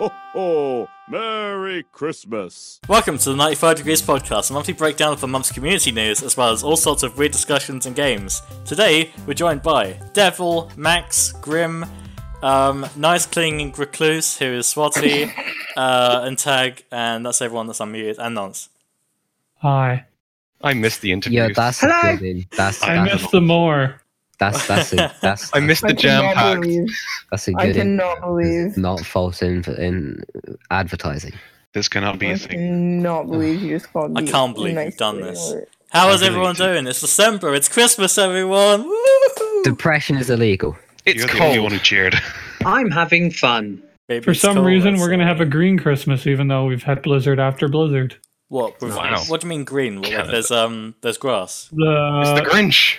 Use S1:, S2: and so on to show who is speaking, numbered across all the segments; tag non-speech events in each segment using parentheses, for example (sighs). S1: Oh, Merry Christmas.
S2: Welcome to the 95 Degrees Podcast, a monthly breakdown of the month's community news, as well as all sorts of weird discussions and games. Today, we're joined by Devil, Max, Grim, um, Nice Clinging Recluse, who
S3: (laughs)
S2: is Swati, uh, and Tag, and that's everyone that's unmuted, and Nonce.
S4: Hi.
S5: I missed the interview.
S6: Yeah, that's
S4: Hello?
S6: a good in. That's
S4: I
S6: that's,
S4: missed them more.
S6: that's that's a
S3: (laughs)
S6: that's
S5: I missed the jam
S3: cannot
S5: pack.
S3: believe.
S6: that's a
S3: I
S6: good in.
S3: cannot believe.
S6: Not false in in advertising.
S5: This cannot be
S3: I
S5: a thing.
S3: cannot believe you just called
S2: I
S3: me
S2: can't believe
S3: nice
S2: you've done
S3: thing
S2: this.
S3: or-
S2: How is
S5: Really?
S2: everyone doing? It's December, it's Christmas, everyone! Woo!
S6: Depression is illegal.
S5: It's
S7: It's
S5: You're the only
S7: cold.
S5: one who cheered.
S7: (laughs) I'm having fun.
S2: Maybe
S4: For
S2: it's
S4: some
S2: cold
S4: reason, we're
S2: outside.
S4: going to have a green Christmas, even though we've had blizzard after blizzard.
S2: What? with-
S5: Wow.
S2: What do you mean green? What, like
S5: Canada.
S2: there's um, there's grass.
S5: it's
S4: The,
S5: the Grinch.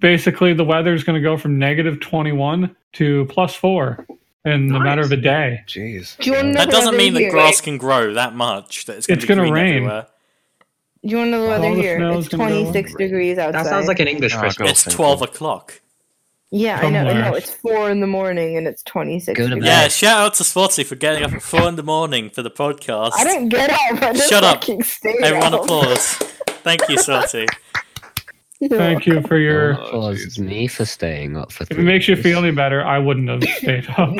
S4: basically, the weather's going to go from negative 21 to plus four in the matter of a day.
S5: Jeez.
S3: Do you want to know
S2: That
S3: the
S2: doesn't
S3: weather
S2: mean that
S3: here?
S2: grass can grow that much. That it's going
S4: It's
S2: to
S4: gonna
S2: rain.
S4: rain.
S2: Everywhere.
S3: Do you want to know the
S4: All
S3: weather
S4: the
S3: here?
S4: smells
S3: It's
S4: can go
S3: 26 degrees outside.
S7: That sounds like an English
S5: Oh,
S7: Christmas.
S5: God.
S2: It's
S5: thank you.
S2: twelve o'clock.
S3: Yeah, I know. I
S4: somewhere.
S3: know. It's four in the morning and it's 26
S6: Go to
S3: degrees.
S6: bed.
S2: Yeah, shout out to Swatty for getting up at four in the morning for the podcast.
S3: I don't get up. I just
S2: Shut up.
S3: fucking Stay
S2: Everyone
S3: up.
S2: applause. Thank you, Swatty.
S4: (laughs) Thank you for your.
S6: Don't applause
S5: Oh, jeez.
S6: me for staying up for.
S4: If it
S6: three
S4: makes you
S6: days.
S4: feel any better, I wouldn't have stayed up.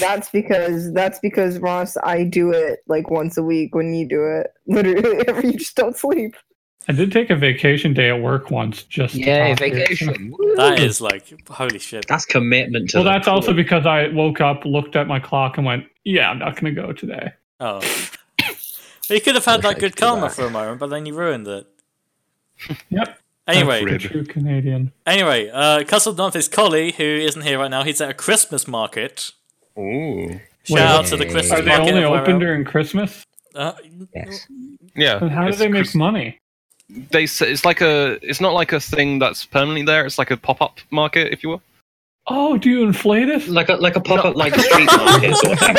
S3: That's because that's because Ross, I do it like once a week when you do it. (laughs) Literally, every, you just don't
S4: (laughs)
S3: sleep.
S4: I did take a vacation day at work once, just to
S6: Yay,
S4: talk to you.
S6: vacation. Woo.
S2: That is like holy shit.
S7: That's commitment to
S4: Well,
S7: the
S4: that's also because I woke up, looked at my clock, and went, "Yeah, I'm not going to go today."
S2: Oh, you could have had
S6: Wish I
S2: that good
S6: could do
S2: karma
S6: that.
S2: for a moment, but then you ruined it.
S4: Yep.
S2: Anyway,
S5: Rib.
S4: True Canadian.
S2: Anyway, uh, Castle North is Collie, who isn't here right now. He's at a Christmas market.
S5: Ooh.
S2: Shout
S4: Wait.
S2: out to the Christmas
S4: Are they
S2: market.
S4: only
S2: of
S4: open
S2: Wirral.
S4: during Christmas?
S2: Uh,
S6: Yes.
S5: Yeah.
S4: Then how do
S5: it's
S4: they make
S5: Chris-
S4: money?
S5: They s- it's like a it's not like a thing that's permanently there. It's like a pop up market, if you will.
S4: Oh, do you inflate it?
S7: like a like a pop up
S4: (laughs)
S7: like street market sort of thing.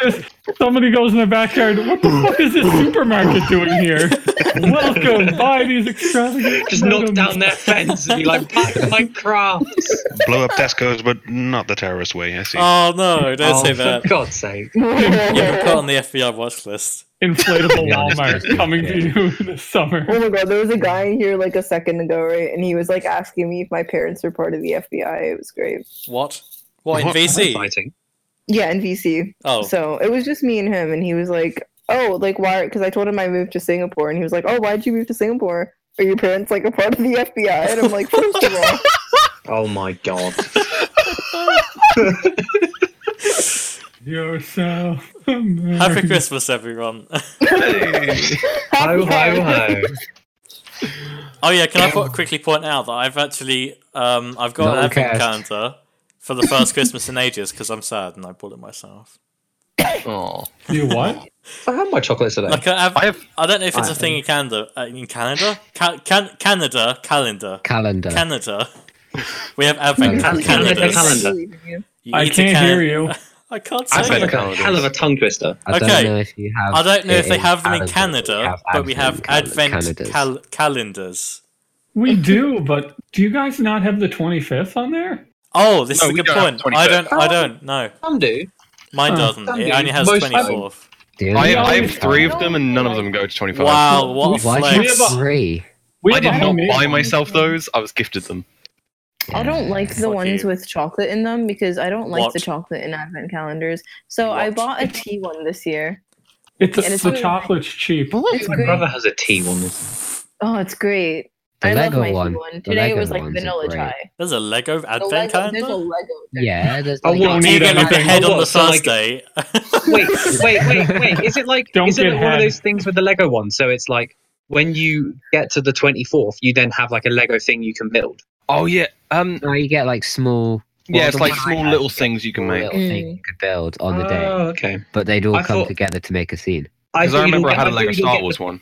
S4: Just somebody goes in the backyard. What the fuck is this supermarket doing
S7: (laughs)
S4: here? Welcome, buy these extravagant.
S7: Just knock
S4: items.
S7: down their fence and be like, back my crafts.
S5: Blow up Tesco's, but not the terrorist way. I see.
S2: oh no! Don't
S7: Oh,
S2: say that.
S7: for (laughs) God's sake.
S2: You were put on the FBI watch list.
S4: Inflatable
S6: Yeah,
S4: Walmart
S6: that's-
S4: coming to
S6: yeah.
S4: you this summer.
S3: Oh my god, there was a guy in here like a second ago, right? And he was like asking me if my parents were part of the FBI. It was great.
S2: What? What in
S5: What?
S2: VC?
S7: Fighting.
S3: Yeah, in VC.
S2: Oh,
S3: So it was just me and him, and he was like, "Oh, like why?" Because I told him I moved to Singapore, and he was like, "Oh, why'd you move to Singapore? Are your parents like a part of the FBI?" And I'm like, first of
S5: (laughs)
S3: all,
S7: Oh my god.
S4: Yourself.
S2: happy Christmas, everyone. (laughs)
S7: Ho ho ho.
S2: oh yeah, can I po- quickly point out that I've actually um, I've got
S6: No
S2: an
S6: one
S2: advent
S6: cares.
S2: calendar for the first Christmas in ages because I'm sad and I bought it myself.
S5: Oh.
S4: You what?
S7: I had my chocolate today.
S2: Like I, have,
S5: I have
S2: I don't know if it's a
S7: I-
S2: thing in Canada. uh, In Canada, Ca- can- Canada, calendar.
S6: Calendar.
S2: Canada. (laughs) We have advent
S6: Cal-
S2: cal-
S7: Canada,
S2: calendars.
S7: calendar.
S2: You
S4: I
S2: need to
S4: can't
S2: can-
S4: hear you.
S2: I can't
S7: That's
S2: say it.
S7: like a hell of a tongue twister.
S6: I don't
S2: Okay.
S6: know if you have.
S2: I don't know
S6: it
S2: if they
S6: in
S2: have them in
S6: Canada,
S2: Canada, but we have advent
S6: calendars.
S2: cal- calendars.
S4: We do, but do you guys not have the 25th on there?
S2: Oh, this
S5: No,
S2: is a
S5: we
S2: good
S5: don't have
S2: point. I
S5: 25th.
S2: don't. I don't. No,
S7: Some do.
S2: mine
S4: Huh.
S2: doesn't. It
S7: Some
S2: only
S7: do.
S2: has
S7: Most
S2: twenty fourth.
S6: Do
S5: I
S6: you?
S5: have, I
S4: always
S5: have three of them, and none of them go to twenty five.
S2: Wow, what a
S6: Why do
S2: flex!
S6: you
S4: We have
S6: have three?
S4: We
S5: I
S4: have a
S5: did not
S4: homemade
S5: buy
S4: one.
S5: myself those. I was gifted them.
S3: I don't like the
S2: Fuck
S3: ones
S2: you.
S3: with chocolate in them because I don't like
S2: What?
S3: the chocolate in advent calendars. So I
S2: What?
S6: (laughs)
S3: bought a tea one this year.
S4: It's, a,
S3: And it's
S4: the
S3: really-
S4: chocolate's cheap.
S3: It's
S7: My
S3: great.
S7: brother has a tea one.
S3: Oh, it's great.
S6: The
S3: I
S6: Lego
S3: love my tea
S6: one.
S3: one.
S6: The
S3: Today it
S6: Lego
S3: was like
S6: ones are
S3: vanilla
S6: great.
S3: chai.
S2: There's a Lego
S3: The
S2: advent
S3: Lego, there's a
S2: calendar.
S3: Lego.
S6: Yeah, there's
S7: I
S6: like
S7: won't Oh,
S2: Do you
S4: need
S2: get like the
S4: anything.
S2: head on
S7: What,
S2: the
S7: so,
S2: first
S7: like-
S2: day?
S7: wait, (laughs) wait, wait, wait. Is it like
S4: Don't
S7: is it
S4: get
S7: like one of
S4: head.
S7: those things with the Lego one? So it's like when you get to the twenty fourth, you then have like a Lego thing you can build.
S5: Oh yeah. Um.
S6: No, you get like small.
S5: Yeah,
S6: well,
S5: it's
S6: the
S5: like
S6: one I
S5: small
S6: had,
S5: little things you can
S6: small
S5: make.
S6: little thing you could build on the day,
S7: Oh, okay.
S6: but they'd all
S7: I
S6: come
S7: thought-
S6: together to make a scene.
S5: Because
S7: thought
S5: I
S7: you'd
S5: remember
S7: all
S5: I had a
S7: get-
S5: Lego
S7: thought you'd all
S5: Star
S7: get-
S5: Wars one.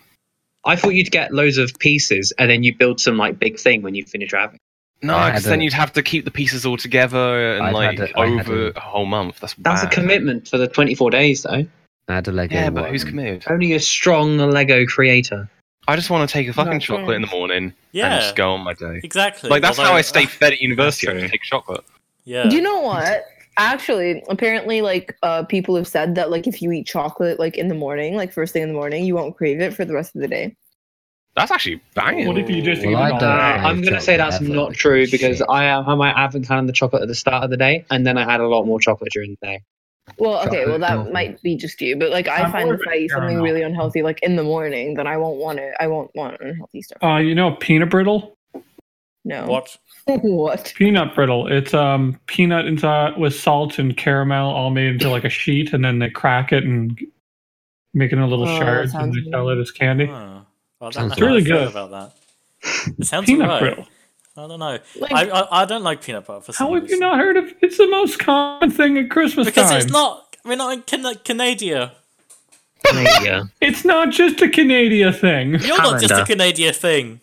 S7: I thought you'd get loads of pieces and then you build some like big thing when you finish having.
S5: No,
S6: I
S5: because
S6: had
S5: Uh, then
S6: a-
S5: you'd have to keep the pieces all together and
S6: I've
S5: like
S6: had a- I had
S5: over a whole month. That's
S7: That's
S5: bad.
S7: a commitment for the twenty four days though.
S6: I had a Lego.
S5: Yeah, but
S6: one.
S5: who's committed?
S7: Only a strong Lego creator.
S5: I just want to take a fucking
S3: No.
S5: chocolate in the morning and
S2: yeah,
S5: just go on my day.
S2: exactly.
S5: Like that's
S2: (laughs)
S5: how
S2: although-
S5: I stay fed at university. I
S7: That's
S5: just take chocolate.
S2: Yeah.
S3: You know what? Actually, apparently, like uh, people have said that like if you eat chocolate like in the morning, like first thing in the morning, you won't crave it for the rest of the day.
S5: That's actually banging.
S4: What if you just
S6: Well,
S4: eat
S6: I
S4: it all
S6: don't
S7: Uh,
S4: day?
S6: know.
S7: I'm gonna say that's
S6: Chocolate,
S7: not
S6: like,
S7: true because
S6: shit.
S7: I am. I might have been having the chocolate at the start of the day, and then I had a lot more chocolate during the day.
S3: Well, okay, well
S6: Chocolate
S3: that
S6: milk.
S3: might be just you, but like I
S4: I'm
S3: find
S4: more
S3: if
S4: of a
S3: I eat something
S4: caramel.
S3: really unhealthy like in the morning, then I won't want it. I won't want unhealthy stuff.
S4: Uh, you know, peanut brittle,
S3: no.
S2: What?
S3: (laughs) what?
S4: peanut brittle. It's um peanut inside with salt and caramel all made into like a sheet, and then they crack it and make it into little
S3: Oh, that
S4: shards, and
S3: sounds
S4: they sell it as candy.
S2: Oh. I don't
S6: Sounds
S2: know how
S4: really
S2: I feel
S4: good.
S2: about that.
S4: (laughs)
S2: It sounds
S4: Peanut
S2: alright.
S4: brittle.
S2: I don't know.
S3: Like,
S2: I, I I don't like peanut butter for some
S4: How have you
S2: reason.
S4: not heard of? It's the most common thing at Christmas
S2: Because
S4: time.
S2: it's not. We're not in Can- Canada.
S7: yeah,
S4: It's not just a Canadian thing.
S2: (laughs) You're not just a
S7: Calendar.
S2: Canadian thing.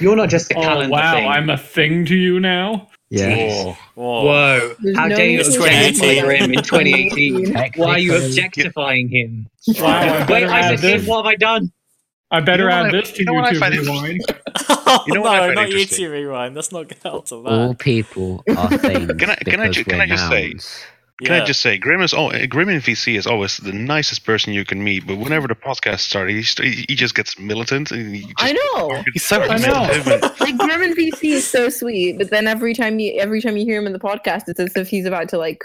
S7: you're not just a
S4: Oh
S7: calendar
S4: wow,
S7: thing.
S4: I'm a thing to you now.
S6: Yeah.
S4: Oh.
S2: Whoa.
S7: Whoa!
S3: There's
S7: How
S3: no
S7: dare you
S3: need to
S7: object
S2: say
S7: to him
S6: (laughs)
S7: in 2018?
S6: Take-
S7: Why are
S6: take
S7: you
S6: those-
S7: objectifying him?
S4: Wow, I
S7: Wait,
S4: better
S7: I
S4: add
S7: just did.
S4: this.
S7: What have I done?
S4: I better
S5: You know
S4: add
S5: what I-
S4: this to
S5: you know what I find
S4: YouTube
S5: interesting?
S2: (laughs)
S4: Rewind.
S2: you
S5: You know
S2: Oh, no,
S5: what I find
S2: not you
S5: interesting?
S2: two rewind. Let's not get out of that.
S8: (laughs)
S3: (laughs)
S6: All people are things
S8: Can I- can I
S6: because
S8: ju- can
S6: we're
S8: I just say-
S6: nouns.
S8: Can
S2: Yeah.
S8: I just say, Grim is oh, Grim in VC is always the nicest person you can meet. But whenever the podcast starts, he, st- he just gets militant and he just
S3: I know.
S5: He's so
S4: I know.
S3: (laughs) Like Grim and VC is so sweet, but then every time you every time you hear him in the podcast, it's as if he's about to like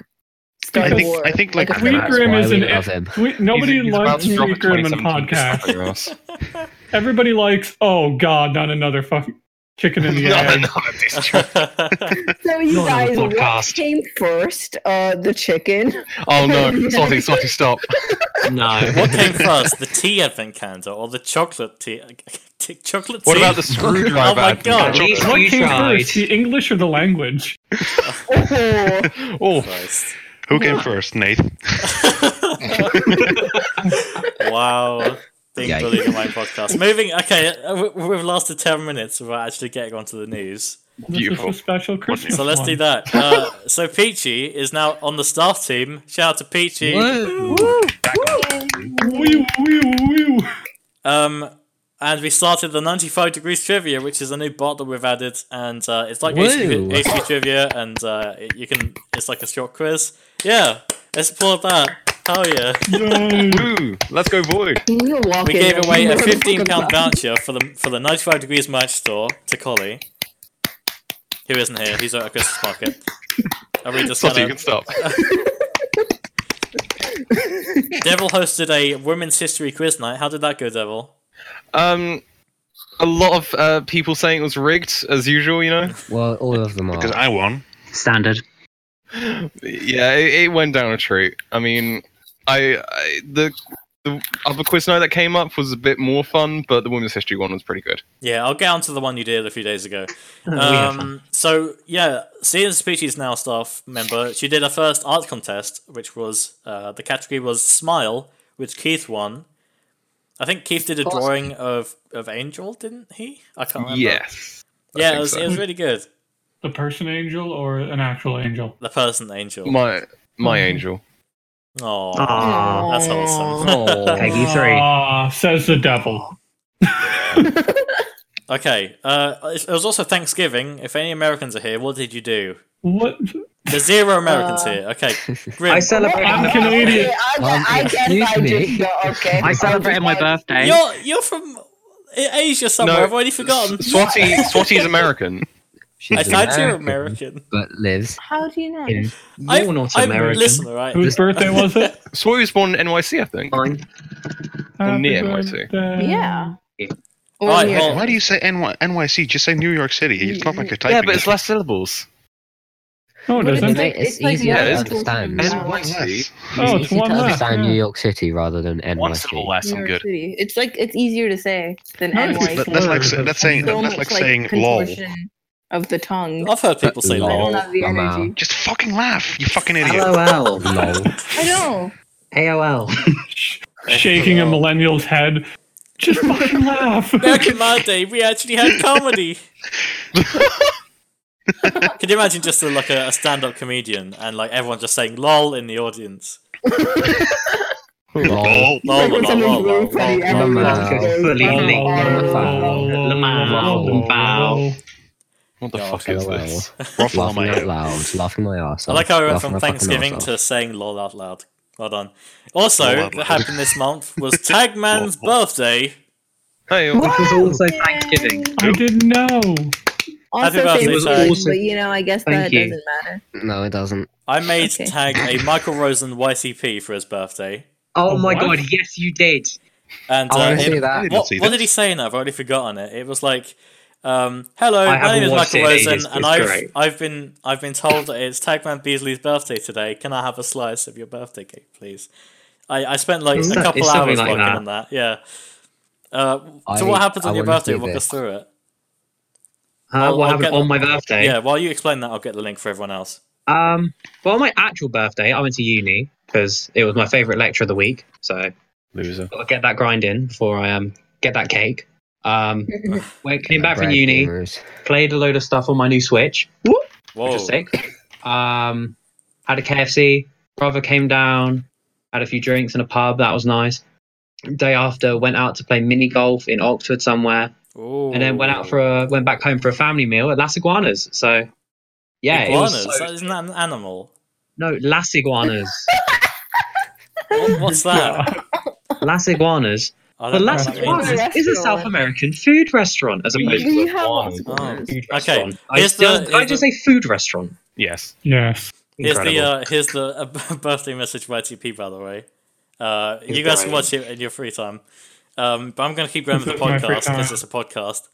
S3: start
S8: I
S3: a
S8: think-
S3: war.
S8: I think, like,
S3: a
S8: we
S3: fight.
S4: Sweet Grim
S6: why
S4: is
S6: we
S4: an
S6: love him.
S4: Sweet, nobody
S5: he's, he's about
S4: likes
S5: to drop a
S4: Sweet Grim in
S5: 2017
S4: podcasts.
S5: Instagram us.
S4: (laughs) Everybody likes. Oh God, not another fucking
S5: (laughs)
S4: chicken in the
S8: no,
S4: air.
S8: no, that's true.
S3: So you
S7: Not on
S3: guys,
S7: the
S3: what
S7: podcast.
S3: came first? Uh, the chicken. (laughs)
S5: Oh
S2: (laughs)
S5: no, sorry, sorry, stop.
S7: No.
S2: what came first, the tea advent calendar or the chocolate tea? (laughs) t- chocolate
S5: What
S2: tea?
S5: about the
S2: (laughs)
S5: screwdriver?
S2: Oh my
S5: advent
S2: God.
S5: calendar?
S7: Jeez,
S4: What
S7: you
S4: came
S7: tried.
S4: first, the English or
S5: (laughs)
S4: the language?
S3: Oh,
S4: (laughs)
S5: Oh,
S2: Christ.
S8: Who came first, Nate?
S2: wow. Being
S6: Yikes.
S2: bullied on my podcast. Moving. Okay, uh, we- we've lasted ten minutes without actually getting onto the news.
S8: Beautiful.
S4: This is a special Christmas.
S2: So let's
S4: one.
S2: do that. Uh, so Peachy is now on the staff team. Shout out to Peachy.
S4: Wee, wee, wee.
S2: Um, and we started the 95 Degrees Trivia, which is a new bot that we've added, and uh, it's like
S6: Whoa.
S2: HQ, HQ Trivia, and uh, it- you can it's like a short quiz. Yeah, let's applaud that. Hell yeah!
S4: Yay.
S5: woo, let's go, boy.
S3: You'll walk
S2: We
S3: in
S2: gave
S3: there.
S2: away
S3: You know
S2: a
S3: what I'm
S2: 15
S3: talking
S2: pound
S3: about.
S2: voucher for the for the 95 Degrees merch store to Collie, who isn't here. He's at a Christmas market. Are we just
S5: Stop, you
S2: gonna
S5: can stop.
S2: (laughs) Devil hosted a Women's History Quiz Night. How did that go, Devil?
S5: Um, a lot of uh, people saying it was rigged, as usual. You know,
S6: Well, all of them
S8: Because
S6: are.
S8: I won.
S7: Standard.
S5: (laughs) yeah, it, it went down a treat. I mean, I, I the the other quiz night that came up was a bit more fun, but the women's history one was
S2: (laughs)
S5: pretty good.
S2: Yeah, I'll get onto the one you did a few days
S5: (laughs)
S2: ago.
S7: had
S2: Um, so yeah, Seeing Species Now staff member, she did her first art contest, which was uh, the category was Smile, which Keith won. I think Keith did a drawing of of Angel, didn't he? I can't remember.
S5: Yes. I
S2: yeah, it
S5: think
S2: was,
S5: so.
S2: it was really good.
S4: The person angel or an actual angel?
S2: The person Angel.
S5: my my
S7: Hmm.
S5: angel.
S2: Oh,
S7: Aww.
S2: that's awesome.
S5: Oh,
S7: Peggy
S2: (laughs)
S7: three.
S4: Ah, says the devil.
S2: okay, uh, it it was also Thanksgiving. If any Americans are here, what did you do?
S4: What?
S2: There's zero Americans
S3: Uh,
S2: here. Okay,
S3: (laughs)
S2: Grim.
S7: I celebrated.
S4: I'm
S7: my-
S4: Canadian.
S3: Okay, I,
S6: Um,
S3: I
S6: excuse
S3: guess I
S6: me.
S3: just got okay.
S6: I
S9: celebrated my birthday.
S2: You're you're from Asia somewhere.
S5: No,
S2: I've already forgotten.
S5: S- Swati Swati's American.
S6: She's
S2: I thought you were
S6: American,
S2: American.
S6: But lives
S3: How do you know?
S6: in
S2: I've-
S7: You're not
S2: I've-
S7: American.
S2: Listen, all right.
S4: Whose birthday was it?
S5: (laughs) Swati was born in NYC, I think.
S7: Fine.
S4: Happy
S5: near NYC.
S4: birthday.
S3: Yeah. Or
S2: Alright,
S3: near-
S2: well-
S8: Why do you say NY- NYC? Just say New York City. It's not like you're typing.
S5: Yeah, but it's less syllables.
S4: No, it
S3: What is
S4: doesn't.
S3: it?
S6: It's easier
S5: to
S3: multiple
S6: understand.
S3: times.
S5: It's one less.
S4: Oh,
S6: it's
S4: it's
S6: easy
S4: one
S6: to
S4: left.
S6: understand
S4: yeah.
S6: New York City rather than
S5: One
S6: NYC.
S5: syllable less.
S3: New
S5: I'm
S3: York
S5: good.
S3: City. It's like it's easier to say than
S4: No, it's-
S3: NY.
S8: That- that's like
S4: Word.
S8: sa- that's saying
S3: so
S8: that's
S3: much
S8: like saying lol.
S3: contortion of the tongue.
S2: I've heard people say
S6: Lol.
S3: I
S2: that.
S3: don't have the
S6: I'm
S3: energy.
S6: out.
S8: Just fucking laugh, you fucking idiot.
S4: (laughs)
S7: LOL.
S6: Lol.
S3: I know.
S7: AOL.
S4: Shaking a millennial's head. Just fucking
S8: (laughs)
S4: laugh.
S2: Back in my day, we actually had comedy. Could you imagine just a, like a, a stand-up comedian and like everyone just saying "lol" in the audience?
S6: Lol.
S8: Lol.
S2: Lol, lol, lol, lol, lol.
S6: Lol.
S7: Fully
S4: Oh,
S7: linked.
S4: lol,
S6: Lol.
S4: lol, lol,
S7: Lol.
S4: lol, lol,
S7: Lol.
S4: lol.
S5: What the
S2: God.
S5: fuck is this?
S8: Ruffle on
S6: laughing
S8: my
S6: out
S8: head.
S6: loud, laughing my ass
S2: I
S6: off.
S2: like how we went
S6: laughing
S2: from
S6: my fucking
S2: Thanksgiving
S6: arse off.
S2: to saying lol out loud. Well done. Also,
S8: Lol out
S2: that
S8: loud.
S2: happened this month
S8: (laughs)
S2: was Tagman's birthday.
S5: Hey,
S7: It was also Thanksgiving.
S4: I didn't know.
S2: Happy
S3: Also
S2: birthday,
S3: famous,
S2: Tag.
S3: but you know, I guess
S7: Thank
S3: that
S7: you.
S3: doesn't matter.
S6: No, it doesn't.
S2: I made
S3: Okay.
S2: Tag a Michael Rosen YCP for his birthday.
S7: Oh
S4: A
S7: my
S4: what?
S7: god, yes, you did.
S2: And
S6: I
S2: uh,
S6: want to
S2: it-
S6: see that.
S8: I didn't
S2: what,
S8: see
S2: what
S8: this.
S2: did he say in that? I've already forgotten it. It was like, um, "Hello,
S7: I
S2: my name
S7: haven't
S2: is
S7: watched
S2: Michael
S7: it. It
S2: Rosen,
S7: is-
S2: and
S7: it's
S2: I've
S7: great.
S2: I've been I've been told that it's Tagman Beasley's birthday today. Can I have a slice of your birthday cake, please?" I, I spent like
S7: It's
S2: a
S7: so-
S2: couple
S7: it's something
S2: hours
S7: like
S2: working
S7: that.
S2: on that. Yeah. Uh, so
S6: I-
S2: what happens on
S6: I
S2: your
S6: wanna
S2: birthday?
S6: see
S2: Walk
S6: this.
S2: us through it.
S7: Uh,
S2: I'll-
S7: what
S2: I'll
S7: happened
S2: get-
S7: on my birthday?
S2: Yeah. While you explain that, I'll get the link for everyone else.
S7: Um, well, on my actual birthday, I went to uni because it was my favourite lecture of the week. So
S5: loser.
S7: I'll get that grind in before I um, get that cake. Um, when I came back from
S6: Brad
S7: uni,
S6: Gamers.
S7: played a load of stuff on my new Switch,
S2: Whoa.
S7: which is sick. Um, had a KFC. Brother came down, had a few drinks in a pub. That was nice. Day after, went out to play mini golf in Oxford somewhere,
S2: Ooh.
S7: and then went out for a went back home for a family meal at Las Iguanas. So, yeah,
S2: iguanas.
S7: it was so-
S2: That- Isn't that an animal?
S7: no Las Iguanas.
S2: What, what's that?
S7: Las Iguanas.
S2: I
S7: Well,
S2: don't know
S7: Las
S2: what that
S3: Iguanas.
S2: means.
S7: Iguanas is a South
S3: Restaurant.
S7: American food restaurant as
S5: We
S7: opposed
S3: Do
S7: to
S3: you
S5: use
S3: have lots of
S5: one.
S3: ones?
S7: a food
S2: Oh. Okay,
S7: restaurant. I
S2: here's
S7: still-
S2: the-
S7: did I
S2: here's
S7: just
S2: the-
S7: say food restaurant?
S5: Yes.
S4: Yes.
S2: Here's the
S7: Incredible.
S2: uh, here's the uh, (laughs) birthday message by TP by the way. Uh, you guys can watch it in your free time. Um, but I'm going to keep going with the
S4: This is my free
S2: podcast because
S4: time.
S2: it's a podcast.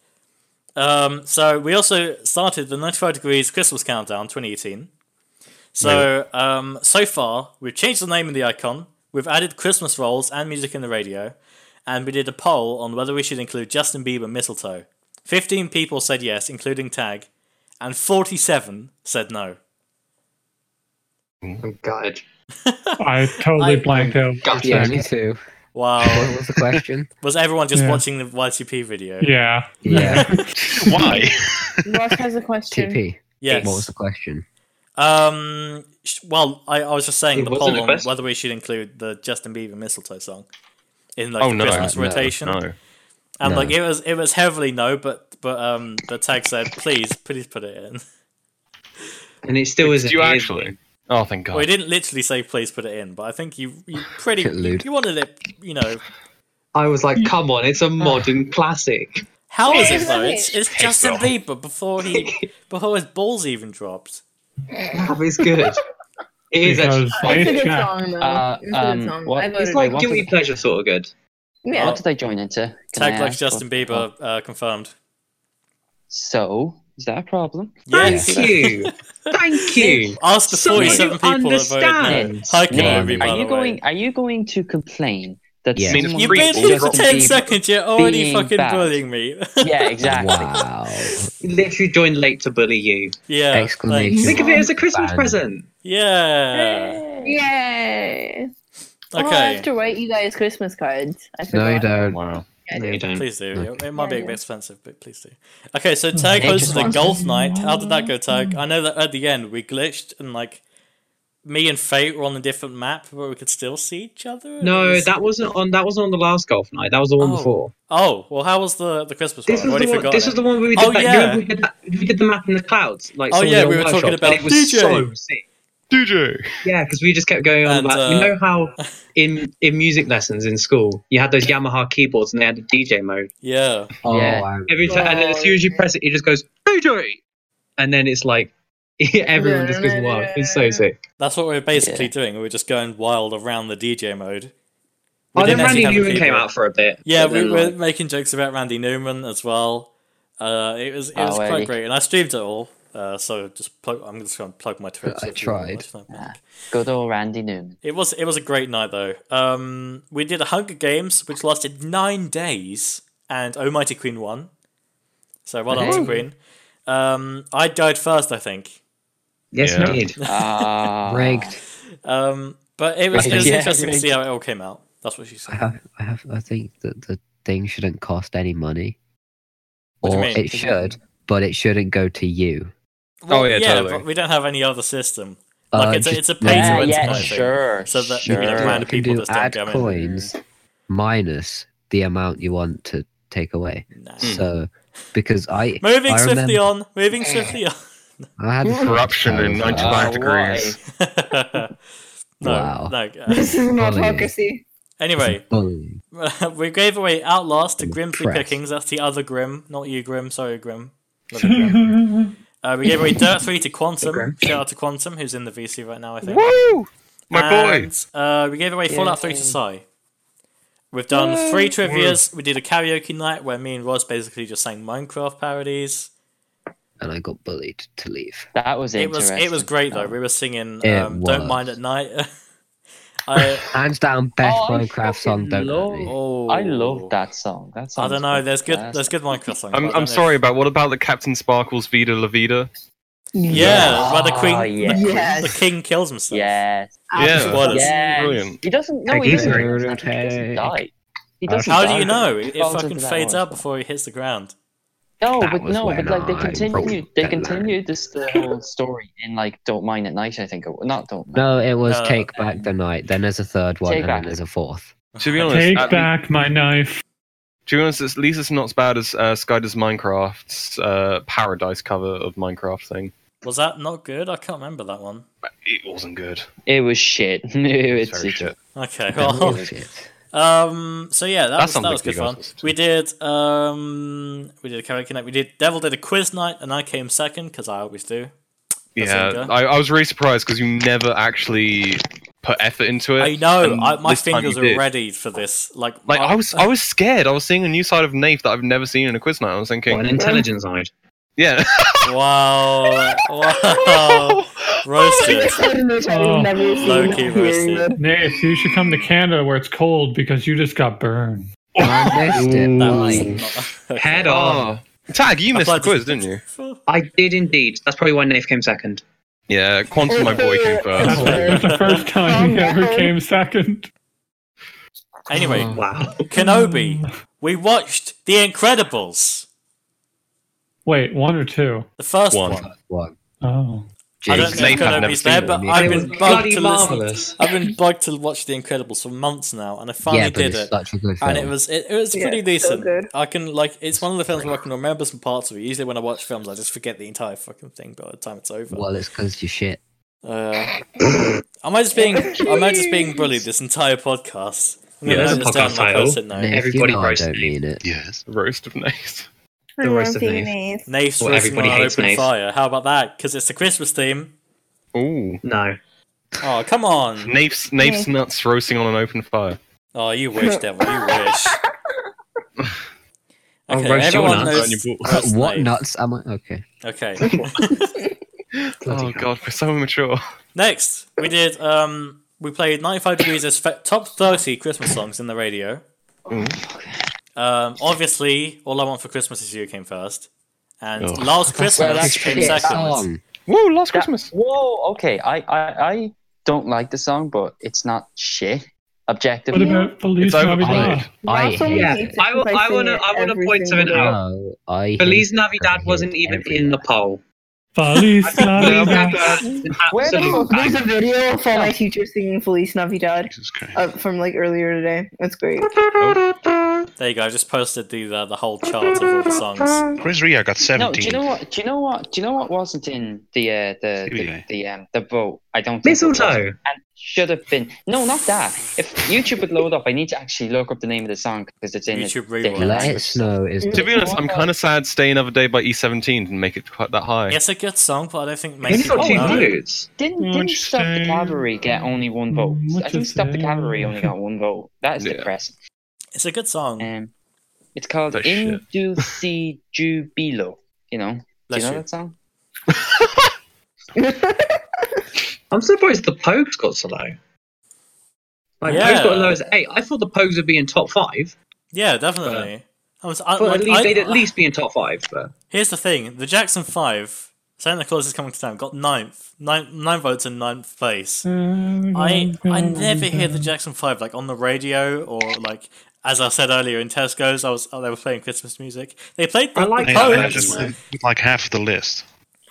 S2: Um, so we also started the 95 degrees Christmas countdown 2018. So um, so far we've changed the name and the icon. We've added Christmas rolls and music in the radio, and we did a poll on whether we should include Justin Bieber mistletoe. 15 people said yes, including Tag, and 47 said no.
S7: I'm gutted.
S4: I totally
S2: I-
S4: blanked out.
S7: Got
S4: Yeah.
S6: Yeah, me too.
S2: Wow.
S6: What was the question?
S2: (laughs) Was everyone just
S4: Yeah.
S2: watching the YCP video?
S4: yeah.
S2: (laughs)
S6: yeah,
S8: Why?
S3: Ross
S8: (laughs)
S3: has a question.
S6: TP.
S2: Yes.
S6: What was the question?
S2: Um. sh- Well, I, I was just saying
S7: It
S2: the
S7: wasn't
S2: poll
S7: a
S2: on
S7: question.
S2: whether we should include the Justin Bieber mistletoe song in like
S5: Oh,
S2: the
S5: no.
S2: Christmas
S6: Uh, no,
S2: rotation,
S5: No.
S2: and
S6: No.
S2: like it was it was heavily no, but but um the tag said please please put it in.
S7: And it still isn't.
S5: Do you
S7: it is-
S5: actually? Oh, thank God.
S2: Well, we didn't literally say please put it in, but I think you you pretty
S6: Lewd.
S2: you wanted it. You know uh,
S7: I was like, come on, it's a modern classic.
S2: how is it though?
S3: Exactly.
S2: It's, it's Justin Bieber before
S7: (laughs)
S2: he before his balls even dropped.
S7: Yeah, but it's good. It is actually.
S4: Because
S3: It's a
S4: it's
S3: good
S4: yeah.
S3: song, though.
S9: Uh,
S3: it's a good
S9: um,
S3: song.
S9: what-
S3: I voted
S9: Wait,
S7: It's like
S9: what
S7: guilty
S9: was-
S7: pleasure sort of good.
S3: yeah.
S9: What did I join into? Can I
S2: Tag likes
S9: ask?
S2: Justin Bieber uh, confirmed.
S9: So, is that a problem?
S2: Yes.
S7: Thank
S2: (laughs)
S9: (laughs)
S7: you. Thank you.
S2: Ask the
S7: Someone
S2: 47
S7: who
S2: people that voted no.
S7: understands.
S2: Hi, Kenobi,
S6: One.
S2: by
S9: Are
S2: the
S9: you going?
S2: way.
S9: Are you going to complain that
S6: Yeah.
S9: someone
S2: You've been
S9: just
S2: here for 10
S9: be-
S2: seconds, you're already
S9: being
S2: fucking
S9: bad.
S2: bullying me. (laughs)
S9: Yeah, exactly.
S6: Wow.
S7: Literally joined late to bully you.
S2: yeah.
S6: Exclamation.
S2: thanks.
S7: Think of it as a Christmas
S6: Bad.
S7: present.
S2: Yeah.
S3: Yay! Oh, I
S2: Okay.
S3: have to write you guys Christmas cards. I forgot.
S6: No, you don't.
S5: Wow.
S3: I
S7: No,
S3: do.
S7: you don't.
S2: Please do. It- It might be a bit
S3: Yeah.
S2: expensive, but please do. Okay, so
S7: Hmm.
S2: Tag
S9: They just
S2: hosted a
S9: want-
S2: golf night. How did that go, Tag? I know that at the end we glitched and, like, me and Fate were on a different map, but we could still see each other. It
S7: No,
S2: was-
S7: that wasn't on. That wasn't on the last golf night. That was the one
S2: Oh,
S7: before.
S2: Oh, well, how was the, the Christmas
S7: This
S2: one? I've
S7: was the
S2: already
S7: one.
S2: forgotten.
S7: This was
S2: it.
S7: the one where we did,
S2: Oh,
S7: that,
S2: yeah.
S7: you remember we, did that, we did the map in the clouds. Like,
S2: Oh,
S7: someone
S2: yeah,
S7: did on
S2: we were
S7: Workshop,
S2: talking
S7: and
S2: about
S7: it was
S2: DJ.
S7: so sick.
S5: DJ.
S7: Yeah, because we just kept going on
S2: And,
S7: about
S2: uh,
S7: you know
S2: (laughs)
S7: how in in music lessons in school you had those Yamaha keyboards and they had a DJ mode.
S2: Yeah.
S6: Oh,
S9: Yeah.
S6: I-
S7: Every time, and then as soon as you press it, it just goes DJ, and then it's like (laughs) everyone just goes wild. It's so sick.
S2: That's what we were basically
S9: Yeah.
S2: doing. We were just going wild around the DJ mode. We
S7: Oh, then
S2: didn't actually
S7: Randy
S2: have a
S7: Newman came
S2: keyboard.
S7: out for a bit.
S2: Yeah,
S7: but
S2: we
S7: then,
S2: were
S7: like,
S2: making jokes about Randy Newman as well. Uh, it was it
S9: Oh,
S2: was quite
S9: really?
S2: great, and I streamed it all. Uh, so just plug, I'm just going to plug my Twitch.
S6: I
S2: if you want to
S6: tried.
S2: watch that.
S9: Nah. Good old Randy Newman.
S2: It was it was a great night though. Um, we did a Hunger Games, which lasted nine days, and Oh Mighty Queen won. So well done to Queen. Um, I died first, I think.
S7: yes,
S5: Yeah. (laughs)
S7: made.
S9: Ah,
S6: rigged.
S2: Um, but it was, it was
S9: Yeah.
S2: interesting to see how it all came out. That's what she
S6: I
S2: said.
S6: have, I have, I think that the thing shouldn't cost any money,
S2: What do you
S6: or
S2: mean?
S6: it should, but it shouldn't go to you.
S2: Well,
S5: Oh, yeah, totally.
S2: but we don't have any other system. Like, it's a-
S6: just
S2: it's a pay
S6: name
S9: Yeah,
S2: to
S6: it.
S2: win
S9: yeah,
S2: kind of thing.
S9: sure.
S2: So that, you
S9: sure.
S2: know,
S6: You
S2: random
S6: can
S2: people
S6: do
S2: just don't
S6: add
S2: come in.
S6: coins minus the amount you want to take away.
S2: Nah.
S6: So because I
S2: Moving
S6: I
S2: swiftly
S6: remember-
S2: on. Moving swiftly on.
S6: (laughs) I had this
S5: Corruption in
S6: thought, I was
S5: 95
S6: like,
S5: degrees.
S2: (laughs) no,
S6: Wow.
S2: no. uh,
S3: This is an
S6: Funny.
S3: autocracy.
S2: anyway,
S6: "Ah, bullying."
S2: (laughs) we gave away Outlast to
S6: I'm
S2: Grim Three
S6: impressed.
S2: Pickings. That's the other Grim, not you, Grim. Sorry, Grim. Another Grim. Uh, we gave away Dirt Three
S3: (laughs)
S2: to Quantum. Shout out to Quantum, who's in the VC right now, I
S6: (laughs)
S2: think.
S5: Woo! My boy.
S2: And, uh, we gave away Fallout 3 to Psy. We've done three trivias. We did a karaoke night where me and Ross basically just sang Minecraft parodies.
S6: and I got bullied to leave.
S9: That was
S2: It was
S9: interesting.
S2: it was great though. We were singing
S6: It
S2: um, "Don't
S6: was.
S2: Mind at Night." (laughs) I
S6: (laughs) Hands down, best
S9: Oh, I
S6: Minecraft song. Don't
S9: fucking love-
S6: hurt me.
S2: oh,
S9: I love that song. That song.
S2: I don't know. There's good. There's good Minecraft songs. but I
S5: I'm,
S2: don't know
S5: I'm
S2: if-
S5: sorry about what about the Captain Sparkles Vida La Vida?
S2: Yeah, where the
S9: Ah,
S2: queen,
S9: yeah.
S2: the,
S3: Yes.
S2: the king kills himself.
S9: Yes.
S5: Yeah.
S2: What is-
S9: yes.
S5: Brilliant.
S9: He doesn't. No,
S6: Take
S9: he
S6: it,
S9: doesn't.
S6: take it,
S9: He doesn't
S6: take
S9: die. He
S6: How
S9: doesn't
S2: How do
S9: die.
S2: you know? It,
S9: He
S2: it
S9: falls
S2: fucking
S9: into that
S2: fades
S9: one.
S2: out before he hits the ground.
S9: No,
S6: That
S9: but
S6: was
S9: no,
S6: when
S9: but like they
S6: I broke
S9: continued, they
S6: that line.
S9: continued this the whole story in like "Don't Mind at Night." I think it was. not "Don't." Mind.
S6: No, it was
S2: Uh,
S6: Take Back the Night. Then there's a third one,
S9: Take
S6: and
S9: Back.
S6: then there's a
S9: (laughs)
S6: fourth.
S5: To be honest,
S4: Take
S5: at,
S4: back my knife.
S5: to be honest, it's, at least it's not as bad as uh, Sky does Minecraft's uh, Paradise cover of Minecraft thing.
S2: Was that not good? I can't remember that one.
S8: It wasn't good.
S9: It was shit. (laughs) it's
S8: Very shit.
S2: Okay,
S6: Oh,
S2: well,
S6: shit.
S2: (laughs) Um. So yeah, that
S5: That
S2: was that
S5: sounds
S2: was good
S5: like
S2: fun.
S5: Pegasus.
S2: We did um we did a karaoke night. We did Devil did a quiz night, and I came second because I always do. That's
S5: Yeah,
S2: okay.
S5: I, I was really surprised because you never actually put effort into it.
S2: I know.
S5: and
S2: I, my
S5: this time
S2: fingers
S5: you
S2: are
S5: did.
S2: ready for this. Like,
S5: Like
S2: I-
S5: I was,
S2: (laughs)
S5: I was scared. I was seeing a new side of Nath that I've never seen in a quiz night. I was
S7: What an
S5: thinking,
S7: intelligence side.
S5: yeah, (laughs)
S2: wow, (laughs) wow, roasted.
S4: Oh.
S3: I've never seen
S2: Low-key
S3: that
S2: roasted.
S3: period.
S4: Nath, you should come to Canada where it's cold because you just got burned.
S6: I missed it.
S2: That
S6: Why?
S2: was not- okay.
S7: Head on.
S5: oh, Tag, you
S2: I
S5: missed the
S2: thought
S5: quiz,
S2: this-
S5: didn't you?
S7: I did indeed. That's probably why Nath came second.
S5: Yeah, Quantum, my boy,
S2: (laughs)
S5: came first.
S4: That's, that's the first time you
S3: Calm
S4: ever
S3: down.
S4: came second.
S5: (laughs)
S2: Anyway,
S7: Wow.
S2: Kenobi. We watched The Incredibles,
S4: Wait, one or two?
S2: the first
S5: One.
S2: one.
S6: What?
S4: Oh.
S2: I don't
S5: Jesus.
S2: know if
S5: Nathan, I've
S2: Kenobi's
S5: never
S2: there,
S5: seen
S2: but
S6: it.
S2: I've
S6: It
S2: been
S6: was
S2: bugged
S7: Bloody
S2: to listen.
S7: marvelous.
S2: I've been bugged to watch The Incredibles for months now, and I finally
S6: Yeah, but
S2: did
S6: it's
S2: it.
S6: such a good film.
S2: and it was it, it was
S3: Yeah,
S2: pretty
S3: so
S2: decent.
S3: good.
S2: I can like it's one of the films where I can remember some parts of it. Usually when I watch films, I just forget the entire fucking thing by the time it's over.
S6: well, it's because you shit.
S2: Uh, am I just being am I just being bullied this entire podcast? I'm gonna
S7: Yeah,
S2: write
S7: that's a
S2: this down
S7: podcast
S2: on my
S7: title.
S2: post-it note.
S6: Nath,
S7: Everybody
S6: you know I
S7: roast
S6: don't
S7: me.
S6: mean it.
S8: Yes.
S5: Roast of Nath.
S7: The roast of
S3: Roasting
S7: Nath.
S3: Nath.
S2: Nate's
S7: Well,
S2: roasting
S7: everybody
S2: on
S7: hates
S2: open
S7: Nath.
S2: fire. How about that? Because it's the Christmas theme.
S5: Ooh,
S7: No.
S2: Oh come on!
S5: Nath's Nath's nuts roasting on an open fire.
S2: Oh, you wish, devil. You wish.
S7: I'll
S2: Okay,
S7: roast your
S2: everyone
S7: nuts.
S2: knows. roast
S6: What
S2: Nath.
S6: nuts am I? Okay.
S2: Okay.
S5: (laughs) Oh god, we're so immature.
S2: Next, we did. Um, we played 95 Degrees as fe- top 30 Christmas songs in the radio. Um, obviously, All I Want for Christmas Is You came first, and
S8: Ugh.
S2: Last Christmas
S9: Oh. that's
S2: came
S9: shit
S2: second.
S6: Song.
S5: Woo, last
S9: That-
S5: Christmas.
S9: Whoa. Okay. I, I I don't like the song, but it's not shit.
S4: What
S9: Objectively.
S4: about police?
S5: It's overplayed.
S4: Navidad?
S6: I
S3: That's what
S6: hate
S3: we
S7: Yeah,
S6: it.
S3: hate
S7: I will-
S3: because
S7: I
S3: sing
S7: wanna-
S3: it
S7: I wanna
S3: every
S7: point something
S3: single
S7: out.
S6: No, I
S7: Feliz
S6: hate
S7: Navidad
S6: it
S7: wasn't even in
S6: everywhere.
S7: the poll.
S4: Feliz Navidad.
S9: Where the
S3: Look,
S9: fuck?
S3: there's a video of all my teachers singing Feliz Navidad
S8: Jesus Christ.
S3: uh, from like earlier today. That's great.
S2: There you go. I just posted the the, the whole chart of all the songs.
S8: Chris Rea got 17.
S9: No. Do you know what? Do you know what? Do you know what wasn't in the uh, the, the
S8: Really?
S9: the um the vote? I don't. Think it was.
S7: Mistletoe.
S9: and should have been. No, not that. If YouTube would load up, I need to actually look up the name of the song because it's in.
S2: YouTube
S9: ridiculous
S2: rewind.
S6: Let It
S9: language.
S6: Snow is
S5: To
S6: the
S5: be honest, I'm kind of sad Stay Another Day by E17 didn't make it quite that high.
S2: It's a good song, but I don't think it makes
S7: It's
S2: people
S7: got two
S2: know. it.
S7: votes.
S9: Didn't,
S5: Won't
S9: didn't
S5: you
S9: Stop the
S5: say- Mm,
S9: Cavalry get only one vote?
S4: Won't
S9: I
S4: you
S9: think Stop the
S4: say-
S9: Cavalry only got one vote. That is
S5: Yeah.
S9: depressing.
S2: It's a good song.
S9: Um, it's called
S5: That's shit.
S9: Indusi Jubilo. You know, do
S2: Bless
S9: you know
S2: you.
S9: that song?
S7: I'm surprised the Pogues got so low. Like
S2: Yeah.
S7: Pogues got as low as eight. I thought the Pogues would be in top five,
S2: Yeah, definitely. I was, I,
S7: but
S2: like,
S7: at least
S2: I-
S7: they'd at least be in top five. But
S2: Here's the thing: the Jackson Five, Santa Claus is coming to town, got ninth, nine, nine votes in ninth place. I I never hear the Jackson Five like on the radio or like as I said earlier in Tesco's. I was oh, they were playing Christmas music. They played the,
S7: I like
S2: the
S8: Hey,
S7: that.
S2: Pogues.
S8: that's just like half of the list.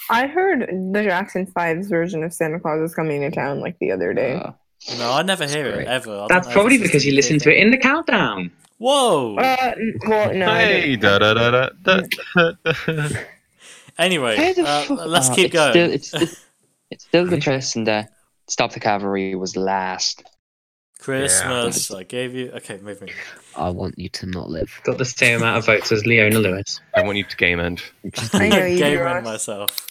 S3: I heard the Jackson Five's version of Santa Claus is coming to town like the other day.
S9: Uh,
S2: No, I never hear it
S6: great.
S2: ever. I don't
S7: that's
S2: know if
S7: probably
S2: it's
S7: because you
S2: just a
S7: listened to
S2: thing.
S7: it in the countdown.
S2: Whoa.
S3: Uh, n- well, no. I didn't.
S5: Hey, da da da da da. da.
S2: (laughs) Anyway, uh, let's
S9: Oh,
S2: keep
S9: it's
S2: going.
S9: Still,
S2: (laughs)
S9: it's, it's, it's still interesting that Stop the Cavalry was last.
S2: (laughs) Christmas, I gave you. Okay, moving.
S6: I want you to not live.
S7: Got the same amount of votes as Leona Lewis.
S5: I want you to game
S6: (laughs)
S5: end.
S3: I
S2: (laughs)
S3: know you
S2: Game
S3: do,
S2: in
S3: Ross.
S2: myself.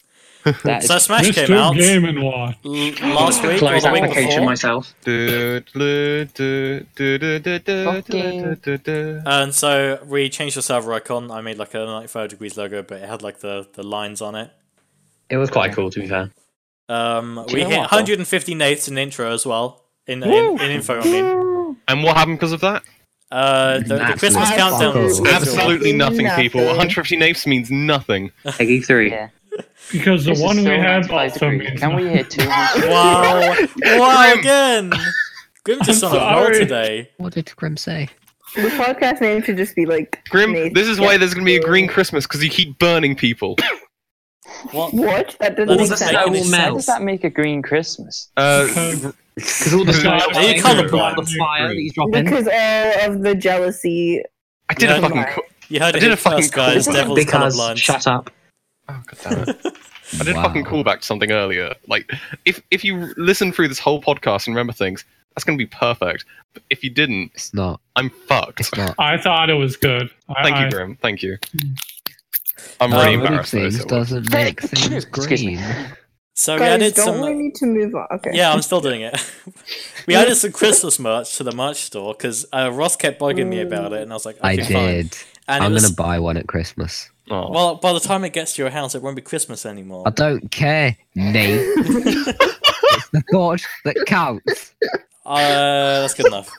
S9: That is
S2: So Smash came
S4: Mr.
S2: out
S4: Game and Watch.
S2: l- last week or
S7: Close
S2: the week
S7: application
S2: before,
S7: myself.
S5: Du- du- du- du- du- du- du- du-
S9: Fucking-
S5: du- du-
S2: and so we changed the server icon. I made like a 95 degrees logo, but it had like the, the lines on it.
S7: It was quite cool, to be fair.
S2: Um,
S9: Do
S2: we
S9: you know
S2: hit
S9: what, though?
S2: 150 nates in intro as well. (laughs) In, in, in info, I
S5: (laughs)
S2: mean.
S5: (gasps) And what happened because of that?
S2: Uh, the, the
S7: Absolute
S2: Christmas
S6: fuck
S2: countdown
S6: all.
S2: was
S5: Absolutely
S3: Fucking
S5: nothing, people.
S3: nothing.
S5: 150 names means
S6: (laughs)
S5: nothing.
S7: Peggy three.
S9: yeah.
S4: Because the
S9: This is
S4: one we
S9: still
S4: have
S9: 95
S4: also
S9: degree.
S4: means.
S9: Can we hit
S4: (laughs)
S9: 200?
S2: Wow! wow again! Grim (laughs) just
S4: I'm
S2: on a roll
S4: sorry.
S2: today.
S6: What did Grim say?
S3: The podcast name should just be like
S5: Grim,
S3: Nathan-
S5: this is why there's going to be a green Christmas because you keep burning
S6: (laughs)
S5: people.
S2: What?
S3: What? That doesn't
S2: That
S3: make
S2: doesn't
S3: sense.
S2: make
S7: I will
S2: any
S9: How
S2: sense.
S9: does that make a green Christmas?
S5: Uh,
S4: Because-
S7: Because all the
S5: Are you
S7: fire,
S2: colourblind?
S7: all the fire that he's dropping.
S3: Because all of the jealousy.
S5: I did
S2: Yeah.
S5: a fucking.
S3: Right.
S5: co-
S2: You heard
S5: I
S2: it
S5: did
S2: here
S5: a fucking
S2: first, guys.
S5: call.
S2: Devil's
S7: because
S2: colorblind.
S7: shut up.
S5: Oh, God damn it. I did
S6: Wow.
S5: a fucking callback to something earlier. Like, if if you listen through this whole podcast and remember things, that's going to be perfect. But if you didn't,
S6: It's not.
S5: I'm fucked.
S6: It's not.
S4: I thought it was good.
S5: (laughs)
S4: I,
S5: Thank you,
S4: I-
S5: Grim. Thank you. I'm
S2: Uh,
S5: really
S2: moving
S6: Moving
S5: embarrassed. by this
S6: Oh, things doesn't make things
S9: Excuse me.
S6: green.
S2: So we
S3: Guys,
S2: added
S3: don't
S2: some.
S3: we need to move on? Okay.
S2: Yeah, I'm still doing it. (laughs) we added some Christmas merch to the merch store because uh, Ross kept bugging me about it, and I was like, okay,
S6: I
S2: fine.
S6: did.
S2: And it
S6: I'm
S2: was,
S6: gonna buy one at Christmas.
S5: Oh.
S2: well, by the time it gets to your house, it won't be Christmas anymore.
S6: I don't care,
S9: (laughs)
S6: Nate. it's the thought that counts.
S2: Uh, that's good
S7: (laughs)
S2: enough.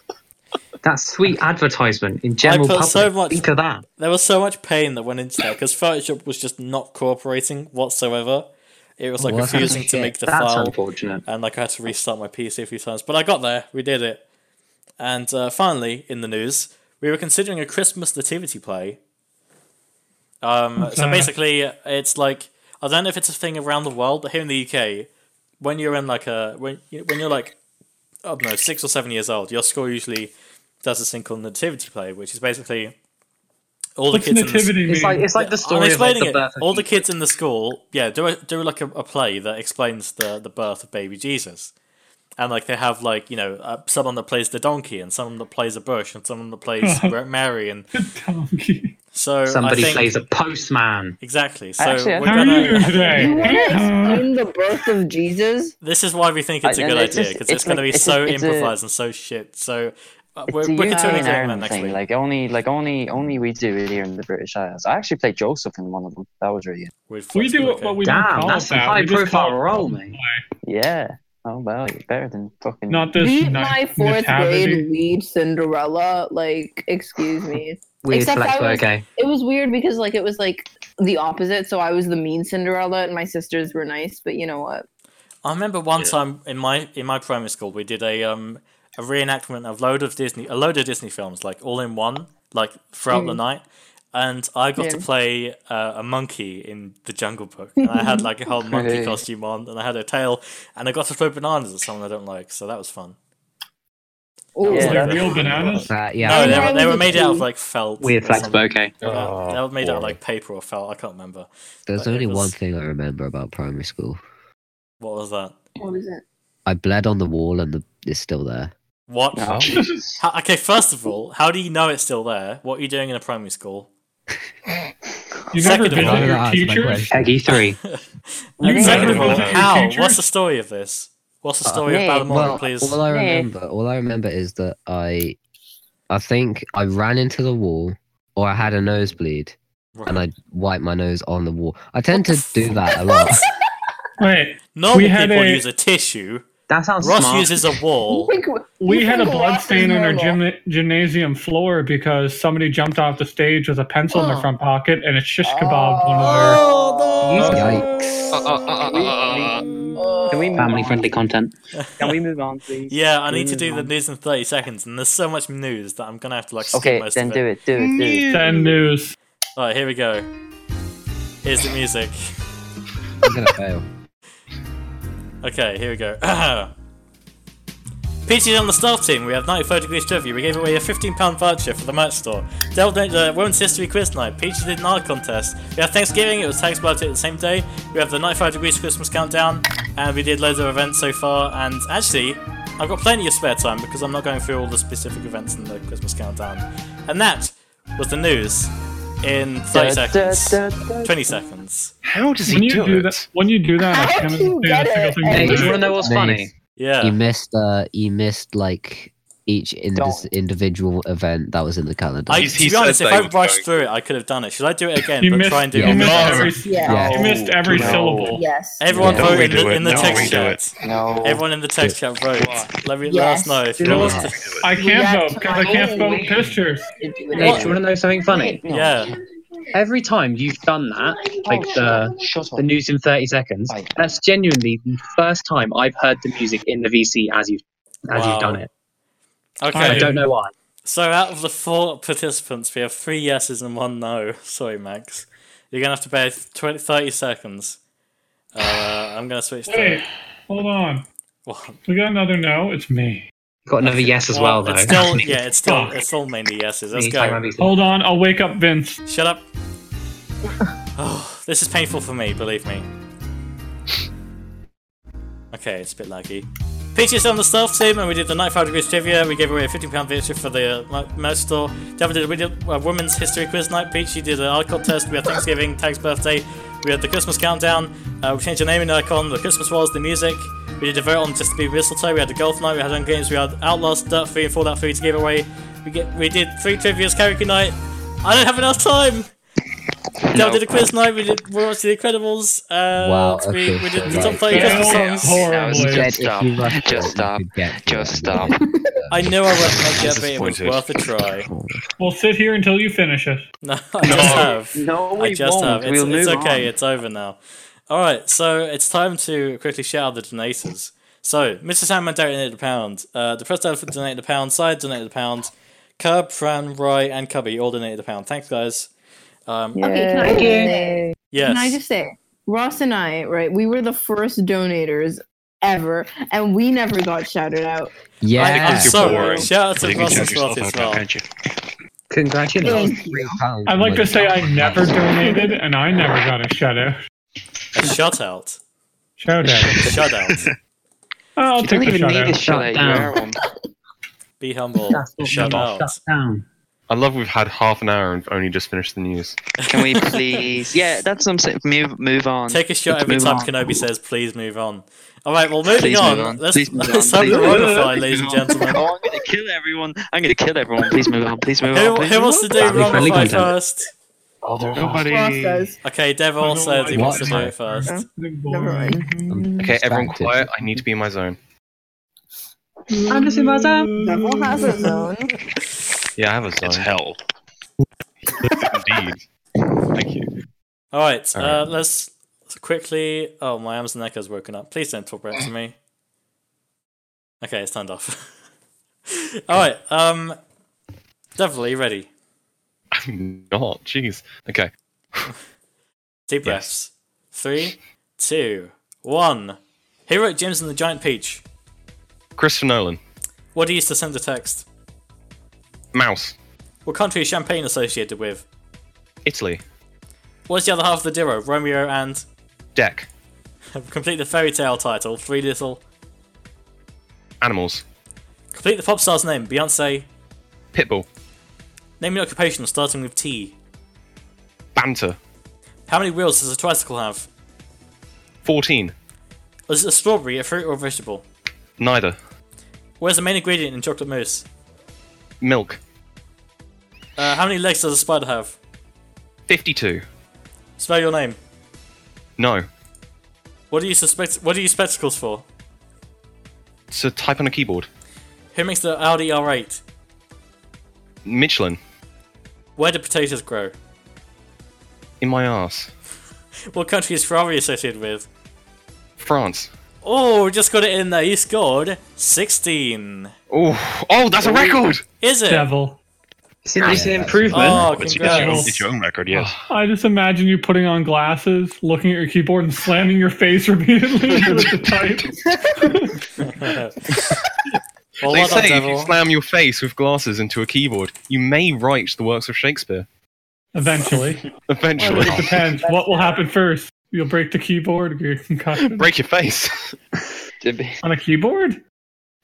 S7: That sweet advertisement in general
S2: put
S7: public.
S2: so much-
S7: Speak of that.
S2: There was so much pain that went into that because Photoshop was just not cooperating whatsoever. It was like
S6: What?
S2: refusing to
S6: Shit,
S2: make the
S7: That's
S2: file
S7: unfortunate.
S2: and like I had to restart my PC a few times. But I got there, we did it, and uh, finally, in the news, we were considering a Christmas nativity play. Um, so
S4: Okay.
S2: basically, it's like I don't know if it's a thing around the world, but here in the UK, when you're in like a when you- when you're like I don't know six or seven years old, your school usually does this thing called nativity play, which is basically all the
S4: What's
S2: kids in the
S4: nativity mean?
S7: It's like it's like the
S2: I'm
S7: story of like,
S2: explaining
S7: the birth.
S2: it. All the kids in the school, yeah, do a, do like a, a play that explains the the birth of baby Jesus, and like they have like you know uh, someone that plays the donkey and someone that plays a bush and someone that
S4: (laughs)
S2: plays Mary and
S4: Donkey.
S2: so
S7: Somebody
S2: I think,
S7: plays a postman.
S2: exactly. So
S9: Actually, I
S2: we're
S9: think-
S4: How are
S2: gonna,
S4: you
S3: You want to
S4: today?
S3: explain the birth of Jesus?
S2: this is why we think it's a
S9: I-
S2: good
S9: no, it's
S2: idea
S9: just-
S2: because it's,
S9: it's
S2: going to
S9: like-
S2: be
S9: it's
S2: so
S9: just- it's a-
S2: improvised and so shit. So uh,
S9: It's
S2: we're
S9: a
S2: we're totally
S9: UK and
S2: doing that
S9: Ireland
S2: next
S9: thing.
S2: week.
S9: Like only, like only, only we do it here in the British Isles. I actually played Joseph in one of them. That was really good.
S2: With
S4: We
S2: Fox
S4: do
S2: Blocker.
S4: what we don't
S7: Damn,
S4: call
S7: that's a
S4: it that.
S7: high
S4: We just
S7: profile
S4: call it-
S7: role, mate.
S9: Yeah. Oh well, you're better than fucking.
S4: Not this
S3: Beat
S4: na-
S3: my fourth grade
S4: nativity.
S3: lead Cinderella. Like, excuse me.
S7: Weird
S3: Except
S7: flex,
S3: I
S7: but
S3: was-
S7: okay.
S3: It was weird because like it was like the opposite. So I was the mean Cinderella, and my sisters were nice. But you know what?
S2: I remember one time in my in my primary school we did a um a reenactment of load of Disney a load of Disney films like all in one like throughout the night, and I got to
S3: Yeah.
S2: play uh, a monkey in the Jungle Book. And I had like a whole monkey
S9: Hey.
S2: costume on, and I had a tail, and I got to throw bananas at someone I don't like, so that was fun.
S3: Ooh.
S9: Yeah.
S4: Were they
S2: that-
S4: real bananas?
S6: That, Uh, yeah.
S2: No, they
S3: I
S2: were,
S3: was
S2: they were
S3: a
S2: made out of
S3: kid.
S2: like felt.
S7: Weird
S2: or
S7: flex,
S2: something.
S7: but okay.
S2: Uh, they were made out of
S5: boring.
S2: like paper or felt. I can't remember
S6: Oh, There's
S2: it
S6: only
S2: was-
S6: one thing I remember about primary school.
S2: what was that.
S3: What was it?
S6: I bled on the wall, and the, it's still there.
S2: What?
S4: Oh.
S9: No.
S2: How, okay, first of all, how do you know it's still there? What are you doing in a primary school?
S4: You never
S2: Second of all-
S4: visit your
S6: That's my
S4: teachers?
S6: question.
S2: (laughs)
S7: Peggy three.
S2: And
S4: You
S2: second
S4: never
S2: of all,
S4: visit your
S2: how?
S4: teachers?
S2: What's the story of this? What's the
S6: Uh,
S2: story
S9: yeah,
S2: of Balmoral,
S6: well,
S2: please?
S6: all I
S3: Yeah.
S6: remember, all I remember is that I, I think I ran into the wall, or I had a nosebleed, and I wiped my nose on the wall. I tend to do that a lot.
S4: Wait,
S2: Normal
S4: we had
S2: people
S4: a-
S2: use a tissue.
S7: That sounds
S2: Ross
S7: smart.
S2: uses a wall.
S3: Like,
S4: (laughs) we
S3: you
S4: had a
S3: think
S4: blood
S3: Ross is
S4: stain on our
S3: normal.
S4: gymna- gymnasium floor because somebody jumped off the stage with a pencil in their front pocket and it shish kebabbed one of their.
S2: Oh
S6: Yikes.
S5: Uh, uh, uh, uh, uh, uh.
S9: Can we move
S7: Family
S9: on?
S7: friendly content.
S9: Can we move on, please?
S2: Yeah, I need
S9: Move
S2: to do the
S9: on.
S2: news in thirty seconds, and there's so much news that I'm gonna have to like skip
S9: Okay,
S2: most
S9: then
S2: of
S9: do it. Do it. Do it.
S4: Ten news.
S2: All right, here we go. Here's the music.
S6: I'm gonna fail.
S2: (clears throat) Okay, here we go. PT's on the staff team. We have 95 degrees trivia. We gave away a £15 voucher for the merch store. Dell donated a Women's History Quiz Night. Peach did an art contest. We have Thanksgiving. It was Tags About It the same day. We have the 95 degrees Christmas countdown. And we did loads of events so far. And actually, I've got plenty of spare time because I'm not going through all the specific events in the Christmas countdown. And that was the news in 30 seconds. 20 seconds.
S8: How does he
S4: When you
S8: do,
S4: do
S8: it?
S4: that, when you do that,
S3: How
S4: I cannot
S3: do you
S4: say a
S3: get
S4: single
S3: it?
S4: thing
S7: Hey,
S4: you
S7: you
S6: Nice.
S4: do.
S7: want to know what's funny?
S6: You
S2: Yeah.
S6: missed uh you missed like each in-
S9: Don't.
S6: individual event that was in the calendar.
S2: I,
S5: He-
S2: to
S5: he
S2: be honest,
S5: said
S2: if
S5: they
S2: I
S5: were
S2: rushed
S5: going-
S2: through it, I could have done it. Should I do it again?
S4: You
S2: but
S4: missed,
S2: try and do
S4: you
S2: it.
S4: missed
S2: on-
S5: No.
S4: every,
S3: Yeah.
S4: you missed every
S9: No.
S4: syllable.
S3: Yes.
S2: Everyone
S8: No,
S2: vote
S8: we
S2: in
S8: do
S2: the,
S8: it.
S2: in the
S8: No,
S2: text
S8: we do
S2: chat.
S9: No.
S2: Everyone in the text chat vote. Let me let
S3: Yes.
S2: us know if
S7: Do
S2: you
S7: you know
S2: want
S7: what?
S2: us to.
S4: I
S3: Yeah,
S4: can't vote because I can't
S3: totally.
S4: vote pictures.
S7: Hey, do you want to know something funny?
S9: No.
S2: Yeah.
S7: Every time you've done that, like
S9: Oh,
S7: the
S9: shut up.
S7: the news in 30 seconds.
S9: Right.
S7: That's genuinely the first time I've heard the music in the VC as you've as
S2: Wow.
S7: you've done it. I
S2: Okay.
S7: don't know why.
S2: So out of the four participants, we have three yeses and one no. (laughs) Sorry, Max. You're gonna have to bear 20, 30 seconds. Uh, I'm gonna switch to.
S4: Wait, hold on.
S2: What?
S4: We got another no. It's me.
S7: Got another yes as
S2: Well,
S7: well, though.
S2: it's still
S7: (laughs)
S2: yeah, it's still
S4: Fuck.
S2: it's still mainly yeses. Let's
S7: Me talking about
S2: go.
S7: these-
S4: Hold on. I'll wake up Vince.
S2: Shut up. (laughs) Oh, this is painful for me, believe me. Okay, it's a bit laggy. Peaches on the staff team, and we did the 95 Degrees Trivia. We gave away a £15 voucher for the uh, mer- merch store. Devin did, we did a uh, Women's History Quiz Night. Peachy did an icon test. We had Thanksgiving, Tag's birthday. We had the Christmas countdown. Uh, we changed the naming icon, the Christmas was, the music. We did a vote on Just to Be Mistletoe. We had the golf night. We had on games. We had Outlast, Dirt 3, and Fallout 3 to give away. We, get, we did three trivias, karaoke night. I don't have enough time! Dell did a quiz night. We did we watched The Incredibles. Uh,
S6: Wow,
S2: we,
S6: okay,
S2: we
S6: so
S2: did the top
S6: like-
S2: thirty Christmas
S4: Failed
S2: songs.
S9: was
S6: You
S4: horribly.
S6: said
S9: Just
S6: if
S9: stop.
S6: you rushed it,
S9: Just
S6: you
S9: stop.
S6: could get to
S9: Just
S6: it.
S9: stop.
S2: I knew I wasn't going to get it, but it was
S8: Disappointed.
S2: worth a try.
S4: We'll sit here until you finish it.
S2: (laughs) No, I just have.
S9: No, we
S2: I just
S9: won't.
S2: have. It's,
S9: we'll
S2: it's
S9: move
S2: okay.
S9: on.
S2: It's over now. All right, so it's time to quickly shout out the donators. So, Mr. Sandman donated a pound. Uh, the Press Elephant donated a pound. Side donated a pound. Curb, Fran, Rye, and Cubby all donated a pound. Thanks, guys. Um,
S10: Okay, can I
S3: Yay.
S10: just
S3: Yay.
S2: yes.
S10: Can I just say, Ross and I, right? We were the first donators ever, and we never got shouted out.
S2: I, am
S6: Yeah.
S8: you're
S2: sorry.
S8: boring.
S2: Shout out
S8: So
S2: to
S8: you can
S2: Ross
S8: shout
S2: and Roth
S8: yourself
S2: as
S8: out
S2: well.
S8: now, can't you?
S7: Congratulations.
S3: Thank you.
S6: Pounds
S4: I'd like to
S6: money.
S4: say I never donated and I never got a shutout.
S2: A shutout.
S4: Showdown.
S2: Shutout.
S4: I'll
S9: You
S4: take
S9: don't
S4: the
S9: even need a
S4: shutout.
S9: shut out.
S7: Down.
S9: You're one.
S2: Be humble.
S7: Shut up,
S2: Shut
S7: man.
S2: out.
S7: Shut down.
S5: I love we've had half an hour and only just finished the news.
S2: (laughs)
S9: Can we please?
S7: (laughs)
S9: Yeah, that's something. Move, move on.
S2: Take a shot
S9: Let's
S2: every
S9: move
S2: time
S9: on.
S2: Kenobi says, please move on. Alright, well, moving
S9: Please
S2: on,
S9: move on.
S2: Let's,
S9: Please move
S2: let's
S9: on.
S2: have the
S9: Please move
S2: Rona
S9: on.
S2: fight, ladies and gentlemen.
S9: Oh, I'm gonna kill everyone. I'm gonna kill everyone. Please move on. Please move
S2: Who,
S9: on. Please
S2: who
S9: move
S2: wants to
S9: on.
S2: do
S7: That'd be
S2: Rona
S7: friendly
S2: fight
S7: content.
S2: first? Oh,
S8: Nobody.
S3: Ross does.
S2: Okay,
S4: I
S2: Devil
S4: don't
S2: says he
S4: like
S2: wants to
S4: it.
S2: do it first.
S3: Never mind.
S6: I'm
S5: Okay, everyone
S6: distracted.
S5: quiet. I need to be in my zone.
S7: I'm just in my zone.
S3: Devil has
S5: (laughs)
S9: (laughs)
S3: his own.
S5: Yeah, I have a zone.
S8: It's hell.
S5: Indeed. (laughs) Thank you.
S2: Alright,
S5: All
S2: uh, let's quickly. Oh, my Amazon Echo's woken up. Please don't talk back to me. Okay, it's turned off. (laughs) Alright, um. Devil, are you ready?
S5: I'm not. Jeez. Okay.
S2: Deep breaths. Three, two, one. Who wrote James and the Giant Peach?
S5: Christopher Nolan.
S2: What do you use to send a text?
S5: Mouse.
S2: What country is champagne associated with?
S5: Italy.
S2: What's the other half of the duo? Romeo and. (laughs)
S5: Deck.
S2: Complete the fairy tale title. Three little.
S5: Animals.
S2: Complete the pop star's name. Beyonce.
S5: Pitbull.
S2: Name your occupation starting with T.
S5: Banter.
S2: How many wheels does a tricycle have?
S5: 14.
S2: Is it a strawberry, a fruit, or a vegetable?
S5: Neither.
S2: Where's the main ingredient in chocolate mousse?
S5: Milk.
S2: Uh, how many legs does a spider have?
S5: 52.
S2: Spell your name.
S5: No.
S2: What do you suspect? What do you use spectacles for?
S5: So type on a keyboard.
S2: Who makes the Audi R8?
S5: Michelin.
S2: Where do potatoes grow?
S5: In my ass.
S2: What country is Ferrari associated with?
S5: France.
S2: Oh, just got it in there. You scored 16.
S5: Oh, oh, that's a record. Ah,
S2: Is it?
S4: Devil.
S7: It's an, it's an improvement.
S2: Oh,
S8: It's your, own,
S2: congrats.
S8: it's your own record, yes.
S4: (laughs)
S7: (laughs)
S4: I just imagine you putting on glasses, looking at your keyboard, and (laughs) slamming your face repeatedly with the type.
S2: Well,
S5: they
S2: well done,
S5: say if you
S2: Devil.
S5: slam your face with glasses into a keyboard, you may write the works of Shakespeare.
S4: Eventually.
S5: Eventually.
S4: it depends. What will happen first? You'll break the keyboard or your
S5: (laughs)
S4: concussion?
S5: Break your face.
S4: On a keyboard?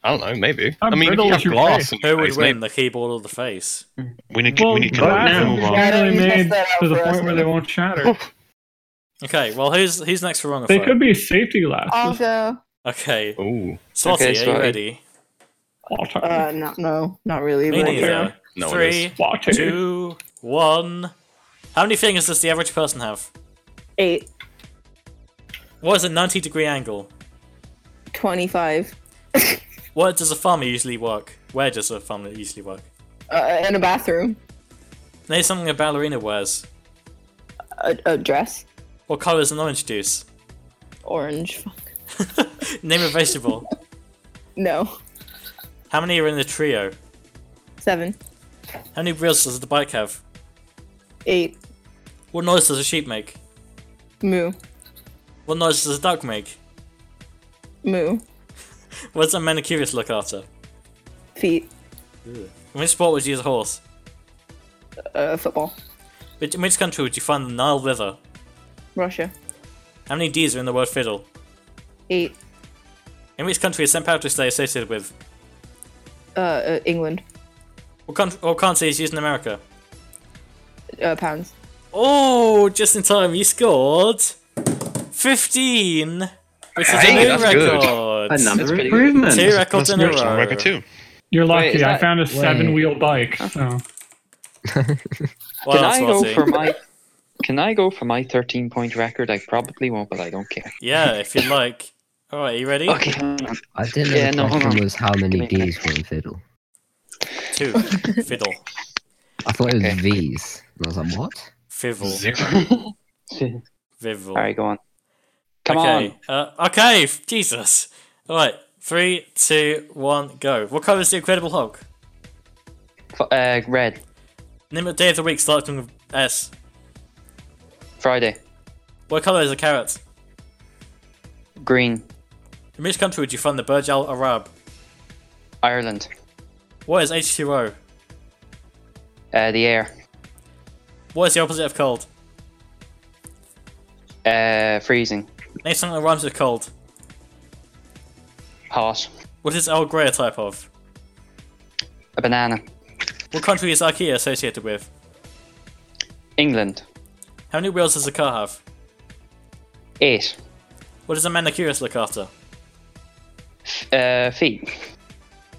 S5: I don't know, maybe.
S4: How
S5: i mean, if
S4: brittle
S5: you have
S4: is your
S5: glass
S4: face?
S5: in
S2: Who
S5: your
S2: would
S5: face,
S2: win, the keyboard or the face?
S8: We need,
S4: Well,
S8: we need
S4: glass
S8: to
S4: is
S8: move on.
S4: generally
S3: Yeah, test
S4: made
S3: that out
S4: to the
S3: for us.
S4: point where they won't shatter.
S2: Okay, well, who's who's next for wrong?
S4: they could be safety glasses.
S10: I'll go.
S2: Okay,
S5: Ooh.
S2: Slotty,
S9: Okay,
S2: are you
S9: Slotty.
S2: ready?
S4: All time.
S10: Uh, no, no, not really.
S2: Me
S10: but-
S2: neither.
S5: No one
S2: Three,
S4: Water.
S2: two, one. How many fingers does the average person have?
S3: Eight.
S2: What is a 90 degree angle?
S3: 25.
S2: What does a farmer usually work? Where does a farmer usually work?
S3: Uh, in a bathroom.
S2: Name something a ballerina wears.
S3: A, a dress.
S2: What colour is an orange juice?
S3: Orange. Fuck.
S2: (laughs) Name a vegetable.
S3: No.
S2: How many are in the trio?
S3: Seven.
S2: How many wheels does the bike have?
S3: Eight.
S2: What noise does a sheep make?
S3: Moo.
S2: What noise does a duck make?
S3: Moo.
S2: What does a manicurist look after?
S3: Feet.
S2: In which sport would you use a horse?
S3: Uh, football.
S2: Which, in which country would you find the Nile River?
S3: Russia.
S2: How many D's are in the word fiddle?
S3: Eight.
S2: In which country is St. Patrick's Day associated with?
S3: Uh, uh England.
S2: What, country, what currency is used in America?
S3: Uh, pounds.
S2: Oh, just in time, you scored 15, which is
S5: Hey,
S2: a new
S5: that's good.
S2: record.
S7: Another
S9: pretty
S7: improvement.
S2: Two records
S8: That's
S2: in a
S8: good.
S2: row.
S8: Record two.
S4: You're lucky.
S9: is
S4: I
S9: that-
S4: found a seven
S6: Wait.
S4: wheel bike. So.
S2: Well,
S9: can I
S2: done,
S9: go
S2: Swati.
S9: for my? Can I go for my 13 point record? I probably won't, but I don't care.
S2: Yeah, if you'd like. All right, you ready?
S9: Okay.
S6: I didn't know
S9: Yeah,
S6: the
S9: no, hold
S6: question
S9: on.
S6: was how many
S9: Give me a
S6: D's were in fiddle.
S2: Two. Fiddle.
S6: I thought it was
S9: Okay.
S6: V's. And I was like, what?
S2: Vivel.
S8: Zero.
S6: (laughs)
S2: Vivel.
S9: All right, (laughs) go on. Come
S2: okay. Uh, okay, f- Jesus. All right, three, two, one, go. What colour is the Incredible Hulk?
S9: on. F- uh, red
S2: Name a day of the week starting with S.
S9: Friday.
S2: What colour is a carrot?
S9: Green
S2: In which country would you find the Burj Al Arab?
S9: Ireland.
S2: What is H2O?
S9: Uh, the air.
S2: What is the opposite of cold?
S9: Uh, freezing.
S2: Name something that rhymes with cold.
S9: Hot.
S2: What is Earl Grey a type of?
S9: A banana.
S2: What country is IKEA associated with?
S9: England.
S2: How many wheels does a car have?
S9: Eight.
S2: What does a manicurist look after?
S9: Uh, feet.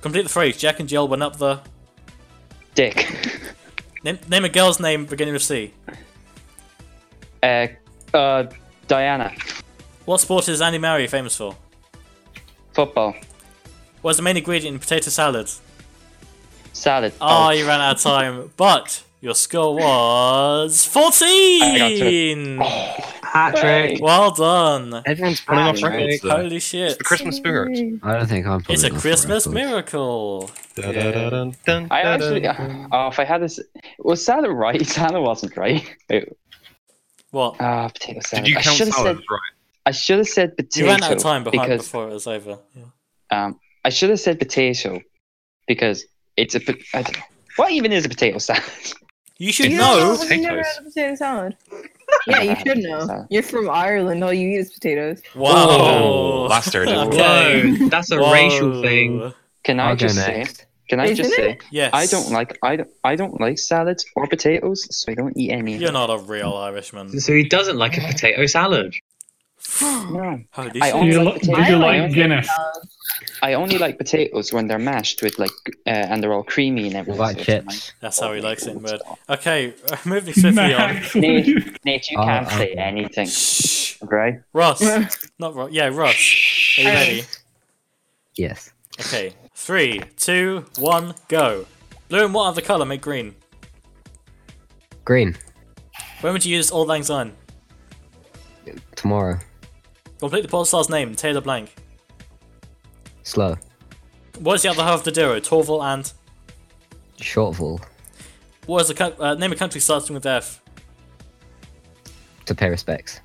S2: Complete the phrase. Jack and Jill went up the.
S9: Dick.
S2: (laughs) Name, name a girl's name beginning with C.
S9: Uh, uh, Diana.
S2: What sport is Andy Murray famous for?
S9: Football.
S2: What is the main ingredient in potato salad?
S9: Salad. Oh.
S2: Ah, you ran out of time, but your score
S9: (laughs)
S2: was 14!
S9: I got Oh.
S7: Hat trick.
S2: Well done!
S5: Everyone's pulling off records, though.
S2: Holy shit.
S5: It's the Christmas spirit.
S6: I don't think I'm pulling
S2: It's a
S6: it off
S2: Christmas
S6: right,
S2: miracle!
S5: Dun, dun,
S9: I
S5: dun,
S9: actually,
S5: dun.
S9: oh, if I had this, was salad right? (laughs) Salad wasn't right.
S2: What?
S9: Ah, potato salad.
S5: Did you
S9: I
S5: count
S9: should have said,
S5: salads right?
S9: I should have said potato
S2: You ran out of time behind,
S9: because
S2: before it was over. Yeah.
S9: um, I should have said potato because it's a. po- I don't know. What even is a potato salad?
S2: You should
S3: You don't
S2: know!
S3: know, we've never
S5: potatoes.
S3: had a potato salad.
S9: I've
S3: Yeah,
S9: never
S3: you
S9: had
S3: should
S9: potato
S3: know.
S9: salad.
S3: You're from Ireland. All you eat is potatoes.
S2: Wow!
S5: Last turn.
S2: Okay.
S7: Whoa, that's a racial thing.
S9: Can I
S6: I'll go
S9: just say?
S6: next.
S9: Can I just
S3: Isn't
S9: say?
S2: Yes.
S9: I don't like I don't, I don't like salads or potatoes, so I don't eat any. of
S2: You're
S9: them.
S2: not a real Irishman.
S7: So he doesn't like a potato salad.
S9: No,
S2: Holy
S9: I
S2: shit.
S9: only-
S4: you
S9: like
S4: li-
S9: potatoes.
S4: did you
S3: I
S4: like
S9: like
S4: Guinness?
S3: Uh,
S9: I only like potatoes when they're mashed with like uh, and they're all creamy and
S6: What
S9: everything.
S6: about
S9: so it's nice.
S6: chips?
S2: That's how he likes it in word.
S9: Stop.
S2: Okay, uh,
S9: (laughs)
S2: moving swiftly E on.
S4: Max,
S9: Nate,
S4: you-
S9: (laughs) Nate, you
S6: Oh,
S9: can't
S6: okay.
S9: say anything,
S2: Shh!
S9: right?
S2: Ross! Not Ross. Yeah, Ross. Are you ready?
S6: Yes.
S2: Okay, three, two, one, go. Blue and what other colour make green?
S6: Green.
S2: When would you use Old Lang Syne?
S6: Tomorrow.
S2: Complete the porn star's name, Taylor Blank.
S6: Slow.
S2: What is the other half of the Duro, Torval and?
S6: Shortfall.
S2: What is the co- uh, name of country starting with F?
S6: To pay respects.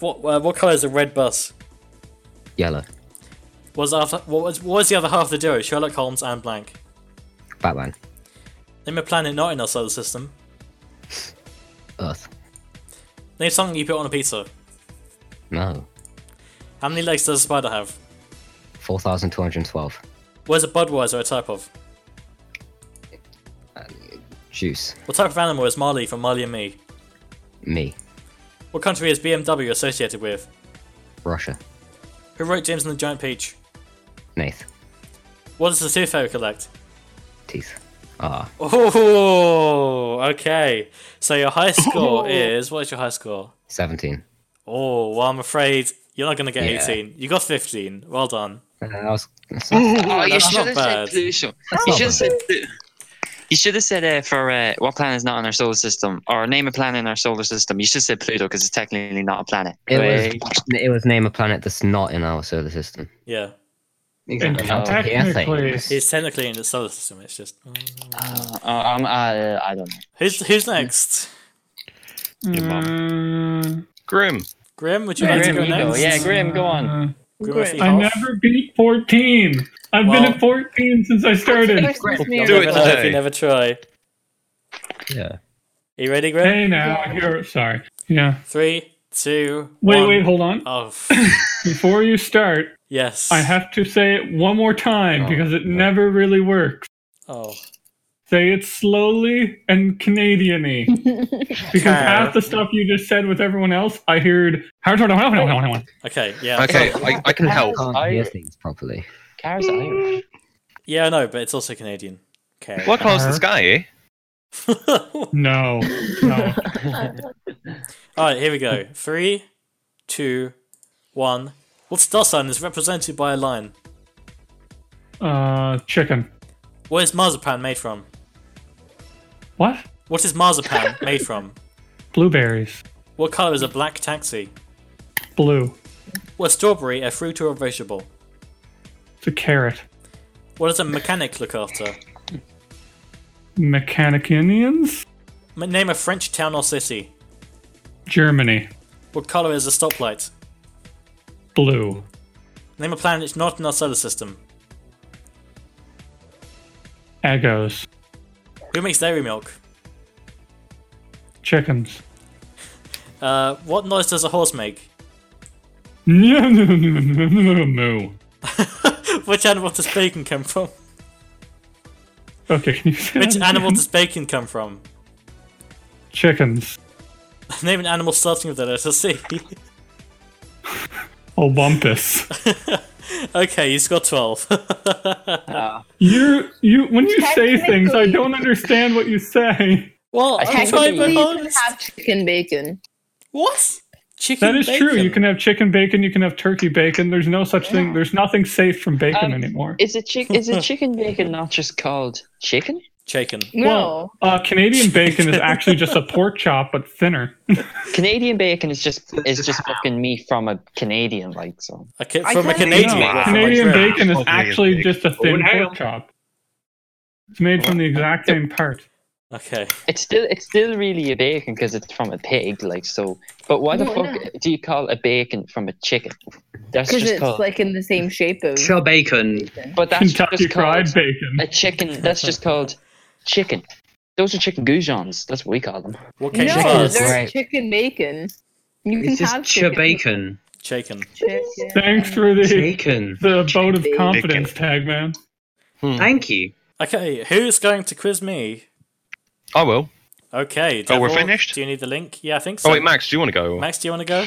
S2: What uh, what colour is a red bus?
S6: Yellow.
S2: was after what was, what was the other half of the duo? Sherlock Holmes and blank.
S6: Batman.
S2: Name a planet not in our solar system.
S6: Earth.
S2: Name something you put on a pizza.
S6: No.
S2: How many legs does a spider have?
S6: 4,212.
S2: Where's a Budweiser a type of?
S6: Juice.
S2: What type of animal is Marley from Marley and Me?
S6: Me.
S2: What country is BMW associated with?
S6: Russia.
S2: Who wrote James and the Giant Peach?
S6: Nath.
S2: What does the Tooth Fairy collect?
S6: Teeth. Ah.
S2: Oh, okay. So your
S6: (coughs)
S2: high score is what is your high score?
S6: 17.
S2: Oh, well, I'm afraid you're not going to get
S6: Yeah.
S2: 18. You got 15. Well done.
S6: Uh, I was, that's
S9: Oh,
S6: not-
S9: you
S2: that's
S9: should
S2: not
S9: have said
S2: bad.
S9: Pluto.
S6: That's
S9: You
S6: not
S9: should have
S6: bad.
S9: said. Plu- You should have said uh, for uh, what planet is not in our solar system, or name a planet in our solar system. You should say Pluto because it's technically not a planet.
S6: it,
S9: Wait.
S6: was, it was name a planet that's not in our solar system.
S2: Yeah,
S4: And
S6: Oh, yeah,
S4: technically,
S2: he's technically in the solar system. It's just
S9: Uh, uh, um, uh, I don't know.
S2: who's who's next?
S4: Mm,
S5: Grim.
S2: Grim, would you like to
S9: Grim,
S2: go
S9: you go.
S2: next?
S9: Yeah, Grim, go on.
S4: uh,
S2: Grim,
S3: Grim.
S2: if you
S4: I
S2: have-
S4: never beat 14. I've been
S2: Well-
S4: at 14 since I
S2: You'll
S4: started.
S5: Do it
S2: never know if
S5: today.
S2: you never try. Are
S6: Yeah.
S2: you ready, Grim?
S4: Hey now, here. Sorry. Yeah.
S2: Three, two,
S4: Wait,
S2: one.
S4: wait, hold on.
S2: Oh, f-
S4: Before you start,
S2: yes.
S4: I have to say it one more time because it never really works.
S2: Oh,
S4: Say it slowly and Canadian-y. because half the stuff you just said with everyone else, I heard.
S2: okay, yeah,
S5: Okay, I, I can help.
S6: Can't
S9: I-
S6: hear things properly.
S9: Cars are Irish.
S2: yeah, I know, but it's also Canadian. Okay.
S5: What color's the sky, eh?
S2: (laughs)
S4: No. No.
S2: All right, here we go. Three, two, one. What star sign is represented by a line?
S4: Uh, chicken.
S2: What is marzipan made from?
S4: What?
S2: What is marzipan (laughs) made from?
S4: Blueberries.
S2: What color is a black taxi?
S4: Blue.
S2: What strawberry a fruit or a vegetable?
S4: It's a carrot.
S2: What does a mechanic look after?
S4: Mechanicinians?
S2: M- Name a French town or city.
S4: Germany.
S2: What color is a stoplight?
S4: Blue.
S2: Name a planet not in our solar system.
S4: Egos.
S2: Who makes dairy milk?
S4: Chickens. (laughs)
S2: Uh, what noise does a horse make? (laughs)
S4: No, no, no, no, no, no.
S2: Which animal does bacon come from?
S4: Okay, can you say
S2: Which
S4: that
S2: animal
S4: again?
S2: does bacon come from? (laughs)
S4: Chickens.
S2: Name an animal starting with the letter C. (laughs)
S4: Olympus.
S2: okay, you scored (laughs) 12.
S7: Uh,
S4: you, you, when you say things, I
S10: Technically-
S4: don't understand what you say.
S2: well, I'm trying
S10: Technically,
S2: my
S10: you can
S2: hardest.
S10: have chicken bacon.
S2: What? Chicken
S4: That is true. You
S2: bacon?
S4: can have chicken bacon, you can have turkey bacon. There's no such thing, there's nothing safe from
S9: Um,
S4: bacon anymore.
S9: Is a chick? Is a (laughs) chicken bacon not just called chicken?
S2: Chicken.
S10: No.
S4: uh, Canadian bacon is actually just a pork chop, but thinner.
S9: Canadian bacon is just (laughs) is just fucking meat from a Canadian, like so.
S2: A ki-
S10: I
S2: from a
S10: can't-
S2: Canadian.
S4: No,
S2: from
S4: Canadian
S2: Montreal.
S4: bacon is
S8: Oh, Canadian
S4: actually
S8: bacon.
S4: just a thin
S7: Oh, no.
S4: pork chop. It's made from the exact same part.
S2: Okay.
S9: It's still it's still really a bacon because it's from a pig, like so. But why the
S10: No,
S9: fuck do you call a bacon from a chicken? That's
S10: Because
S9: just
S10: it's
S9: called.
S10: like in the same shape of.
S7: Sure, bacon.
S9: but that's
S4: Kentucky
S9: just called
S4: fried bacon.
S9: a chicken. That's just called chicken. Those are chicken goujons. That's what we call them.
S2: What came
S10: No,
S2: first?
S10: there's
S6: Right.
S10: chicken bacon. You can
S7: It's
S10: have
S7: just ch-
S10: chicken.
S7: bacon.
S2: Chicken.
S10: Chicken.
S4: Thanks for the
S7: Bacon.
S4: the vote of confidence tag, man.
S6: Hmm.
S7: Thank you.
S2: Okay, who's going to quiz me?
S5: I will.
S2: Okay.
S8: Oh, we're
S2: Devil,
S8: finished?
S2: Do you need the link? Yeah, I think so.
S5: Oh, wait, Max, do you want to go?
S2: Max, do you want to go?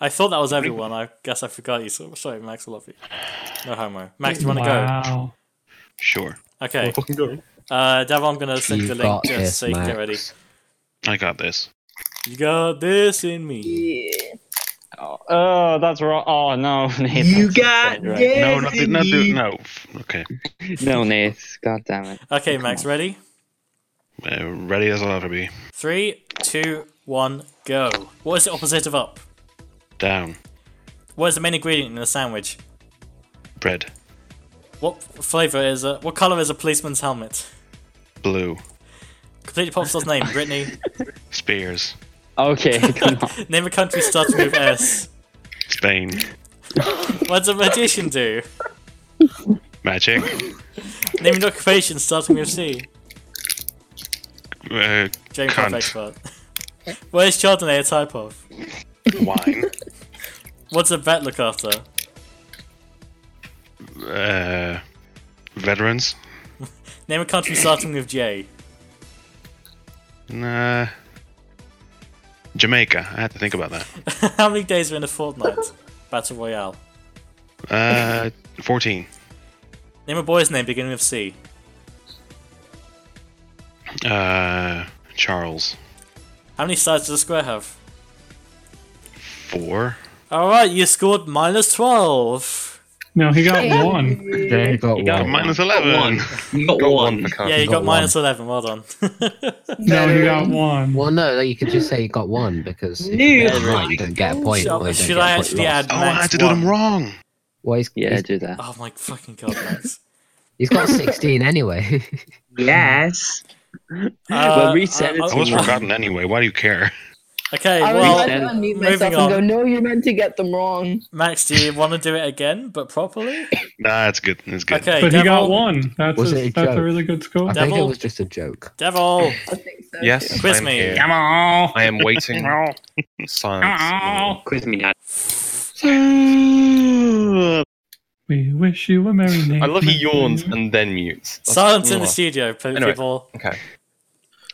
S2: I thought that was everyone. I guess I forgot you. So sorry, Max. I love you. No homo. Max, do you want to
S4: Wow.
S8: Sure.
S2: go? Okay. Uh, Davon, I'm gonna send you the
S6: You've
S2: link
S6: got
S2: just
S6: this,
S2: so you can get ready.
S6: Max.
S8: I got this.
S2: You got this in me.
S9: Oh, oh that's wrong. Oh no, (laughs) Nate.
S7: You
S9: that's
S7: got
S9: not right.
S7: this.
S8: No, not, do- not do no. Okay.
S9: no, Nate. God damn it.
S2: Okay, Max, ready?
S8: Uh, ready as I'll ever be.
S2: Three, two, one, go. What is the opposite of up?
S8: Down.
S2: What is the main ingredient in a sandwich?
S8: Bread.
S2: What flavor is a? What color is a policeman's helmet?
S8: Blue.
S2: Completely pop star's
S9: (laughs)
S2: name. Brittany.
S8: Spears. (laughs)
S9: Okay, come on.
S2: Name a country starting with S.
S8: Spain.
S2: What's a magician do? (laughs)
S8: Magic.
S2: Name an occupation starting with C.
S8: Uh,
S2: James Cunt.
S8: cunt.
S2: expert. What is Chardonnay a type of?
S8: Wine.
S2: What's a vet look after?
S8: Uh, veterans.
S2: Name a country starting with J. (laughs)
S8: Nah. Jamaica. I had to think about that.
S2: How many days are in a fortnight? Battle Royale.
S8: Uh, 14.
S2: Name a boy's name beginning with C.
S8: Uh, Charles.
S2: How many sides does a square have?
S8: 4.
S2: Alright, you scored minus 12.
S4: No, he got one.
S6: They got
S7: got
S6: one.
S8: Minus 11.
S7: You got, one.
S2: Yeah, you
S6: got
S2: got, minus 11, well done. (laughs)
S4: No, he got one.
S6: Well, no, like, you could just say you got one because if
S7: New
S6: you get it wrong, you
S7: height.
S6: don't get a point. or you
S2: should
S6: don't
S2: should
S6: get
S2: I actually add
S6: a point lost.
S8: Oh, I
S2: max
S8: had to do
S2: one?
S8: them wrong.
S6: Well, he's,
S9: Yeah,
S6: he's,
S9: do that.
S2: Oh my fucking god, Max.
S6: he's
S8: (laughs)
S6: got 16 anyway.
S2: (laughs)
S7: Yes.
S2: Uh,
S9: well, reset it
S2: I- I-
S8: I was forgotten anyway. Why do you care?
S2: Okay,
S3: I was
S2: well,
S3: trying to unmute
S2: moving
S3: myself
S2: on.
S3: and go, no, you're meant to get them wrong.
S2: Max, do you want to do it again, but
S5: (laughs)
S2: properly?
S8: Nah, it's good. It's good.
S2: Okay,
S4: But
S2: Devil,
S4: he got one. That's
S6: Was
S4: a,
S6: it a
S4: that's a
S6: joke?
S4: really good score.
S6: I think it
S2: Devil.
S6: was just a joke.
S2: Devil,
S5: (laughs)
S3: I think so.
S5: Yes.
S2: Quiz
S5: I'm
S2: me.
S5: here.
S4: Come on.
S5: I am waiting. Silence.
S7: Quiz me now.
S4: (laughs) We wish you a merry name.
S5: I love he yawns and then mutes. That's-
S2: silence in the
S5: Mwah.
S2: studio, please,
S5: Anyway.
S2: people.
S5: Okay.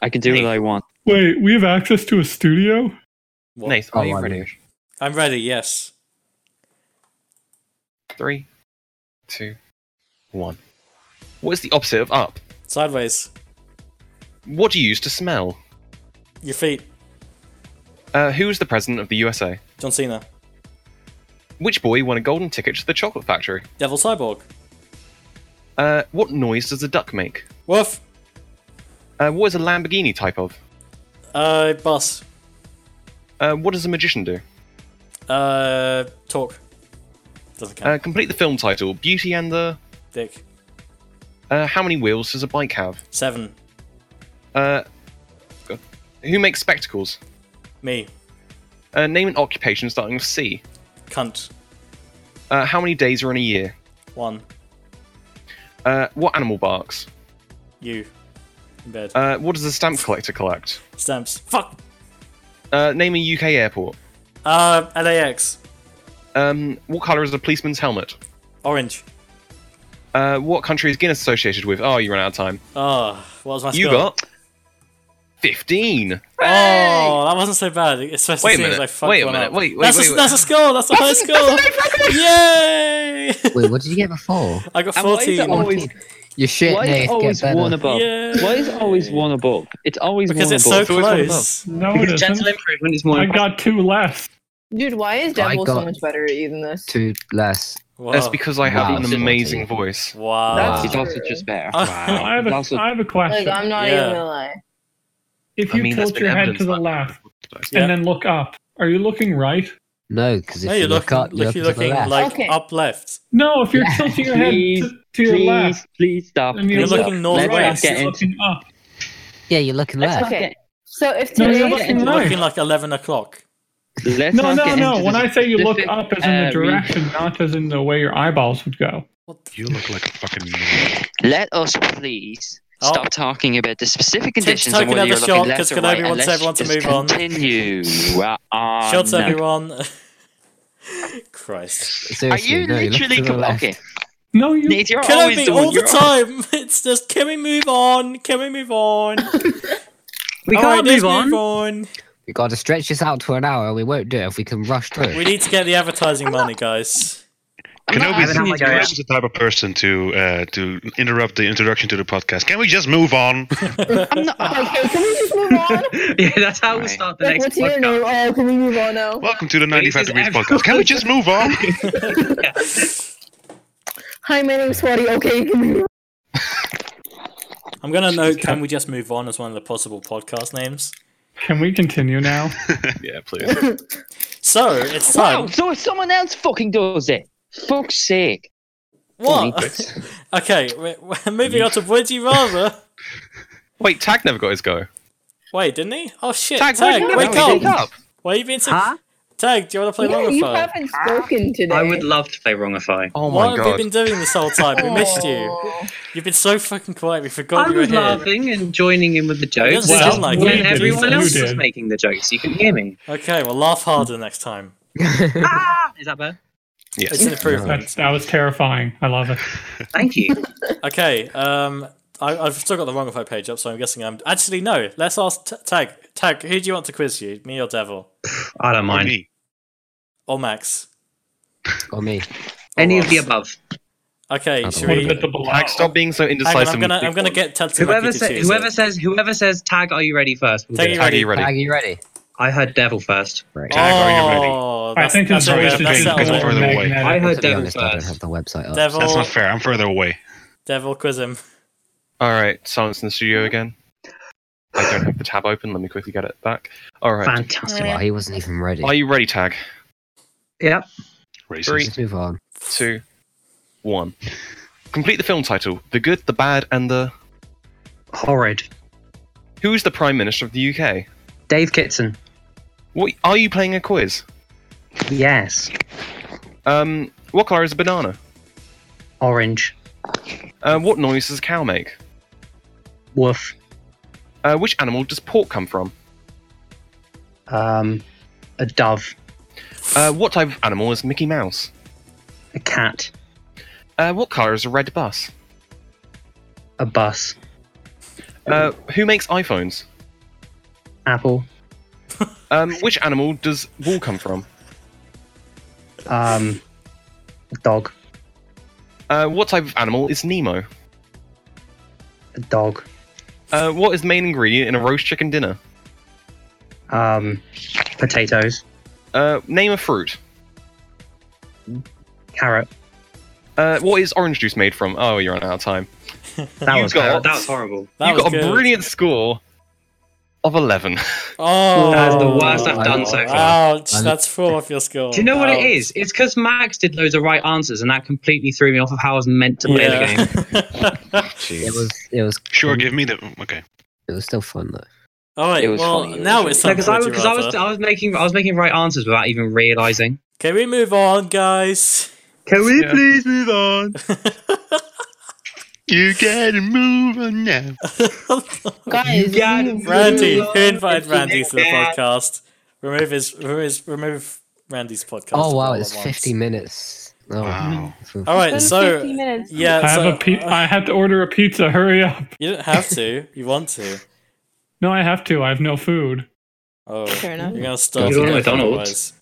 S9: I can do what I want.
S4: Wait, we have access to a studio?
S2: What?
S5: Nathan, are
S6: Oh,
S5: you
S6: I
S5: ready?
S6: wish.
S2: I'm ready, yes.
S5: Three, two, one. What is the opposite of up?
S2: Sideways.
S5: What do you use to smell?
S2: Your feet.
S5: Uh, who is the president of the USA?
S2: John Cena.
S5: Which boy won a golden ticket to the chocolate factory?
S2: Devil Cyborg.
S5: Uh, what noise does a duck make?
S2: Woof.
S5: Uh, what is a Lamborghini type of?
S2: Uh, bus.
S5: Uh, what does a magician do?
S2: Uh, talk. Doesn't count.
S5: Uh, complete the film title Beauty and the.
S2: Dick.
S5: Uh, how many wheels does a bike have?
S2: Seven.
S5: Uh, who makes spectacles?
S2: Me.
S5: Uh, name an occupation starting with C.
S2: Cunt.
S5: Uh, how many days are in a year?
S2: One.
S5: Uh, what animal barks?
S2: You. In bed.
S5: Uh, what does a stamp collector collect?
S2: Stamps. Fuck.
S5: Uh, name a UK airport.
S2: Uh, LAX.
S5: Um, what colour is a policeman's helmet?
S2: Orange.
S5: Uh, what country is Guinness associated with? Oh, you ran out of time.
S2: Oh, what was my
S5: You
S2: score?
S5: got 15.
S2: Oh, that wasn't so bad. Especially
S5: Wait a
S2: seeing as I
S5: minute.
S2: fucked
S5: Wait a
S2: one
S5: minute.
S2: up.
S5: Wait, wait,
S2: that's,
S5: wait.
S2: a,
S5: wait.
S2: that's a score. That's a high score. Yay!
S6: Wait, what did you get before?
S2: I got
S9: And why is it
S2: 14
S9: always-
S6: Your shit,
S9: Why is
S6: Nate,
S9: it
S6: get
S9: always
S6: better.
S9: one above?
S2: Yay.
S9: Why is it always one above? It's always
S2: because
S9: one
S2: it's so
S9: above.
S5: always one
S2: close.
S4: No, it
S7: Gentle
S4: isn't.
S7: improvement is more
S4: I
S7: important.
S4: got two less.
S10: Dude, why is
S6: I
S10: Devil so
S6: got-
S10: much better at you than this?
S6: Two less.
S2: Wow.
S5: That's because I have
S6: Wow,
S5: an
S6: it's
S5: amazing
S6: naughty.
S5: voice.
S2: wow.
S6: That's-
S9: It's also just better.
S2: (laughs) Wow.
S4: I have
S9: It's
S2: (laughs)
S4: a,
S9: also-
S4: I have a
S10: Like,
S4: question.
S10: I'm not
S2: Yeah.
S10: even gonna lie.
S4: if
S5: I
S4: you
S5: mean, that's
S4: tilt
S5: been
S4: your head
S5: evidenced
S4: to the
S5: by-
S4: left
S2: Yeah.
S4: and then look up, are you looking right?
S6: No, because if
S2: No,
S6: you
S2: you're
S6: look
S2: looking,
S6: up, you
S2: look-
S6: look to
S2: you're
S6: the
S2: looking
S6: left.
S2: like
S10: Okay.
S2: up left.
S4: No, if you're
S6: Yeah.
S4: tilting your head
S2: (laughs)
S9: Please,
S4: to, to your
S9: please,
S4: left,
S9: please stop.
S4: and you're
S2: You're
S9: please
S2: looking
S9: stop.
S2: northwest.
S9: Let's not
S4: looking northwest,
S9: get
S4: you're
S9: in.
S4: looking up.
S6: Yeah, you're looking left.
S10: Okay, so if
S4: No,
S10: today, (laughs)
S4: you're looking right.
S2: Looking like 11 o'clock.
S9: Let's
S4: No,
S9: not
S4: no,
S9: get
S4: no.
S9: into
S4: When
S9: the
S4: I say you look
S9: specific,
S4: up, as in
S9: uh,
S4: the
S9: re-
S4: direction, not as in the way your eyeballs would go.
S2: What the-
S8: You look like a
S2: (laughs)
S8: fucking nerd.
S9: Let us please
S2: Oh.
S9: stop talking about the specific conditions
S2: take
S9: and whether
S2: another
S9: you're
S2: shot,
S9: looking left
S2: 'cause
S9: or
S2: Kenobi
S9: right. and
S2: wants
S9: let's
S2: everyone to
S9: just
S2: move on.
S9: Continue. on.
S2: Shots, everyone. Christ.
S9: Are
S6: Seriously,
S9: you
S6: no, you look
S9: literally
S6: to the
S9: com-
S6: left.
S9: okay?
S4: No, you.
S9: Nate, you're always
S2: Kenobi,
S9: the one.
S2: all the
S9: you're
S2: time. (laughs) It's just, can we move on? Can we move
S4: (laughs)
S2: on?
S7: We
S2: All
S7: can't
S2: right, let's
S7: move on.
S2: on.
S6: We got to stretch this out to an hour, and we won't do it if we can rush through.
S2: We need to get the advertising money, guys.
S8: Kenobi
S7: having
S8: is
S7: that guy.
S8: the type of person to uh, to interrupt the introduction to the podcast. Can we just move on?
S3: Okay, can we just move on?
S7: (laughs) yeah, that's how we'll
S9: Right.
S7: start the
S3: like,
S7: next
S3: what's your
S7: podcast.
S3: name? Oh, can we move on now?
S8: Welcome to the
S7: Wait,
S8: 95
S7: is
S8: Degrees
S7: everyone-
S8: podcast. Can we just move
S7: (laughs)
S8: on?
S3: Hi, my name's Swati. Okay, can we move
S2: I'm gonna note. Can we just move on as one of the possible podcast names?
S4: Can we
S8: (laughs)
S4: continue now?
S5: Yeah,
S4: (laughs)
S5: please.
S2: So it's
S9: Wow,
S2: time.
S9: so if someone else fucking does it, fuck's sake.
S2: (laughs) What? okay, we're, we're moving on to Would You Rather.
S5: Wait, Tag never got his go.
S2: Wait, didn't he? Oh shit!
S5: Tag,
S2: Tag,
S5: wake,
S2: wake
S5: up.
S2: up! Why are you being so?
S7: Huh?
S2: Tag, do you want to play
S3: Yeah,
S2: Longify?
S3: you haven't spoken today.
S7: I would love to play Wrongify.
S5: Oh
S2: what have we been doing this whole time? We missed you. You've been so fucking quiet. We forgot
S7: I
S2: you were
S7: was
S2: here.
S7: laughing and joining in with the jokes.
S2: doesn't
S7: It's just
S2: sound like
S7: when
S2: it.
S7: everyone
S4: You
S7: else
S4: did.
S7: was making the jokes, you can hear me.
S2: Okay, well, laugh harder next time.
S7: (laughs) Ah, is that better?
S2: It's an improvement.
S4: That's, that was terrifying. I love it.
S7: Thank you.
S2: (laughs) okay, um, I, I've still got the Longify page up, so I'm guessing I'm. Actually, no. Let's ask t- Tag. Tag, who do you want to quiz you? Me or Devil?
S7: I don't mind.
S8: Me.
S2: Or Max?
S6: Or me.
S7: Any of the above.
S2: Okay,
S6: That's
S2: should
S4: What
S2: we?
S4: about the below?
S5: Like, stop being so
S2: Hang
S5: indecisive.
S2: on, I'm
S5: and
S2: gonna,
S5: pick
S2: I'm gonna
S5: one.
S2: get Ted to
S7: Whoever,
S2: make you
S7: sa-
S2: choose
S7: whoever
S2: it.
S7: says whoever says tag, are you ready first? We'll do
S2: Tag,
S7: it.
S2: you
S5: Tag,
S2: ready?
S5: you ready?
S6: Tag, you ready?
S7: I heard devil first.
S6: Right.
S8: Tag, are you ready?
S2: Oh,
S4: I
S2: that's-
S4: think
S2: that's
S4: his
S2: all
S4: voice
S2: right,
S8: that's
S4: is just
S8: out of
S4: more
S8: order. Further away.
S4: magnetic.
S7: I
S6: to
S7: heard
S6: be
S7: devil
S6: honest, I don't have
S7: first.
S6: the website up.
S2: Devil,
S8: That's not fair. I'm further away.
S2: Devil, quiz him.
S5: All right, silence in the studio again. I don't have the tab open. Let me quickly get it back. All right.
S7: Fantastic.
S6: Wow, he wasn't even ready.
S5: Are you ready, Tag?
S7: Yep.
S8: Racist.
S5: Three.
S6: Let's move on.
S5: Two, one. Complete the film title: The Good, the Bad, and the.
S7: Horrid.
S5: Who is the Prime Minister of the UK?
S7: Dave Kitson.
S5: What are you playing a quiz?
S7: Yes.
S5: Um, what color is a banana?
S7: Orange.
S5: Uh, what noise does a cow make?
S7: Woof.
S5: Uh, which animal does pork come from?
S7: Um, a dove.
S5: Uh, what type of animal is Mickey Mouse?
S7: A cat.
S5: Uh, what color is a red bus?
S7: A bus.
S5: Uh, who makes iPhones?
S7: Apple.
S5: Um, which animal does wool come from?
S7: Um, a dog.
S5: Uh, what type of animal is Nemo?
S7: A dog.
S5: Uh, what is the main ingredient in a roast chicken dinner?
S7: Um, potatoes.
S5: Uh, name a fruit.
S7: Carrot.
S5: Uh, what is orange juice made from? Oh, you're on out of time.
S7: (laughs) That
S5: You
S7: was
S5: got-
S7: hor- that was horrible.
S2: That
S5: you
S2: was
S5: got
S2: good.
S5: a brilliant score of 11.
S2: Oh,
S7: That is the worst I've done so far.
S2: Ouch, that's full off your score.
S7: Do you know what it
S2: Ouch.
S7: is? It's because Max did loads of right answers, and that completely threw me off of how I was meant to play the game.
S6: It was, it was,
S8: Sure, give me the. Okay.
S6: it was still fun though.
S2: All right.
S9: It was
S2: well,
S9: funny, it
S2: now
S9: was
S2: it's time
S7: Because
S2: for
S7: I,
S2: Would You
S7: 'cause I was,
S2: Rather.
S7: I was making, I was making right answers without even realizing.
S2: Can we move on, guys?
S7: Can we
S5: Yeah.
S7: please move on?
S8: You gotta move on now.
S2: (laughs)
S10: Guys,
S7: got
S10: you-
S7: it.
S2: Randy,
S7: Move on.
S2: who invited
S7: It's
S2: Randy to the
S7: bad.
S2: podcast? Remove his, remove, his- remove Randy's podcast.
S6: Oh wow,
S2: all
S6: it's
S2: at once.
S6: 50 minutes. Oh,
S8: Wow.
S6: for-
S2: All right,
S10: It's been
S2: so
S10: 50 minutes.
S2: yeah,
S4: I have
S2: so,
S4: a pe-
S2: uh,
S4: I have to order a pizza. Hurry up!
S2: you don't have to. You want to?
S4: No, I have to. I have no food.
S2: Oh,
S10: Fair enough.
S2: You're gonna starve.
S7: You don't
S2: to
S7: know
S2: death
S7: McDonald's.
S2: otherwise.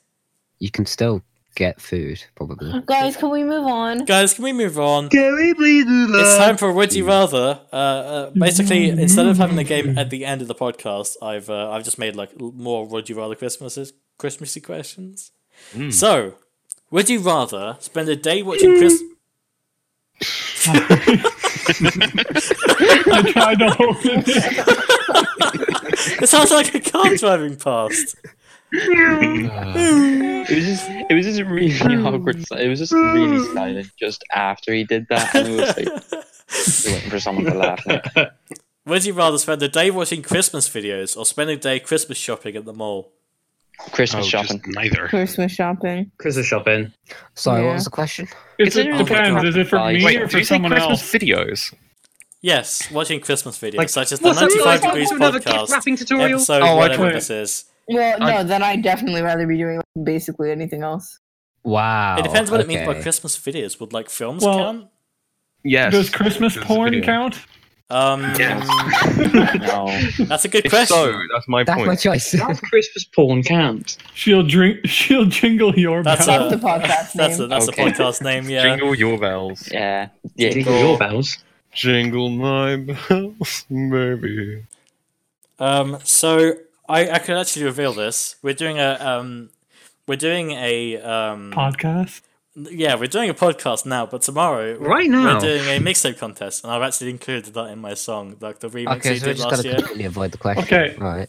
S6: You can still get food, probably.
S10: Guys, can we move on?
S2: Guys, can we move on?
S7: Can we please move on?
S2: It's time for Would You Rather. Uh, uh, basically, instead of having the game at the end of the podcast, I've uh, I've just made like l- more Would You Rather Christmases, Christmassy questions. So, would you rather spend a day watching
S7: (laughs)
S2: Chris?
S4: I tried to open it.
S2: It sounds like a car driving past.
S9: It was just, it was just really awkward. si- It was just really silent just after he did that, and it was like waiting for someone to laugh. Now.
S2: Would you rather spend a day watching Christmas videos or spend a day Christmas shopping at the mall?
S8: Oh,
S9: Christmas
S8: just
S9: shopping.
S8: neither.
S10: Christmas shopping.
S7: Christmas shopping.
S6: Sorry,
S10: Yeah.
S6: what was the question?
S4: It's, it
S9: Considering-
S4: depends. Is it for me
S5: Wait,
S4: or
S5: do
S4: for
S5: you say
S4: someone
S5: Christmas
S4: else?
S5: videos?
S2: Yes, watching Christmas videos
S7: Like,
S2: such as the
S7: What's up,
S2: 95
S7: guys?
S2: Degrees
S7: Welcome to another gift
S2: podcast
S7: wrapping tutorial.
S2: episode,
S5: Oh, I
S2: whatever
S5: tried-
S2: this is.
S10: Well,
S5: I-
S10: no, then I'd definitely rather be doing basically anything else.
S6: Wow.
S2: It depends what it means by
S6: okay.
S2: Christmas videos. Would like films
S4: Well,
S2: count?
S5: Yes.
S4: Does Christmas
S5: Christmas
S4: porn
S5: video.
S4: count?
S2: Um, (laughs)
S9: No.
S2: that's a good
S5: If
S2: question.
S5: so, that's my
S6: That's
S5: point.
S6: my choice.
S7: Does Christmas porn count?
S4: She'll drink. (laughs) She'll jingle
S2: (laughs)
S4: your
S2: That's uh,
S4: bell.
S10: That's the podcast
S2: that's a,
S10: name.
S2: that's
S9: Okay.
S2: a podcast name, yeah.
S5: Jingle your bells.
S9: Yeah. Yeah.
S7: Jingle your bells.
S5: Jingle my bells, baby.
S2: Um, so I, I could actually reveal this. We're doing a um, we're doing a um,
S4: podcast.
S2: yeah, we're doing a podcast now. But tomorrow,
S7: Right
S2: we're
S7: now.
S2: doing a mixtape contest, and I've actually included that in my song, like the remix
S6: okay,
S2: we
S6: so we
S2: did
S6: just
S2: last
S6: gotta
S2: year.
S6: completely avoid the question.
S4: Okay.
S6: Right.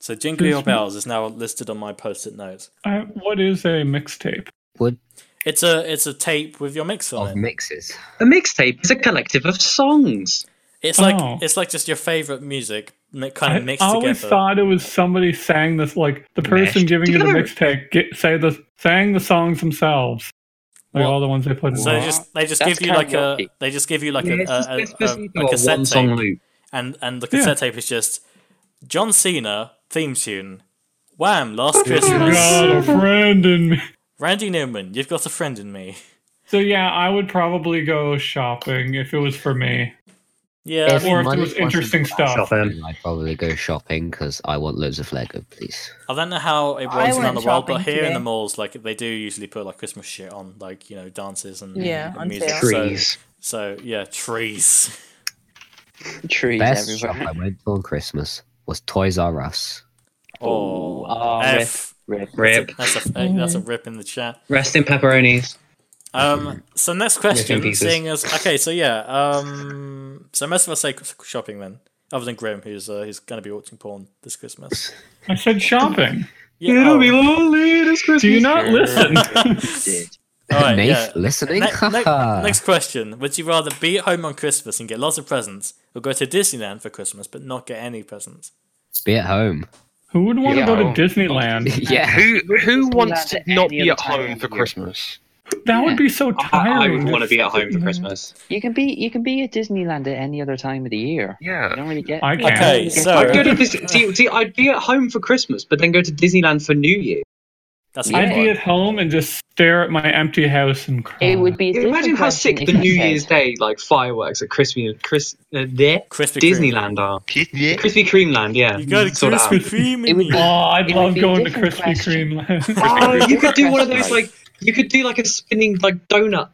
S2: So "Jingle Your Bells" is now listed on my post-it note.
S4: I, what is a mixtape?
S6: Would
S2: It's a it's a tape with your mix on
S6: of
S2: it.
S6: mixes.
S7: A mixtape is a collective of songs.
S2: It's like
S4: Oh.
S2: it's like just your favorite music mi- kind of mixed
S4: I always
S2: together.
S4: thought it was somebody sang this, like the person
S2: Mashed
S4: giving you the
S2: together.
S4: mixtape get, say the sang the songs themselves, like all the ones they put. in
S2: So they
S4: there.
S2: just they just give you like a they just give you like
S4: Yeah,
S2: a,
S4: it's just-
S2: a,
S4: it's
S2: a,
S4: just
S2: a-
S4: into
S2: a
S4: a
S2: cassette
S4: one-song
S2: tape,
S4: loop.
S2: and and the
S4: Yeah.
S2: cassette tape is just John Cena theme tune, Wham! Last
S4: You got a
S2: Christmas,
S4: friend in me.
S2: Randy Newman, you've got a friend in me.
S4: So yeah, I would probably go shopping if it was for me.
S2: Yeah,
S4: If or if there was interesting stuff.
S6: I probably go shopping because I want loads of Lego, please.
S2: I don't know how it
S3: I
S2: works
S3: went
S2: around the world, but
S3: shopping
S2: here in
S3: today.
S2: the malls, like they do usually put like Christmas shit on, like you know dances and
S3: Yeah,
S2: and
S3: on
S2: music.
S3: sale.
S2: So-
S6: Trees.
S2: So, yeah, trees.
S9: Trees
S6: Best shop
S2: "Hmm."
S6: I went to on Christmas was Toys R Us.
S2: Oh,
S7: Oh,
S2: F.
S7: rip,
S2: That's
S7: rip,
S2: a- That's a, that's a rip in the chat.
S7: (laughs) Rest in pepperonis.
S2: Um, so next question,
S7: pieces.
S2: seeing as okay, so yeah, um, so most of us say shopping then, other than Grim, who's uh, who's going to be watching porn this Christmas.
S4: I said shopping.
S2: (laughs) Yeah, It'll oh. be
S4: lonely this Christmas. Do you not
S2: (laughs)
S4: listen? (laughs)
S2: All right,
S6: Nath
S2: yeah.
S6: listening?
S2: Ne- ne-
S6: Haha.
S2: next question: Would you rather be at home on Christmas and get lots of presents, or go to Disneyland for Christmas but not get any presents?
S6: Be at home.
S4: Who would want
S5: Yeah.
S4: to go to Disneyland?
S6: yeah.
S5: Who who wants to
S7: at
S5: not
S7: any
S5: be at
S7: other time
S5: home for Christmas?
S4: That would be so
S7: I, I
S4: tiring.
S7: would want to be at home for Christmas.
S9: You can be you can be at Disneyland at any other time of the year. You
S5: Yeah.
S9: don't really get.
S4: I
S9: you
S4: can't.
S9: don't really
S2: Okay,
S9: get-
S2: so-
S7: I'd go to Dis- see, see, I'd be at home for Christmas, but then go to Disneyland for New Year.
S2: That's
S4: I'd
S2: a
S4: be
S2: good
S4: at home and just stare at my empty house and cry.
S10: It would be. a
S7: Imagine
S10: different
S7: how sick the
S10: question if
S7: New
S10: I said-
S7: Year's Day like fireworks at Crispy Chris uh, there
S2: Krispy
S7: Disneyland are
S8: Yeah.
S7: Krispy Kreme Land. Yeah,
S2: Kreme. You go to
S7: Sort it out.
S2: Krispy Kreme.
S6: It would
S4: Oh, I'd
S10: It would
S4: love
S10: be a
S4: going to
S10: different
S4: Krispy
S10: question. (laughs)
S4: Kreme.
S7: (laughs) Oh,
S9: Krispy
S7: you could do one of
S9: Kreme.
S7: those like you could do like a spinning like donut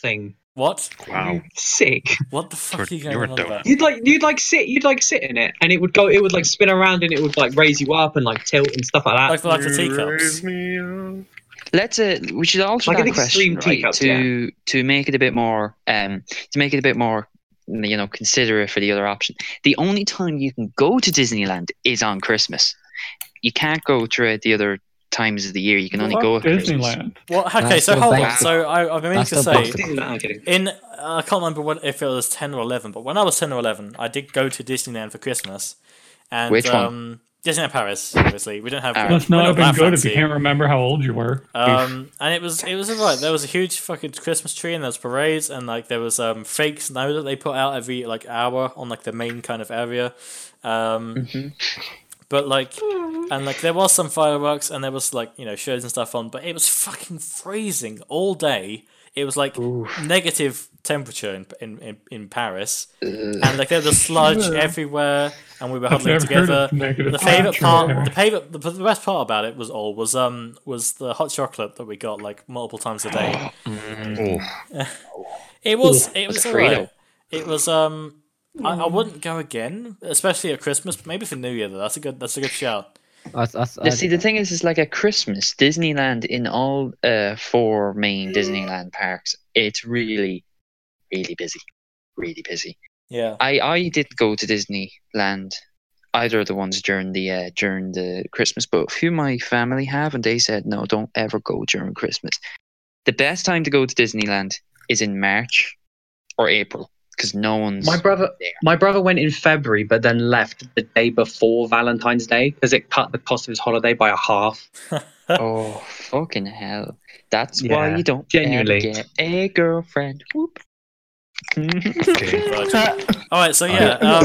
S7: thing.
S2: What?
S8: Wow.
S7: Sick.
S2: What the fuck are you
S8: You're-
S2: going
S8: you're a
S2: on about?
S7: You'd like you'd like sit you'd like sit in it and it would go it would like spin around and it would like raise you up and like tilt and stuff like that.
S2: Like like the
S8: Raise
S2: teacups.
S8: me up.
S9: Let's uh, we should alter
S7: Like an
S9: that question
S7: extreme
S9: right,
S7: teacup,
S9: to to make it a bit more um to make it a bit more you know considerate for the other option. The only time you can go to Disneyland is on Christmas. You can't go throughout the other times of the year. You can only
S4: Fuck
S9: go at Christmas.
S4: Disneyland.
S2: Well, okay,
S6: That's
S2: so
S6: the
S2: hold on.
S6: best-
S2: So I, I've been meaning
S6: that's
S2: to
S6: the
S2: say,
S6: best
S7: No, I'm kidding.
S2: in uh, I can't remember what, if it was ten or eleven, but when I was ten or eleven, I did go to Disneyland for Christmas, and
S9: Which one?
S2: um, Disneyland Paris. Obviously, we don't have.
S9: Alright.
S4: Must
S2: we're
S4: not have been
S2: that
S4: good if you
S2: fancy.
S4: can't remember how old you were.
S2: Um, and it was it was alright. There was a huge fucking Christmas tree, and there was parades, and like there was um fake snow that they put out every like hour on like the main kind of area. Um, but like, and like there was some fireworks, and there was like you know shows and stuff on, but it was fucking freezing all day. It was like negative temperature in in in, in Paris, and like there was sludge everywhere, and we were huddling
S4: never heard
S2: together.
S4: of negative
S2: The favorite
S4: temperature
S2: part,
S4: ever.
S2: the favorite, the, the best part about it was all was um was the hot chocolate that we got like multiple times a day.
S3: Mm.
S8: Oh.
S2: (laughs) It was it was
S9: that's a
S2: alright.
S9: Frito.
S2: It was um I,
S4: Mm.
S2: I wouldn't go again, especially at Christmas. but Maybe for New Year though. That's a good that's a good shout.
S6: I, I, I,
S9: Now, see, the thing is, it's like at Christmas, Disneyland in all uh, four main Disneyland parks, it's really, really busy, really busy.
S2: Yeah.
S9: I I did go to Disneyland, either of the ones during the uh, during the Christmas, but a few of my family have, and they said no, don't ever go during Christmas. The best time to go to Disneyland is in March or April because no one's.
S7: My brother,
S9: there.
S7: my brother went in February, but then left the day before Valentine's Day because it cut the cost of his holiday by a half.
S8: (laughs)
S9: oh fucking hell! That's why
S7: Yeah,
S9: you don't
S7: genuinely.
S9: ever get a girlfriend. Whoop. (laughs)
S2: Alright, so yeah, (laughs) um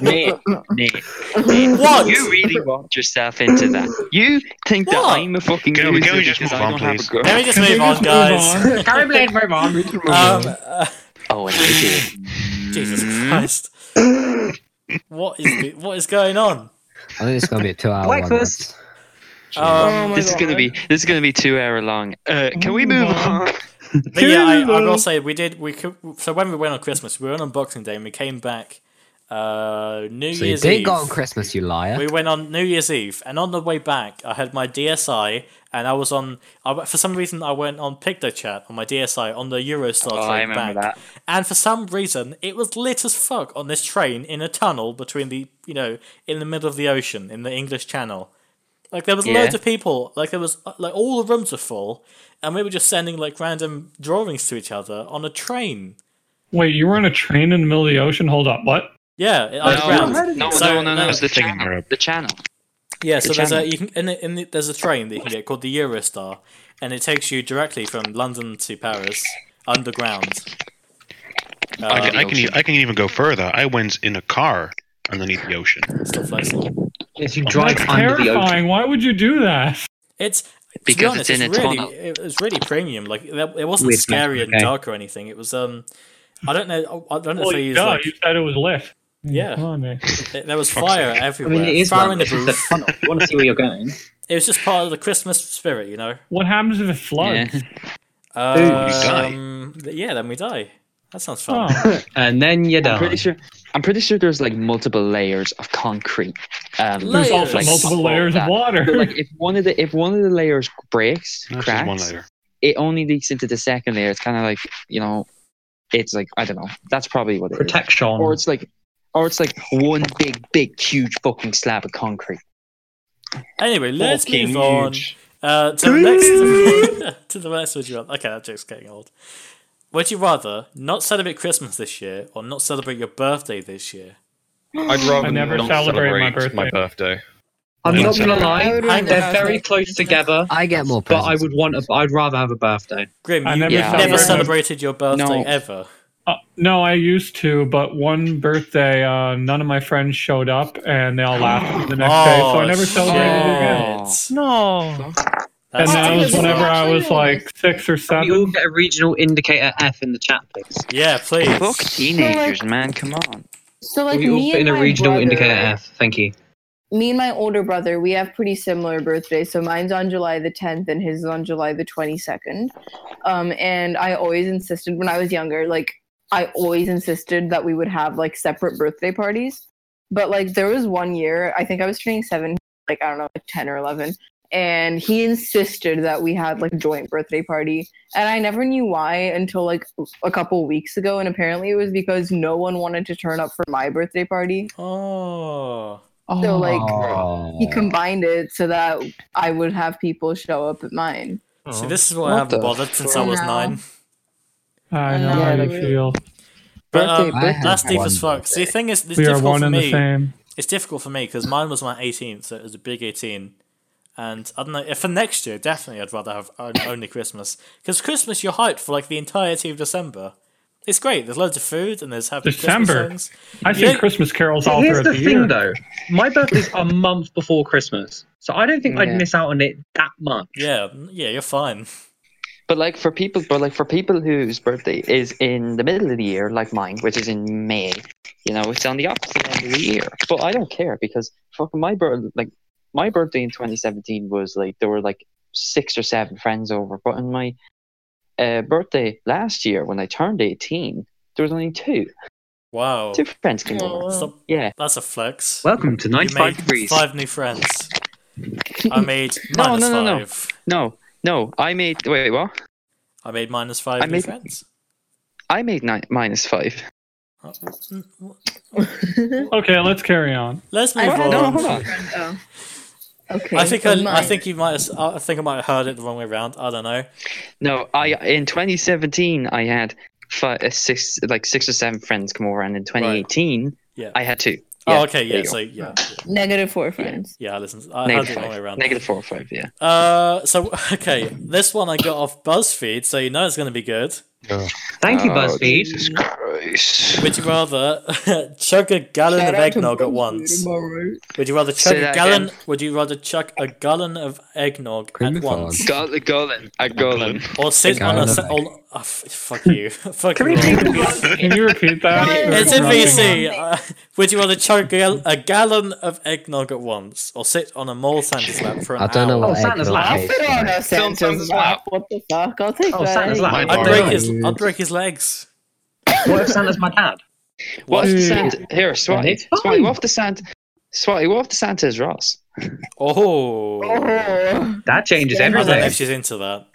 S9: Mate, mate, mate,
S2: What?
S9: You really walked yourself into that. You think
S2: What?
S9: that I'm a fucking
S8: Can we- can we
S9: loser
S8: just
S9: because
S8: move
S9: I
S8: on,
S9: don't have a
S8: please?
S9: girl.
S2: let me just
S4: Can we
S2: move on,
S4: just move
S2: guys. (laughs)
S4: on?
S2: um, uh,
S9: Oh, and I do.
S2: (laughs) Jesus Christ. What is the, what is going on?
S6: I think it's gonna be a two-hour
S7: Breakfast.
S2: Um,
S6: one.
S3: Oh my
S9: This is gonna
S3: God.
S9: be this is gonna be two hour long. Uh, can we move
S6: (laughs)
S9: on?
S2: But yeah, I, I will say we did. We could, so when we went on Christmas, we went on Boxing Day, and we came back uh, (laughs) New
S6: So you
S2: Year's
S6: did
S2: Eve.
S6: go on Christmas, you liar.
S2: we went on New Year's Eve, and on the way back, I had my DSI, and I was on. I, went- for some reason, I went on PictoChat on my DSI on the Eurostar
S9: Oh,
S2: train
S9: I remember
S2: back,
S9: that.
S2: and for some reason, it was lit as fuck on this train in a tunnel between the you know in the middle of the ocean in the English Channel. Like there was
S9: Yeah.
S2: loads of people. Like there was like all the rooms were full, and we were just sending like random drawings to each other on a train.
S4: Wait, you were on a train in the middle of the ocean? Hold up, what?
S2: Yeah,
S4: No,
S2: underground.
S4: no, no,
S2: So-
S4: no, no, no,
S9: the channel. The channel.
S2: Yeah, so
S9: The
S2: there's a
S9: channel.
S2: you can in, the, in the, there's a train that you can get called the Eurostar, and it takes you directly from London to Paris underground.
S8: I, can,
S2: Uh,
S8: I, can, e- I can even go further. I went in a car underneath the ocean.
S2: Still flexible.
S7: If you
S4: That's terrifying. Why would you do that?
S2: It's to be
S4: Because
S2: honest,
S4: it's
S2: it's,
S4: in a
S2: really
S4: tunnel.
S2: it was really premium. Like that- it wasn't
S4: Weird
S2: scary
S4: thing,
S2: and
S4: okay.
S2: dark or anything. It was um, I don't know. I don't know
S4: Well,
S2: if they used
S4: duh,
S2: like
S4: you said it was lit.
S2: Yeah.
S4: Come on, man.
S2: Th- There was fire
S7: I
S2: everywhere.
S7: mean, it is
S2: fire
S7: one.
S2: in the
S7: This is
S2: roof.
S7: the funnel. You want to see where you're going.
S2: It was just part of the Christmas spirit, you know.
S4: What happens if it floods?
S2: Um,
S7: die.
S2: th- yeah, then we die. That sounds fun.
S4: Oh.
S7: and then you die.
S9: I'm pretty sure. I'm pretty sure there's like multiple layers of concrete. Um,
S2: There's also
S9: like,
S2: multiple
S9: above
S2: layers of
S9: that.
S2: water.
S9: But, like if one of the if one of the layers breaks,
S8: That's just
S9: cracks,
S8: one layer.
S9: it only leaks into the second layer. It's kind of like you know, it's like I don't know. That's probably what it is.
S7: Protection.
S9: Or it's like, or it's like one big, big, huge fucking slab of concrete.
S2: (laughs) Anyway, let's
S9: Fucking
S2: move on
S9: huge.
S2: uh, to the next (laughs) to the next. Would you rather? Okay, that joke's getting old. Would you rather not celebrate Christmas this year or not celebrate your birthday this year?
S5: (gasps) I'd rather
S4: I never
S5: not
S4: celebrate my
S5: celebrate my birthday.
S7: I'm
S5: Yeah.
S7: not gonna
S5: I
S7: lie,
S5: would rather
S7: they're
S5: have
S7: very
S5: it.
S7: close together.
S6: I get more,
S7: but I would want. A, I'd rather have a birthday.
S2: Grim,
S4: I
S2: you never,
S4: never Yeah.
S2: never
S4: celebrate-
S2: celebrated your birthday
S7: No.
S2: ever.
S4: Uh, no, I used to, but one birthday, uh, none of my friends showed up, and they all laughed the next day, so I
S7: Oh,
S4: never celebrated it again.
S11: No.
S4: And
S2: That's
S4: that was
S2: terrible.
S4: whenever I was like six or
S7: Can we all
S4: seven.
S7: get a regional indicator F in the chat, please?
S2: Yeah, please.
S9: Fuck teenagers, man. Come on.
S10: So like
S7: we all
S10: me
S7: put
S10: and
S7: in a
S10: my
S7: regional
S10: brother,
S7: indicator F. Thank you.
S10: me and my older brother, we have pretty similar birthdays. So mine's on July the 10th and his is on July the 22nd. Um, and I always insisted when I was younger, like I always insisted that we would have like separate birthday parties. But like there was one year, I think I was turning seven, like I don't know, like 10 or 11, and he insisted that we had like joint birthday party. And I never knew why until like a couple weeks ago. And apparently it was because no one wanted to turn up for my birthday party.
S2: Oh.
S10: So like
S6: Aw.
S10: he combined it so that I would have people show up at mine.
S2: See, this is what,
S10: What
S2: I haven't
S10: the
S2: bothered since I was
S10: fuck?
S2: nine.
S4: I know how you feel.
S2: But um,
S4: Birthday- birthday
S2: that's deep
S4: one
S2: as fuck. See, the thing is, it's
S4: We are
S2: difficult
S4: one
S2: for
S4: and the
S2: me.
S4: same.
S2: It's difficult for me because mine was my 18th, so it was a big 18. And I don't know. For next year, definitely, I'd rather have on- only Christmas because Christmas you're hyped for like the entirety of December. It's great. There's loads of food and there's happy
S4: December.
S2: Christmas songs.
S4: I
S2: You
S4: sing
S2: know-
S4: Christmas carols all
S7: Here's
S4: throughout
S7: the,
S4: the,
S7: thing,
S4: year.
S7: though. My birthday's a month before Christmas, so I don't think
S9: Yeah.
S7: I'd miss out on it that much.
S2: Yeah, yeah, you're fine.
S9: But like for people, but like for people whose birthday is in the middle of the year, like mine, which is in May, you know, it's on the opposite end of the year. But I don't care because fucking my birth, like my birthday in 2017 was like there were like six or seven friends over, but on my uh, birthday last year when I turned 18, there was only two,
S2: Wow.
S9: two friends came over.
S2: Stop.
S9: Yeah,
S2: That's a flex.
S7: Welcome to
S2: You
S7: 95
S2: made
S7: degrees.
S2: Five new friends. I made
S9: (laughs) No,
S2: minus
S9: no, no, no.
S2: five.
S9: no, no, I made wait what?
S2: I made minus five
S9: I
S2: new
S9: made-
S2: friends.
S9: I made nine, minus five.
S2: Oh, mm, mm.
S4: (laughs) Okay, let's carry on.
S2: Let's move on.
S7: oh.
S10: Okay.
S2: I think
S10: so
S2: I, I
S10: mine-
S2: think you might have, I think I might have heard it the wrong way around. I don't know.
S9: No, I in 2017 I had five, six, like six or seven friends come over, and in 2018
S2: Yeah.
S9: I had two.
S2: oh, okay.
S9: there
S2: Yeah.
S9: you go.
S2: So yeah.
S10: negative four friends.
S2: Yeah. I listened. I heard it
S9: negative
S2: the wrong way
S9: five,
S2: around.
S9: negative four or five. Yeah.
S2: Uh. So (laughs) okay. This one I got off BuzzFeed, so you know it's going to be good.
S7: Thank you,
S9: Oh,
S7: BuzzFeed.
S9: Jesus Christ.
S2: Would you rather (laughs) chug a gallon
S10: Shout
S2: of
S10: out to
S2: eggnog at
S10: BuzzFeed
S2: once?
S10: tomorrow.
S2: Would you rather
S9: Say
S2: chug a
S9: that
S2: gallon?
S9: again.
S2: Would you rather chuck a gallon of eggnog at
S6: Cream
S2: once,
S9: Go- Golem, a golem.
S2: or sit on a
S6: Gallon of
S2: se-
S6: egg.
S2: on, oh, f- fuck you, (laughs) fuck you. all.
S4: Can you repeat that?
S2: (laughs) It's in
S4: Or-
S2: VC. Uh, would you rather chug a, gal- a gallon of eggnog at once, or sit on a mole Santa slab for an
S6: I don't know
S2: hour?
S6: what
S7: Oh, Santa's
S6: eggnog
S7: laugh.
S6: tastes
S10: Sit on
S6: like.
S10: a Santa's lap. What the fuck? I'll take
S7: Oh,
S10: that.
S7: Santa's lap.
S2: I'd break his. I'd break his legs.
S7: What if Santa's my dad?
S9: What if the
S4: Dude.
S9: Santa? Here, Swati.
S7: it's
S9: Swati, what if the Santa? Swati, what if the Santa is Ross?
S2: Oh,
S10: Oh.
S7: That changes
S2: I don't know
S7: everything.
S2: if she's into that.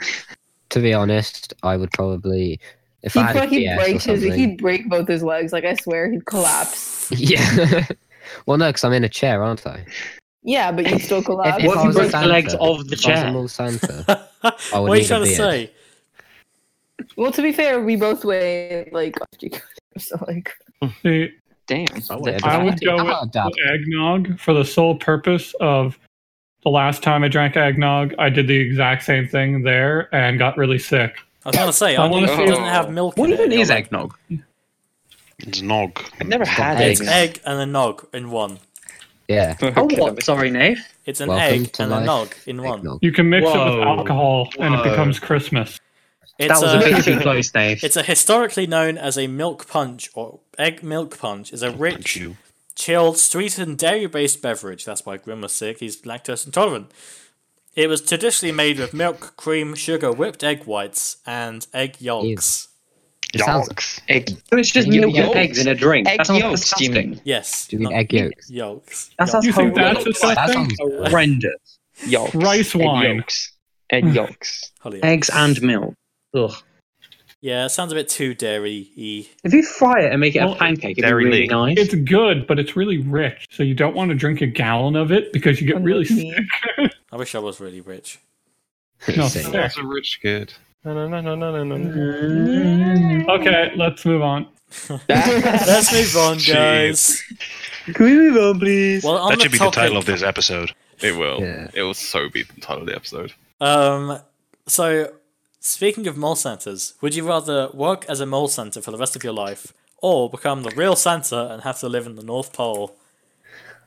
S6: To be honest, I would probably if I
S10: He'd,
S6: had a
S10: fuck- he'd
S6: PS or
S10: break his.
S6: something-
S10: He'd break both his legs. Like I swear, he'd collapse.
S6: (laughs) Yeah. well, no, because I'm in a chair, aren't I?
S10: Yeah, but you'd still collapse.
S6: If
S7: What (laughs) if
S6: I
S7: you
S6: was a
S7: broke the legs
S6: Santa,
S7: of
S2: (laughs)
S7: the
S6: if I was a
S7: chair?
S6: mall Santa.
S2: what
S6: would
S2: are you
S6: need a
S2: trying to
S6: beard.
S2: say?
S10: Well, to be fair, we both weigh like (laughs) so like
S4: See,
S9: Damn.
S4: I would go with (laughs) the eggnog for the sole purpose of the last time I drank eggnog, I did the exact same thing there and got really sick.
S2: I was gonna say,
S4: I
S2: I
S4: wanna
S2: want
S4: see-
S2: it doesn't have milk.
S7: What
S2: in
S7: even
S2: it.
S7: is eggnog?
S8: It's nog.
S9: I've never had
S2: It's
S9: eggs.
S2: egg and a nog in
S7: (laughs)
S2: one.
S6: Yeah.
S7: Oh, what? Sorry, Nate.
S2: It's an
S6: Welcome
S2: egg
S6: to
S2: and a
S6: life,
S2: nog in one.
S6: Eggnog.
S4: You can mix it
S7: Whoa.
S4: with alcohol and
S7: Whoa.
S4: it becomes Christmas.
S2: It's uh,
S7: that was a bit too close, Nave.
S2: It's a historically known as a milk punch or egg milk punch. is a rich, chilled, sweetened dairy-based beverage. That's why Grim was sick. He's lactose intolerant. It was traditionally made with milk, cream, sugar, whipped egg whites, and egg yolks.
S6: It sounds.
S9: Egg.
S7: So it's just
S9: Egg
S7: milk and
S9: yolks.
S7: eggs in a drink.
S9: Egg
S7: that sounds
S9: yolks, do you
S7: disgusting.
S9: mean?
S2: Yes.
S6: Do you mean
S2: not-
S6: egg yolks?
S2: Yolks.
S7: That sounds
S4: You think that's
S7: horrible.
S4: a
S6: That
S4: thing?
S6: sounds.
S7: horrendous.
S9: Yolks.
S4: Rice
S9: Egg
S4: wine.
S9: yolks.
S7: Hmm.
S9: Egg yolks.
S2: Holy
S7: Eggs and milk. Ugh.
S2: Yeah, it sounds a bit too dairy-y.
S7: If you fry it and make it
S4: Well,
S7: a pancake, it'd be
S8: Dairy
S7: really
S8: Lee.
S7: nice.
S4: It's good, but it's really rich, so you don't want to drink a gallon of it because you get really sick.
S2: (laughs) I wish I was really rich.
S4: No,
S6: sick.
S4: sick.
S5: a rich kid. No, no, no,
S7: Mm.
S5: no, no, no, no.
S4: Okay, let's move on.
S2: (laughs) Let's move on,
S8: Jeez.
S2: guys.
S7: Can we move on, please?
S2: Well, on
S8: That
S2: the
S8: should be the
S2: topic,
S8: title of this episode.
S5: It will.
S6: Yeah.
S5: It will so be the title of the episode.
S2: Um, so speaking of mole Santas, would you rather work as a mole Santa for the rest of your life, or become the real Santa and have to live in the North Pole?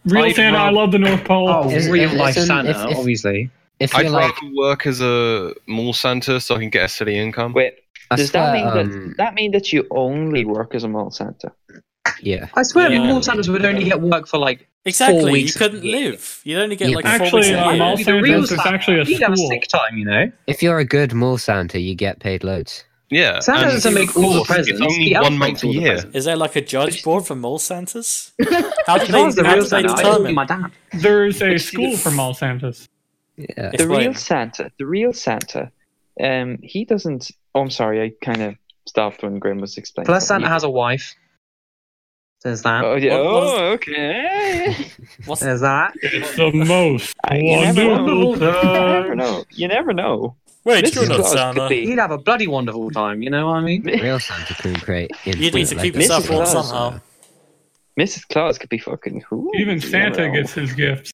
S4: Real
S7: I'd
S4: Santa, I
S7: rather-
S4: love the North Pole.
S7: Oh,
S6: Is-
S7: real
S6: is-
S7: life
S6: isn't-
S7: Santa,
S6: if- if-
S7: obviously.
S6: If
S5: I'd
S6: you're like,
S5: rather work as a mall Santa so I can get a steady income.
S9: Wait,
S6: I
S9: does
S6: swear,
S9: that mean
S6: um,
S9: that that mean that you only work as a mall Santa?
S6: yeah,
S7: I swear,
S2: Yeah.
S7: more Santas would only get work for like.
S2: Exactly, you
S7: weeks of
S2: couldn't
S7: the year.
S2: live. You'd only get
S6: Yeah,
S2: like
S6: but-
S2: four weeks
S4: actually,
S2: a
S4: um, I'm
S2: year.
S4: also
S7: The real
S4: there's
S7: Santa.
S4: actually a
S7: He'd have
S4: school.
S7: sick time, you know.
S6: if you're a good mall Santa, you get paid loads.
S5: Yeah.
S7: Santa
S5: and-
S7: doesn't make all the presents.
S5: It's only
S7: He
S5: one
S7: outtakes
S5: month a
S7: all the
S5: year.
S7: presents.
S2: Is there like a judge board for mole
S7: (laughs)
S2: Santas? How do
S7: If I was
S2: they,
S7: the
S2: how do
S7: real
S2: they
S7: Santa, I'd be
S2: determine?
S7: my dad.
S4: There's a school for mall Santas.
S6: Yeah,
S9: The
S2: Explain.
S9: real Santa, the real Santa, um, he doesn't. Oh, I'm sorry, I kind of stopped when Grim was explaining.
S7: Plus,
S9: something.
S7: Santa has a wife. There's that.
S9: Oh, yeah.
S2: What- what
S9: oh okay.
S2: (laughs) What's,
S7: There's that.
S4: It's the most
S9: I- you never
S4: wonderful
S9: You never
S4: time.
S9: know. You never know.
S2: wait,
S9: Mrs.
S2: you're not
S9: Claus could
S2: Santa.
S9: be-
S7: He'd have a bloody wonderful time, you know what I mean?
S6: real Santa cream
S9: (laughs)
S6: crate. In
S2: You need to
S6: Fortnite,
S2: keep
S6: like
S9: this
S2: yourself
S9: is
S6: this.
S2: warm
S9: Claus.
S2: somehow.
S9: Mrs. Claus could be fucking who? You
S4: Even
S9: never
S4: Santa
S9: know.
S4: gets his gifts.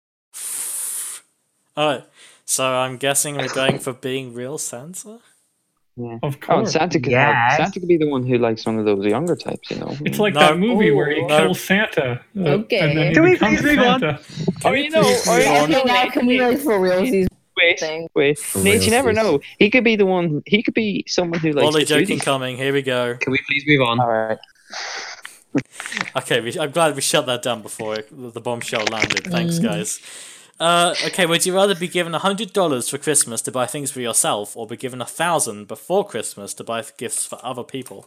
S2: Alright, so I'm guessing we're going for being real Santa?
S4: Of
S9: Oh, and
S4: course.
S9: Santa could.
S7: Yes.
S9: Santa could be the one who likes one of those younger types, you know.
S4: It's like
S2: No. Oh.
S4: that movie where he
S2: No.
S4: kills Santa. uh,
S10: Okay.
S4: And then he
S7: Can we
S4: becomes
S7: please move on?
S4: Santa.
S9: Or, Oh,
S10: (laughs)
S9: you know, or,
S10: Okay, now can we like for real these
S9: wait,
S10: things?
S9: wait.
S6: Oh,
S9: Nate,
S6: yes,
S9: you never
S6: yes.
S9: know. He could be the one. He could be someone who likes.
S2: Ollie
S9: to do
S2: joking
S9: these-
S2: coming, here we go.
S7: Can we please move on?
S9: All right.
S2: (laughs) Okay, we, I'm glad we shut that down before it- the bombshell landed. Thanks, guys. Uh, okay, would you rather be given hundred dollars for Christmas to buy things for yourself, or be given a thousand before Christmas to buy gifts for other people?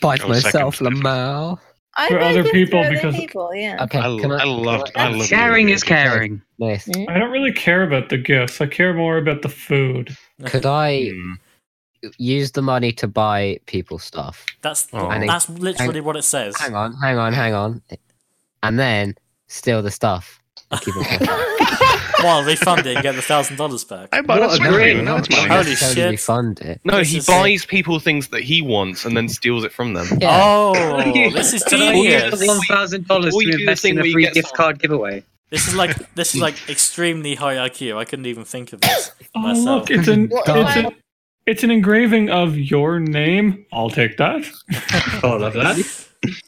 S6: Bite
S8: Oh,
S6: myself,
S8: second.
S6: Lamal.
S10: I
S4: For
S10: think
S4: other
S10: it's
S4: people,
S10: for other
S4: because-
S10: people, yeah.
S6: Okay,
S8: I,
S6: can I?
S8: I love. I love
S7: Sharing is caring.
S6: Nice.
S7: Hmm?
S4: I don't really care about the gifts. I care more about the food.
S6: Could I
S5: Hmm.
S8: Mm.
S6: use the money to buy people stuff?
S2: That's
S5: Oh.
S6: And it-
S2: that's literally what it says.
S6: Hang on, hang on, hang on. And then steal the stuff. and Keep it
S2: (laughs)
S6: for myself.
S2: Well, refund it and get the thousand dollars back.
S8: I bought
S7: What
S8: a
S7: a
S8: strawberry.
S7: great-
S8: Now it's mine.
S2: Holy
S6: Necessarily
S2: shit.
S6: refund it.
S5: No,
S2: This
S5: he
S2: is
S5: buys people things that he wants and then steals it from them.
S6: Yeah.
S7: (laughs)
S5: (laughs)
S2: Oh, this is
S7: Can I use
S2: genius.
S7: the one thousand dollars
S5: Or you
S7: to
S5: do the
S7: invest
S5: thing
S7: in a
S5: where you
S7: free
S5: get
S7: gift
S5: some-
S7: card giveaway?
S2: This is like
S7: (laughs)
S2: this is like extremely high IQ. I couldn't even think of this
S4: Oh,
S2: myself.
S4: look, it's an,
S10: Well, if
S4: it's,
S10: I-
S4: an, it's an engraving of your name. I'll
S2: (laughs)
S4: take that.
S7: Oh, love that.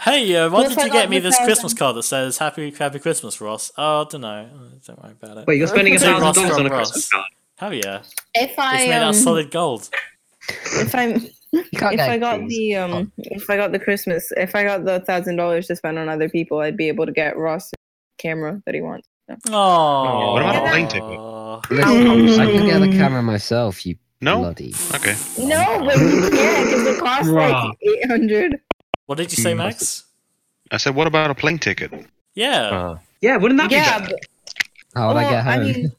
S2: Hey, uh, why
S10: What if
S2: did
S10: I
S2: you get
S10: got
S2: me
S10: the
S2: this Christmas
S10: thousand?
S2: card that says "Happy Happy Christmas, Ross"? Oh, I don't know. Don't worry about it.
S7: Wait, you're spending a
S2: (laughs) Say
S7: thousand
S2: Ross
S7: dollars on a
S2: from Ross.
S7: Christmas card.
S2: Hell yeah! It's
S10: If I
S2: made out of
S10: um,
S2: solid gold.
S10: if I'm
S6: You can't
S10: if
S6: get
S10: I got
S6: things.
S10: the um
S6: Oh.
S10: if I got the Christmas if I got the thousand dollars to spend on other people, I'd be able to get Ross the camera that he wants.
S2: Oh,
S8: what
S10: about a
S8: plane
S6: Listen, I can get the camera myself, you
S8: No.
S6: bloody.
S8: Okay.
S10: No, but we can't because it costs
S7: Ross.
S10: like eight hundred.
S2: What did you say, Max?
S8: I said, what about a plane ticket?
S2: Yeah,
S5: Uh,
S7: Yeah, wouldn't that
S10: Yeah,
S7: be?
S10: but,
S6: How would I
S10: well,
S6: get home? (laughs)
S10: mean,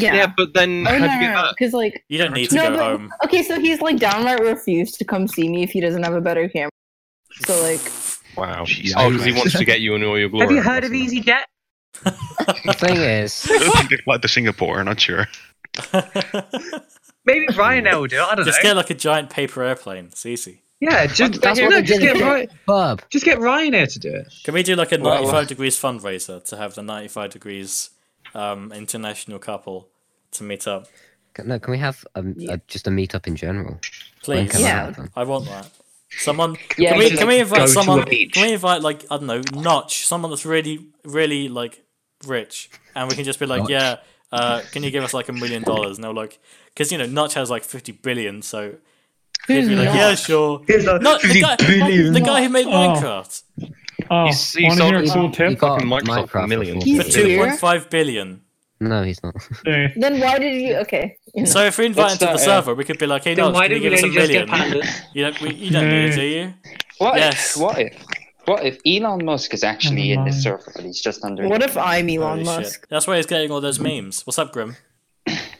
S5: yeah.
S10: yeah.
S5: but then
S10: Oh
S5: how do
S10: no,
S5: you get that?
S10: because like
S2: you don't need to
S10: No,
S2: go
S10: but-
S2: home.
S10: okay, so he's like downright refused to come see me if he doesn't have a better camera. So like,
S5: Wow.
S8: Jesus
S5: Oh, because he
S8: Christ.
S5: wants to get you in all your
S7: better?
S5: glory.
S7: Have you heard of EasyJet?
S6: the thing is,
S5: (laughs)
S8: I don't think they fly to Singapore. I'm not sure.
S7: Maybe Ryanair will do it. I don't
S2: Just
S7: know.
S2: get like a giant paper airplane. It's easy.
S7: yeah, just,
S6: That's
S7: no,
S6: what they
S7: just,
S6: did
S7: get
S6: in
S7: Ry-
S6: Bob.
S7: just get Ryanair to do it.
S2: Can we do like a
S6: Well,
S2: 95
S6: well.
S2: degrees fundraiser to have the 95 degrees um, international couple to meet up?
S6: Can- No, can we have a, a, just a meetup in general? When
S2: Please.
S6: can that
S10: Yeah.
S6: happen?
S2: I want that. Someone
S10: Yeah,
S2: can we
S10: just,
S2: can we invite
S7: go to
S2: someone
S7: a beach.
S2: can we invite like I don't know, Notch, someone that's really really like rich and we can just be like,
S6: Notch.
S2: Yeah, uh, can you give us like a million dollars? And they'll like because you know, Notch has like fifty billion, so he'd be like, Yeah, sure. Not the
S6: (laughs)
S2: guy, the guy who made Minecraft
S4: Oh,
S5: You see,
S4: want to
S5: so-
S4: hear a
S5: you-
S4: cool
S6: You
S4: tip?
S6: got
S5: Fucking Microsoft
S6: Minecraft
S5: million.
S6: millions.
S2: for
S10: He's
S2: two
S10: weird.
S2: point five billion.
S6: No, he's not.
S4: Hey,
S10: Then why did you? Okay.
S2: So if we invite him to the
S9: What's that, uh,
S2: server, we could be like, Hey
S7: Then
S2: Notch,
S7: why
S2: can you
S7: did
S2: give
S7: we
S2: us a
S7: only just get
S2: million?
S7: pandas?
S2: (laughs) You don't we, you don't need it, do you?
S9: What
S2: Yes.
S9: if? What if? What if Elon Musk is actually in this
S4: Never
S9: server, but he's just under?
S10: What if I'm Elon
S2: Holy shit.
S10: Musk?
S2: That's where he's getting all those memes. What's up, Grim?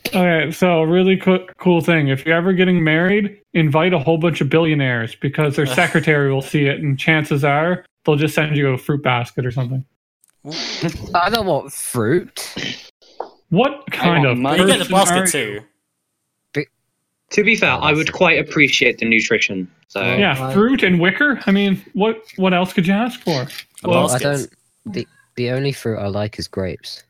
S4: Okay, so a really co- cool thing. If you're ever getting married, invite a whole bunch of billionaires
S2: (laughs)
S4: because their secretary will see it, and chances are they'll just send you a fruit basket or something.
S6: I don't want fruit.
S4: What kind
S9: want
S4: of
S9: money.
S2: You get the
S4: person are
S2: basket
S4: you?
S2: too.
S7: To be fair, I would quite appreciate the nutrition. So
S4: Yeah, fruit and wicker. I mean, what what else could you ask for?
S2: A
S6: Well, I
S2: basket.
S6: don't. The, the only fruit I like is grapes.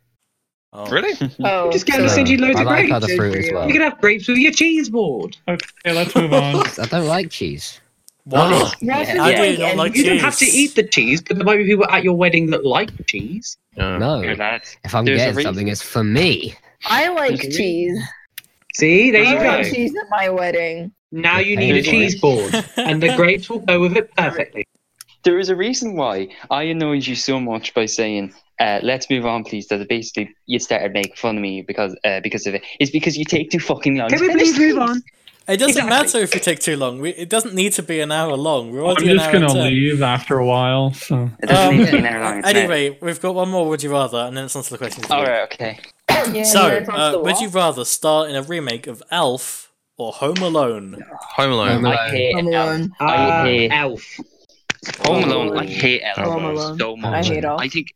S2: Oh. (laughs)
S5: Really?
S10: Oh,
S7: (laughs) just get them to
S6: so-
S7: send you loads
S6: I
S7: of
S6: like
S7: grapes.
S6: other fruit as well.
S7: You can have grapes with your cheese board.
S4: Okay, let's move on.
S6: (laughs) I don't like cheese.
S2: (laughs) What?
S10: Ross
S2: How
S10: is
S2: do you
S10: like,
S2: not
S10: and-
S2: like
S7: Oh. You don't have to
S2: Cheese.
S7: eat the cheese, but there might be people at your wedding that like cheese.
S6: No.
S9: Hear that?
S6: If I'm
S9: There's a
S6: getting
S9: reason.
S6: something, it's for me.
S10: I like cheese.
S7: See, there
S10: I
S7: you
S10: got
S7: go.
S10: cheese at my wedding.
S7: Now you need a
S9: Anyway.
S7: cheese board,
S9: (laughs)
S7: and the grapes will go with it perfectly.
S9: There is a reason why I annoyed you so much by saying, uh, "Let's move on, please." That basically you started making fun of me because uh, because of it. It's because you take too fucking long.
S7: Can we please move on?
S10: (laughs)
S2: It doesn't
S7: Exactly.
S2: matter if we take too long. We, it doesn't need to be an hour long. We're
S4: I'm
S2: already
S4: just
S2: an hour
S4: gonna
S2: and ten.
S4: leave after a while. So
S9: It doesn't
S2: Um,
S9: need to be an hour long. it's
S2: Anyway, we've got one more. Would you rather? And then it's on to the questions.
S9: not. All right. Okay.
S10: (coughs) Yeah,
S2: So,
S10: that's on
S2: uh,
S10: the
S2: would
S10: wall.
S2: you rather star in a remake of Elf or Home Alone?
S5: Home Alone.
S6: Home
S9: I hate
S10: Home
S9: Elf.
S10: Alone.
S9: I
S7: Uh,
S9: hate
S7: elf.
S9: Home Alone. I hate Elf
S10: Home Alone.
S9: so much.
S10: I hate all.
S9: I think.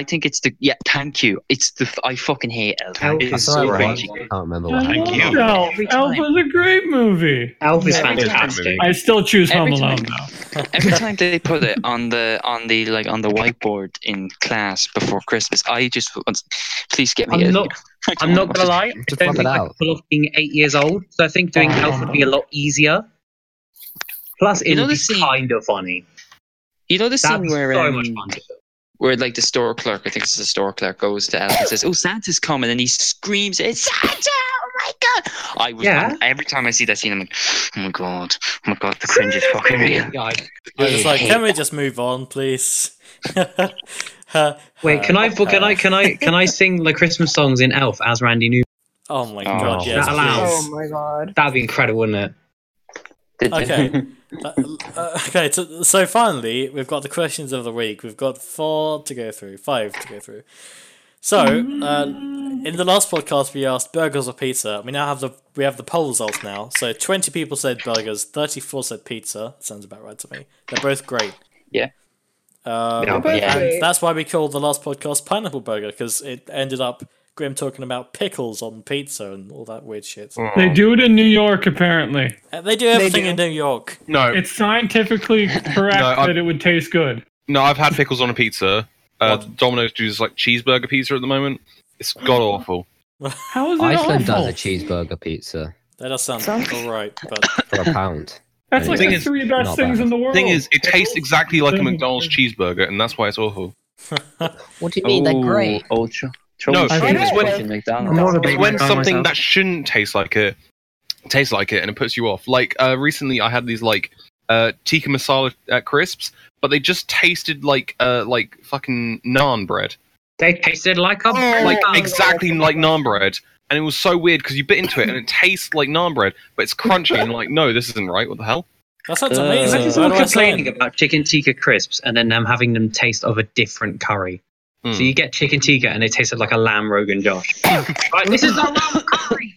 S9: I think it's the yeah. Thank you. It's the f- I fucking hate Elf.
S7: Elf
S6: I
S9: It's
S7: is
S6: saw
S9: so
S6: it
S7: right.
S6: once.
S9: cringy.
S6: I can't remember
S4: I
S6: what
S8: Thank
S4: loved
S8: you.
S4: Elf. Elf was a great movie.
S7: Elf is
S10: Yeah, every time.
S7: fantastic.
S4: I still choose
S9: Every
S4: Home Alone
S9: time.
S4: though.
S9: (laughs) Every time they put it on the on the like on the whiteboard in class before Christmas, I just want please get me.
S7: I'm
S9: out (laughs)
S7: not.
S9: of here.
S7: I'm not gonna lie. I
S6: Just
S7: don't
S6: pop it
S7: think I
S6: out.
S7: could pull off being eight years old, so I think doing elf would be a lot easier. Plus, it
S9: You know
S7: would be
S9: the scene-
S7: kind of funny.
S9: You know the
S7: That'd
S9: scene
S7: be
S9: where
S7: so
S9: um,
S7: much fun. to do.
S9: where like the store clerk, I think it's the store clerk, goes to Elf and says, "Oh, Santa's coming," and he screams, "It's Santa! Oh my god!" I was
S7: Yeah.
S9: every time I see that scene, I'm like, "Oh my god, oh my god, the cringe is fucking real."
S7: Oh, Yeah, I-
S2: I was just like, can we just move on, please? (laughs) Uh,
S7: Wait, can I
S2: uh,
S7: can I
S9: (laughs)
S7: can I can I sing the Christmas songs in Elf as Randy Newman?
S2: Oh my
S9: Oh.
S2: god! Yes,
S7: Not allowed.
S10: Oh
S2: please.
S10: my god.
S7: That'd be incredible, wouldn't it?
S9: (laughs)
S2: Okay. Uh, uh, okay, so, so finally, we've got the questions of the week. We've got four to go through, five to go through. So, uh, in the last podcast, we asked burgers or pizza. We now have the we have the poll results now. So, twenty people said burgers, thirty-four said pizza. Sounds about right to me. They're both great.
S9: Yeah.
S2: Um,
S7: Yeah.
S10: Both
S9: Yeah.
S10: great.
S2: That's why we called the last podcast Pineapple Burger because it ended up Grim talking about pickles on pizza and all that weird shit.
S10: Mm.
S4: They do it in New York apparently.
S2: Uh, They do everything
S10: do.
S2: in New York.
S5: No,
S4: It's scientifically correct
S5: No, I-
S4: that it would taste good.
S5: no. I've had pickles on a pizza. Uh, Domino's does like cheeseburger pizza at the moment. It's god awful.
S2: (laughs)
S4: How is it
S6: Iceland
S4: awful?
S6: does a cheeseburger pizza
S2: That does sound
S10: Sounds-
S2: right, but
S6: for a pound.
S4: (laughs) That's
S6: The
S4: like
S5: thing
S4: the
S5: is-
S4: three best
S6: not
S4: things
S6: bad.
S4: in the world.
S5: Thing is, it tastes exactly like a McDonald's cheeseburger, and that's why it's awful.
S6: (laughs) What do you mean? They're great.
S5: Oh,
S9: Ultra.
S5: No,
S4: I think
S5: it's when,
S10: it's-
S9: McDonald's.
S7: more of a
S5: it's
S7: big
S5: when
S7: McDonald's
S5: something
S7: myself.
S5: that shouldn't taste like it tastes like it, and it puts you off. Like uh, recently, I had these like uh, tikka masala uh, crisps, but they just tasted like uh, like fucking naan bread. Oh,
S7: They tasted like a
S5: like
S7: like
S5: exactly like naan bread. And it was so weird because you bit into it and it tastes like naan bread, but it's crunchy and like, no, this isn't right. What the hell?
S2: that sounds
S9: Uh,
S2: amazing.
S7: Imagine
S2: Where do
S7: someone
S2: I sign?
S7: complaining about chicken tikka crisps and then them having them taste of a different curry.
S5: Hmm.
S7: So you get chicken tikka and they tasted like a lamb Rogan Josh.
S6: (laughs)
S7: right, this is not lamb curry.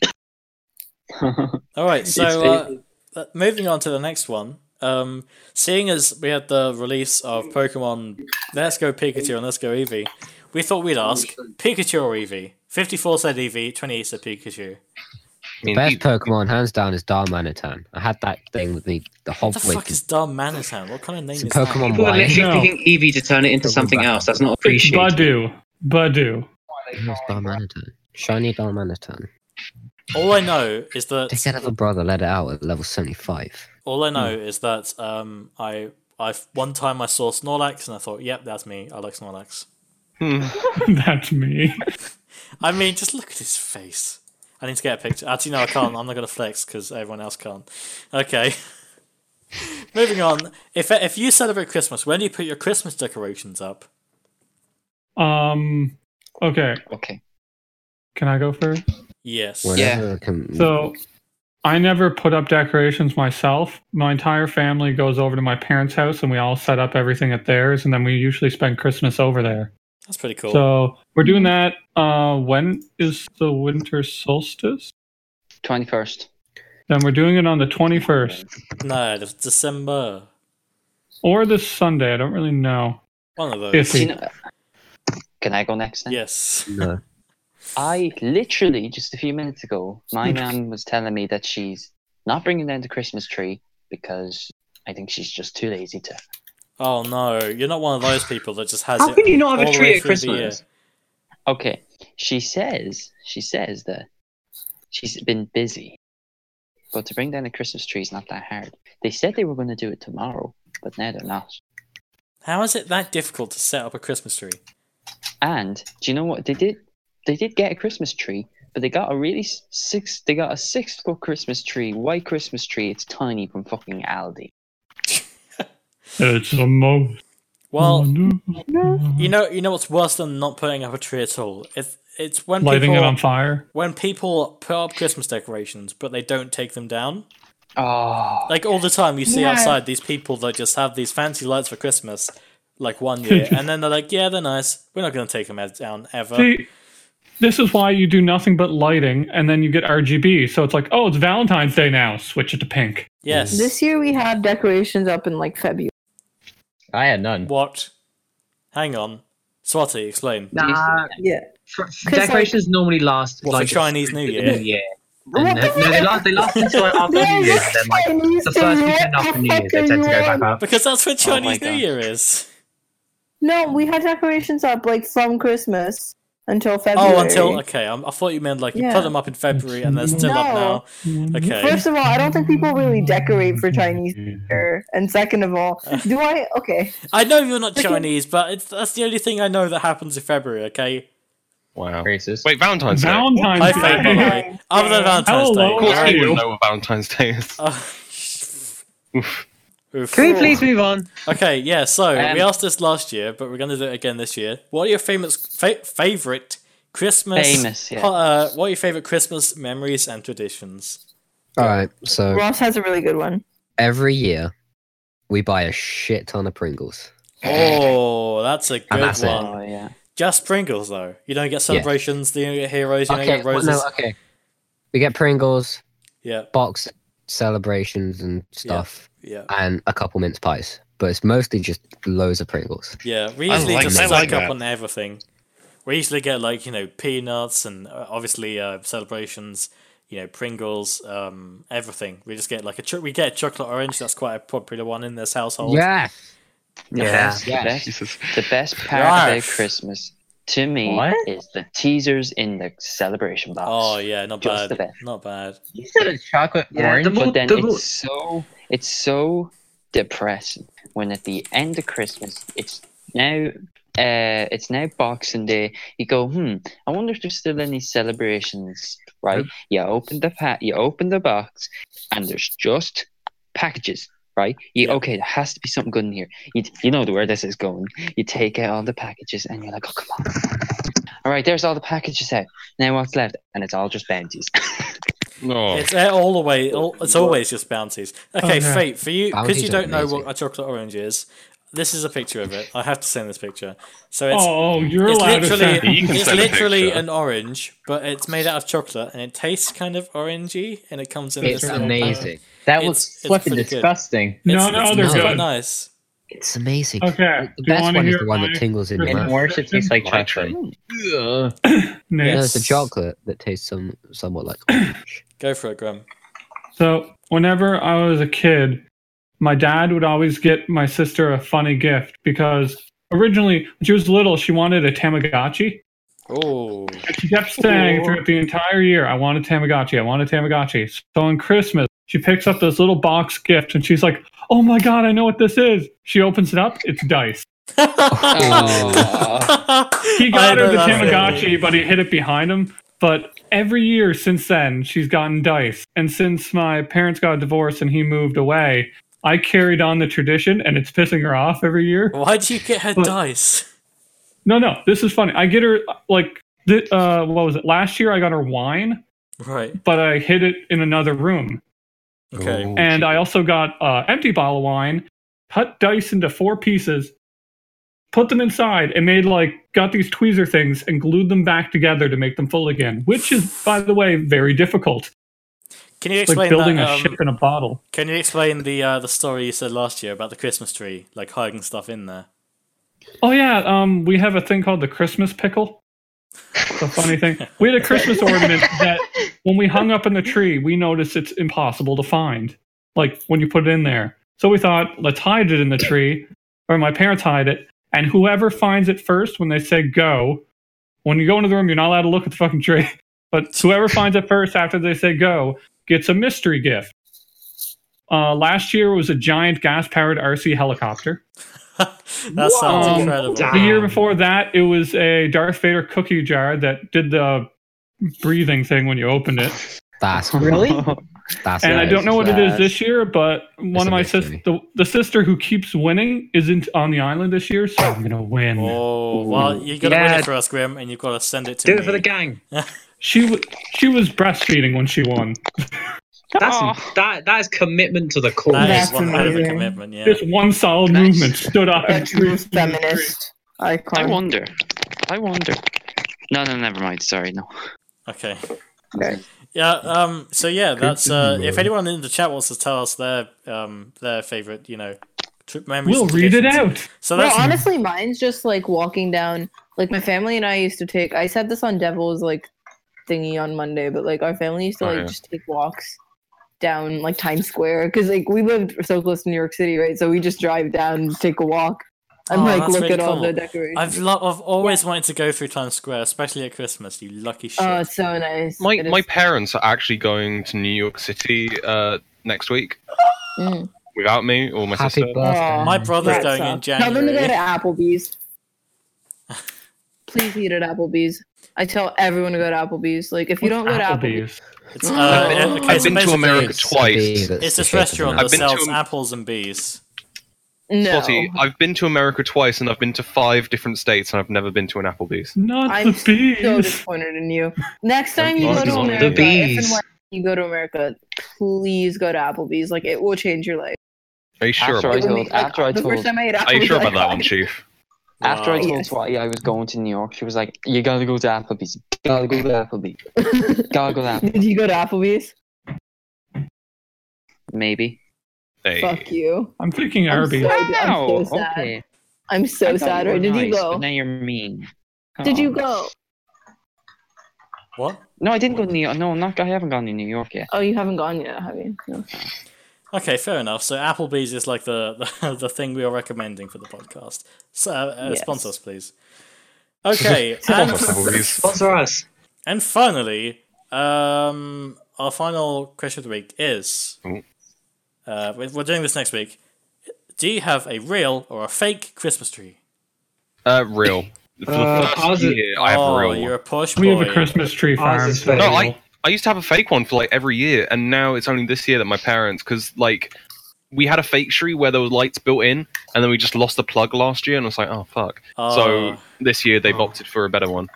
S2: All
S6: (laughs)
S2: right, so
S9: It's-
S2: uh, uh, moving on to the next one. Um, seeing as we had the release of Pokemon Let's Go Pikachu and Let's Go Eevee, we thought we'd ask Pikachu or Eevee. Fifty-four said Eevee, twenty-eight said Pikachu.
S6: The
S5: mean,
S6: best
S5: he-
S6: Pokemon, hands down, is Darmanitan. I had that thing with me the whole
S2: What the
S6: week.
S2: fuck is Darmanitan? What kind of name
S6: It's
S2: is
S6: a
S2: that?
S6: Pokemon
S7: People are
S6: Y.
S7: literally
S4: No.
S7: picking Eevee to turn it into something else. That's not
S4: It's
S7: appreciated.
S4: Badu. Badu.
S6: It's Darmanitan. Shiny Darmanitan.
S2: All I know is
S6: They
S2: that
S6: said have a brother let it out at level 75.
S2: all I
S7: Hmm.
S2: know is that um I I one time I saw Snorlax and I thought, yep, that's me. I like Snorlax.
S7: (laughs)
S4: That's me.
S2: (laughs) I mean, just look at his face. I need to get a picture. Actually, no, I can't. I'm not going to flex because everyone else can't. Okay. (laughs) Moving on. If if you celebrate Christmas, when do you put your Christmas decorations up?
S4: Um. Okay.
S9: Okay.
S4: Can I go first?
S2: Yes.
S6: Whenever I Can,
S4: So I never put up decorations myself. My entire family goes over to my parents' house and we all set up everything at theirs and then we usually spend Christmas over there.
S2: That's pretty cool.
S4: So we're doing that uh when is the winter solstice?
S9: Twenty first.
S4: Then we're doing it on the 21st
S2: no, it's December.
S4: or this Sunday, I don't really
S2: (sighs)
S4: know.
S2: One of those.
S4: Iffy.
S9: Can I go next? Then?
S2: Yes.
S6: no.
S9: (laughs) I literally just a few minutes ago, my mum was telling me that she's not bringing down the Christmas tree because I think she's just too lazy to.
S2: Oh no, you're not one of those people that just has
S7: How
S2: it.
S7: can you not have
S2: all
S7: a
S2: the
S7: tree
S2: way
S7: at
S2: through the year.
S7: Christmas?
S9: Okay, she says she says that she's been busy, but to bring down the Christmas tree is not that hard. They said they were going to do it tomorrow, but now they're not.
S2: How is it that difficult to set up a Christmas tree?
S9: And do you know what they did? They did get a Christmas tree, but they got a really s- six. They got a six foot Christmas tree, white Christmas tree. It's tiny from fucking Aldi.
S4: It's the most
S2: Well,
S4: Mm-hmm.
S2: you know, you know what's worse than not putting up a tree at all. It's it's when
S4: lighting
S2: people
S4: it on fire.
S2: when people put up Christmas decorations but they don't take them down.
S6: Ah.
S9: Oh,
S2: Like all the time, you see
S10: Yeah.
S2: outside these people that just have these fancy lights for Christmas, like one
S4: (laughs)
S2: year, and then they're like, "Yeah, they're nice. We're not going to take them out- down ever."
S4: See, this is why you do nothing but lighting and then you get RGB. So it's like, "Oh, it's Valentine's Day now. Switch it to pink."
S2: yes.
S10: This year we had decorations up in like February.
S6: I had none.
S2: what? Hang on, Swati, explain.
S7: Nah,
S10: Yeah.
S7: fr- decorations normally last
S2: What, for
S7: like
S2: Chinese New
S7: the
S2: Year?
S7: New Year.
S10: What
S7: And
S10: the
S7: they, (laughs) no, they last, they last until
S10: (laughs)
S7: like after
S10: Yeah,
S7: New Year's.
S10: that's
S7: Then, like,
S10: Chinese
S7: the first
S10: New Year.
S7: weekend
S10: What
S7: after New
S10: the
S7: Year's, they
S10: fuck
S7: tend
S10: are
S7: to go
S10: you
S7: back
S10: on?
S7: up.
S2: Because that's
S10: Oh
S2: when Chinese New
S9: God.
S2: Year is.
S10: No, we had decorations up like from Christmas until February.
S2: Oh, until okay. Um, I thought you meant like you
S10: Yeah.
S2: put them up in February and they're still up now. Okay.
S10: First of all, I don't think people really decorate for Chinese
S4: (laughs)
S10: New Year. And second of all,
S2: Uh.
S10: do I? Okay.
S2: I know you're not Chinese, but it's, that's the only thing I know that happens in February. Okay.
S5: Wow.
S6: Racist.
S5: Wait, Valentine's Day. Of
S4: Valentine's
S2: Hi,
S4: Day. (laughs)
S2: Faye, by the way. Other than Valentine's Day.
S4: Hello.
S5: course,
S4: Are
S5: you
S4: you?
S5: wouldn't know what Valentine's Day is.
S2: Uh, (laughs) Oof.
S7: Can we please move on?
S2: Okay, yeah. So
S9: Um,
S2: we asked this last year, but we're going to do it again this year. What are your famous fa- favorite Christmas?
S9: Famous, yeah.
S2: ho- uh, what are your favorite Christmas memories and traditions?
S6: All right. So
S10: Ross has a really good one.
S6: every year, we buy a shit ton of Pringles.
S2: Oh, that's a good
S6: Uh, that's it.
S2: one.
S9: oh yeah.
S2: Just Pringles, though. You don't get celebrations. You don't get heroes. You don't
S6: Okay.
S2: get
S6: well,
S2: roses.
S6: no, okay. We get Pringles,
S2: Yeah,
S6: box celebrations and stuff,
S2: yeah.
S6: and a couple mince pies. But it's mostly just loads of Pringles.
S2: Yeah, we
S8: I
S2: usually
S8: like
S2: just
S8: that. I
S2: stack
S8: like
S2: up
S8: that.
S2: on everything. We usually get like you know peanuts and uh, obviously uh, celebrations, you know Pringles, um, everything. We just get like a cho- we get a chocolate orange. That's quite a popular one in this household.
S6: Yeah.
S9: The
S7: Yeah.
S9: best,
S6: Yeah.
S9: the best,
S8: Jesus.
S9: the best part about
S2: Yes.
S9: Christmas to me
S6: What?
S9: is the teasers in the celebration box.
S2: Oh yeah, not
S9: Just the
S2: bad.
S9: best.
S2: Not bad.
S6: You said a chocolate
S7: Yeah, the more,
S9: But then
S7: the more,
S9: it's
S2: (laughs)
S9: so it's so depressing when at the end of Christmas it's now uh it's now Boxing Day. You go, hmm, I wonder if there's still any celebrations, right? You open the pa- you open the box and there's just packages. Right? You,
S2: Yeah.
S9: Okay, there has to be something good in here. You, you know where this is going. You take out all the packages and you're like, oh, come on. All right, there's all the packages out. Now what's left? And it's all just bounties.
S5: Oh.
S2: It's uh, all the way. all- It's always just bounties. Okay,
S4: yeah.
S2: fate for you because
S6: Bounties
S2: you
S6: are
S2: don't know what
S6: amazing.
S2: a chocolate orange is. This is a picture of it. I have to send this picture. So it's
S4: Oh, you're
S2: It's
S4: allowed to
S2: literally,
S4: say.
S5: You can
S2: it's
S5: send a
S2: literally
S5: picture.
S2: an orange, but it's made out of chocolate, and it tastes kind of orangey, and it comes in.
S6: It's
S2: this little-
S6: amazing.
S11: That
S2: It's-
S11: was
S2: it's
S11: flipping
S2: pretty good.
S11: disgusting.
S4: No,
S2: It's-
S4: no,
S2: it's
S4: they're
S2: not
S4: good.
S2: nice.
S6: It's amazing.
S4: Okay.
S6: The
S4: do you
S6: best
S4: wanna
S6: one is
S4: hear
S6: the one
S4: my-
S6: that tingles in your
S4: And
S6: mouth.
S7: worse, it tastes like chocolate.
S5: Ugh.
S6: No, it's
S4: (laughs) Next.
S6: the chocolate that tastes some somewhat like.
S2: Go for it, Grim.
S4: So, whenever I was a kid, my dad would always get my sister a funny gift because originally, when she was little, she wanted a Tamagotchi.
S2: Oh,
S4: And she kept saying throughout the entire year, I want a Tamagotchi, I want a Tamagotchi. So, on Christmas, she picks up this little box gift and she's like, Oh my God, I know what this is. She opens it up, it's dice.
S9: Oh.
S7: (laughs)
S4: He got her the Tamagotchi, but he hid it behind him. But every year since then, she's gotten dice. And since my parents got divorced and he moved away, I carried on the tradition and it's pissing her off every year.
S2: Why'd you get her
S4: But-
S2: dice?
S4: No, no, this is funny. I get her, like, th- uh, what was it? Last year I got her wine,
S2: Right.
S4: but I hid it in another room.
S2: Okay.
S4: And I also got uh, empty bottle of wine, cut dice into four pieces, put them inside, and made like got these tweezer things and glued them back together to make them full again, which is, by the way, very difficult.
S2: Can you
S4: It's like
S2: explain
S4: building
S2: that?
S4: a
S2: um,
S4: ship in a bottle.
S2: Can you explain the uh, the story you said last year about the Christmas tree, like hiding stuff in there?
S4: Oh yeah, um, we have a thing called the Christmas pickle. It's a funny thing. We had a Christmas ornament that when we hung up in the tree, we noticed it's impossible to find. Like when you put it in there. So we thought, let's hide it in the tree, or my parents hide it, and whoever finds it first when they say go, when you go into the room, you're not allowed to look at the fucking tree. (laughs) But whoever finds it first after they say go gets a mystery gift. Uh, last year was a giant gas powered RC helicopter.
S2: (laughs) that sounds
S4: Um,
S2: incredible.
S4: The year before that, it was a Darth Vader cookie jar that did the breathing thing when you opened it.
S6: That's
S4: (laughs)
S7: Really?
S6: That's
S4: and I
S6: nice.
S4: don't know what it is
S7: Yes.
S4: this year, but one of my
S6: amazing.
S4: sis, the, the sister who keeps winning, isn't on the island this year, so I'm gonna win.
S2: Oh, well, you got to win
S7: Yeah.
S2: it for us, Grim, and you've got to send it to
S7: Do
S2: me.
S7: it for
S2: (laughs)
S7: the gang.
S4: She w- she was breastfeeding when she won.
S7: That's
S9: Oh.
S7: that that is commitment to the cause.
S2: That
S3: That's
S2: is one hell of a
S3: amazing.
S2: commitment, yeah.
S4: Just one solid
S9: Nice.
S4: movement stood up. and
S3: That true
S4: breathed in the
S3: feminist
S9: I (laughs)
S3: icon.
S9: wonder. I wonder. No, no, never mind. Sorry, no.
S2: Okay.
S3: Okay.
S2: Yeah. Um. So yeah, that's. Uh, if anyone in the chat wants to tell us their um their favorite, you know, trip
S4: tree.
S2: memories.
S4: We'll
S2: and
S4: read it
S2: traditions.
S4: out.
S2: So
S10: No,
S2: that's
S10: honestly, mine's just like walking down. Like my family and I used to take. I said this on Devil's like thingy on Monday, but like our family used to
S5: Oh,
S10: like
S5: yeah.
S10: just take walks down like Times Square because like we lived so close to New York City, right? So we just drive down, and take a walk, and
S2: Oh,
S10: like
S2: that's
S10: look
S2: really
S10: at all
S2: cool.
S10: the decorations.
S2: I've lo- I've always wanted to go through Times Square, especially at Christmas. You
S9: Uh,
S2: lucky shit.
S10: oh, it's so nice.
S5: My
S10: It is-
S5: my parents are actually going to New York City uh, next week
S10: Mm.
S5: without me or my
S6: Happy
S5: sister.
S6: birthday.
S2: My brother's
S10: Right,
S2: going
S10: so-
S2: in
S10: Tell them to go to
S2: January.
S10: Applebee's. Please eat at Applebee's. I tell everyone to go to Applebee's. Like if you don't go to Applebee's,
S4: Applebee's.
S2: It's, uh,
S10: I've been-
S2: okay,
S5: I've
S2: so
S5: been to
S2: basically
S5: America
S2: it's-
S5: twice.
S2: It's this restaurant that
S5: I've been to
S2: sells
S5: Am-
S2: apples and bees.
S10: no.
S5: Spotty, I've been to America twice and I've been to five different states and I've never been to an Applebee's.
S4: Not
S10: I'm
S4: the bees.
S10: so disappointed in you. Next time you go
S5: Not
S10: to
S5: the
S10: America, if and
S7: bees.
S10: when you go to America, please go to Applebee's. Like it will change your life.
S5: Are you sure
S9: After I
S5: about
S10: It
S5: that?
S10: will
S9: told,
S10: make- like,
S9: after I
S10: the first
S9: told,
S10: time I ate Applebee's,
S5: Are you sure
S10: I
S5: about that one,
S10: cried.
S5: Chief?
S9: after I
S2: Wow.
S9: told
S10: Yes.
S9: Swati I was going to New York, she was like, "You gotta go to Applebee's. Gotta go to Applebee's.
S10: (laughs)
S9: Gotta go to Applebee's."
S10: Did you go to Applebee's?
S9: Maybe.
S5: Hey.
S10: Fuck you.
S4: I'm thinking
S10: I'm
S4: Arby's.
S10: so- I'm so
S9: Wow,
S10: sad. I'm so
S9: I thought
S10: sad.
S9: you
S10: Or
S9: were
S10: did you
S9: nice,
S10: go?
S9: But now you're mean.
S10: Did
S9: Aw.
S10: you go?
S2: What?
S9: No, I didn't go to New York. No, I'm not. I haven't gone to New York yet.
S10: Oh, you haven't gone yet, have you? No.
S2: Okay, fair enough. So Applebee's is like the (laughs) the, the thing we are recommending for the podcast. So uh,
S10: Yes.
S2: sponsor us, please.
S5: (laughs)
S2: Okay, and,
S5: Applebee's.
S7: Sponsor us.
S2: and finally, um, our final question of the week is:
S5: Ooh.
S2: uh, we- we're doing this next week. Do you have a real or a fake Christmas tree?
S5: Uh, real. For
S7: Uh,
S5: the first
S7: ours is-
S5: year, I have
S2: oh,
S5: a real
S2: you're
S5: one.
S2: a push
S4: We
S2: boy.
S4: have a Christmas tree farm.
S7: Ours is
S4: so-
S7: fake.
S5: No, I, I used to have a fake one for like every year, and now it's only this year that my parents, because like we had a fake tree where there was lights built in, and then we just lost the plug last year, and I was like, oh fuck.
S2: Oh,
S5: so this year they've
S2: Oh.
S5: opted for a better one.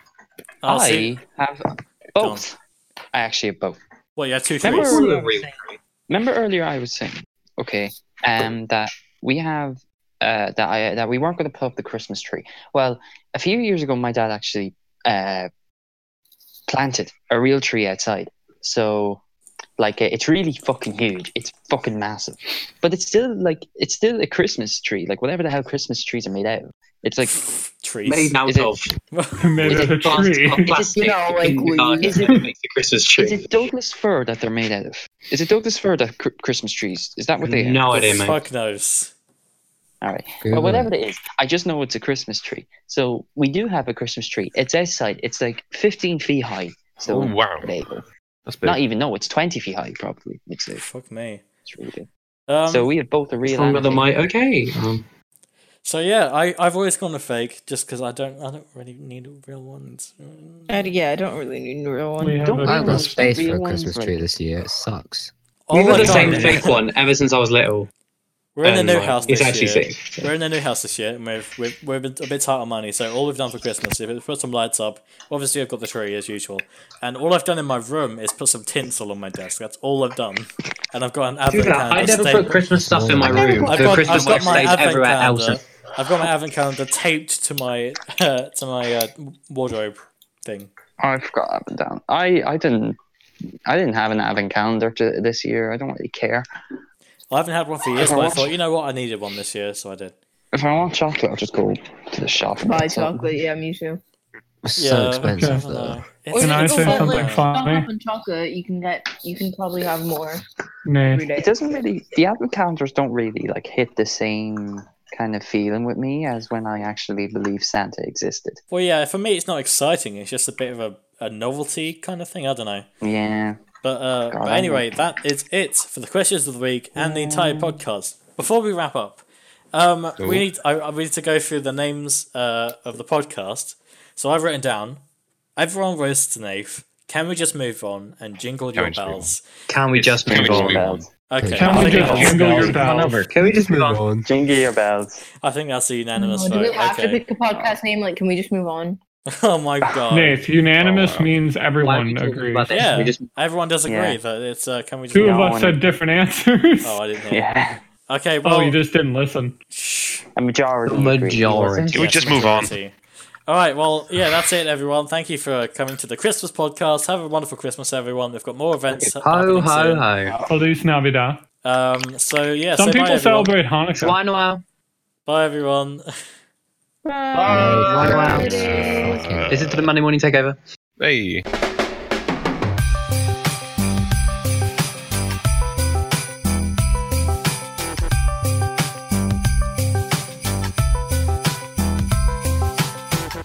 S2: oh, so you-
S9: Ah, I have both. I actually have both.
S2: well, you have two trees.
S9: Remember earlier, I
S7: Ooh,
S9: was
S7: really
S9: saying, remember earlier I was saying, okay, um, that we have uh, that I that we weren't going to put up the Christmas tree. Well, a few years ago, my dad actually uh, planted a real tree outside. So Like uh, it's really fucking huge. It's fucking massive, but it's still like it's still a Christmas tree. Like whatever the hell Christmas trees are made out of. It's like
S2: trees
S7: Made out
S9: Is
S2: Oh.
S9: it-
S7: of
S4: Made
S9: Is
S2: (laughs)
S4: out
S9: it
S4: of tree.
S7: plastic.
S3: You know, like,
S7: in
S3: we-
S7: the garden
S9: is it-
S7: that makes the Christmas
S9: is
S7: tree?
S9: it Douglas fir that they're made out of? Is it Douglas fir that cr- Christmas trees? Is that what they are?
S7: No idea, mate.
S2: Fuck knows.
S9: All right.
S6: Google
S9: But whatever
S6: it.
S9: it is, I just know it's a Christmas tree. So we do have a Christmas tree. It's outside. It's like 15 feet high. So
S5: Oh, wow.
S9: whatever.
S5: That's big.
S9: Not even no, it's 20 feet high probably. It's, uh,
S2: Fuck me.
S9: it's really good.
S2: Um,
S9: so we have both a real.
S7: Longer
S9: and a
S7: than
S9: fake.
S7: my okay. Um,
S2: So yeah, I I've always gone to fake just because I don't I don't really need real ones. Mm.
S10: And yeah, I don't really need a real one.
S4: We have
S9: Don't
S4: a-
S6: I
S9: worry
S6: haven't got
S9: about
S6: space for
S9: real
S6: a
S9: ones,
S6: Christmas
S9: like-
S6: tree this year. It sucks.
S2: Oh
S7: We've had
S2: my
S7: the same
S2: God.
S7: fake one ever since I was little.
S2: We're in a
S7: and,
S2: new
S7: like,
S2: house.
S7: It's
S2: this
S7: actually
S2: year.
S7: sick.
S2: We're in a new house this year, and we've, we've, we're a bit, a bit tight on money. So all we've done for Christmas is put some lights up. Obviously, I've got the tree as usual, and all I've done in my room is put some tinsel on my desk. That's all I've done, and I've got an
S7: Do
S2: advent
S7: that.
S2: calendar.
S7: I never
S2: stapled-
S7: put Christmas stuff in my
S6: I've never
S7: room.
S2: I've
S7: The
S2: got,
S7: Christmas
S2: I've got
S7: stuff
S2: my
S7: stays
S2: advent
S7: everywhere else.
S2: calendar. I've got my advent calendar taped to my (laughs) to my uh, wardrobe thing.
S9: I forgot up and down. I, I didn't I didn't have an advent calendar to, this year. I don't really care.
S2: I haven't had one for years, but I thought, you know what, I needed one this year, so I did.
S9: If I want chocolate, I'll just go to the shop. and
S10: Buy
S9: get something.
S10: chocolate, yeah, me too.
S6: It's
S2: Yeah,
S6: so expensive
S4: okay.
S6: though.
S2: It's
S4: Can I
S2: it's
S4: say
S2: fun,
S4: something
S2: man.
S4: fun? eh? funny?
S10: and chocolate, you can get, you can probably have more
S4: Nah.
S10: every day.
S9: It doesn't really. The advent calendars don't really like hit the same kind of feeling with me as when I actually believe Santa existed.
S2: Well, yeah, for me, it's not exciting. It's just a bit of a, a novelty kind of thing. I don't know.
S9: Yeah.
S2: But, uh,
S9: God,
S2: but
S9: I
S2: anyway, that is it for the questions of the week and the entire podcast. Before we wrap up, um, we need I, I- we need to go through the names uh, of the podcast. So I've written down. Everyone roasts Nath. Can we just move on and jingle your
S5: we just move
S2: bells?
S7: Can we just
S5: Can
S7: move
S5: we just
S7: on?
S5: move on?
S2: Okay,
S6: Can
S2: I
S4: we
S2: think,
S4: just
S2: that's,
S4: jingle your bells?
S6: Can we just move on?
S9: Jingle your bells.
S2: I think that's a unanimous
S10: Oh, do
S2: vote.
S10: we have to
S2: Okay.
S10: pick a podcast name? Like, can we just move on?
S2: (laughs) oh my
S6: (laughs)
S2: god!
S4: Nate,
S2: Oh,
S4: unanimous means
S7: Why are we
S4: everyone
S7: talking
S4: agrees.
S7: about this?
S2: Yeah.
S7: We just
S2: Everyone does agree
S9: Yeah.
S2: that it's. Uh, can we just?
S4: Two
S9: Yeah,
S4: of
S9: I
S4: us
S9: wanna-
S4: said different answers.
S2: Oh, I didn't
S4: (laughs)
S2: hear.
S9: Yeah.
S2: Okay, well,
S4: Oh, you just didn't listen.
S2: shh.
S9: A majority. agree.
S7: Majority.
S8: Can we
S2: Yes,
S8: just move on?
S2: majority. All right, well, yeah, that's it, everyone. Thank you for coming to the Christmas podcast. Have a wonderful Christmas, everyone. We've got more events.
S7: ho
S2: happening
S7: ho
S2: soon.
S7: ho.
S4: Feliz Navidad.
S2: Um, so yeah,
S4: Some
S2: say bye,
S4: people
S2: everyone.
S4: celebrate Hanukkah.
S7: Why not?
S2: Bye, everyone. (laughs) Uh,
S7: This is the Monday morning takeover.
S5: Hey.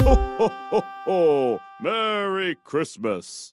S1: Ho, ho, ho, ho. Merry Christmas.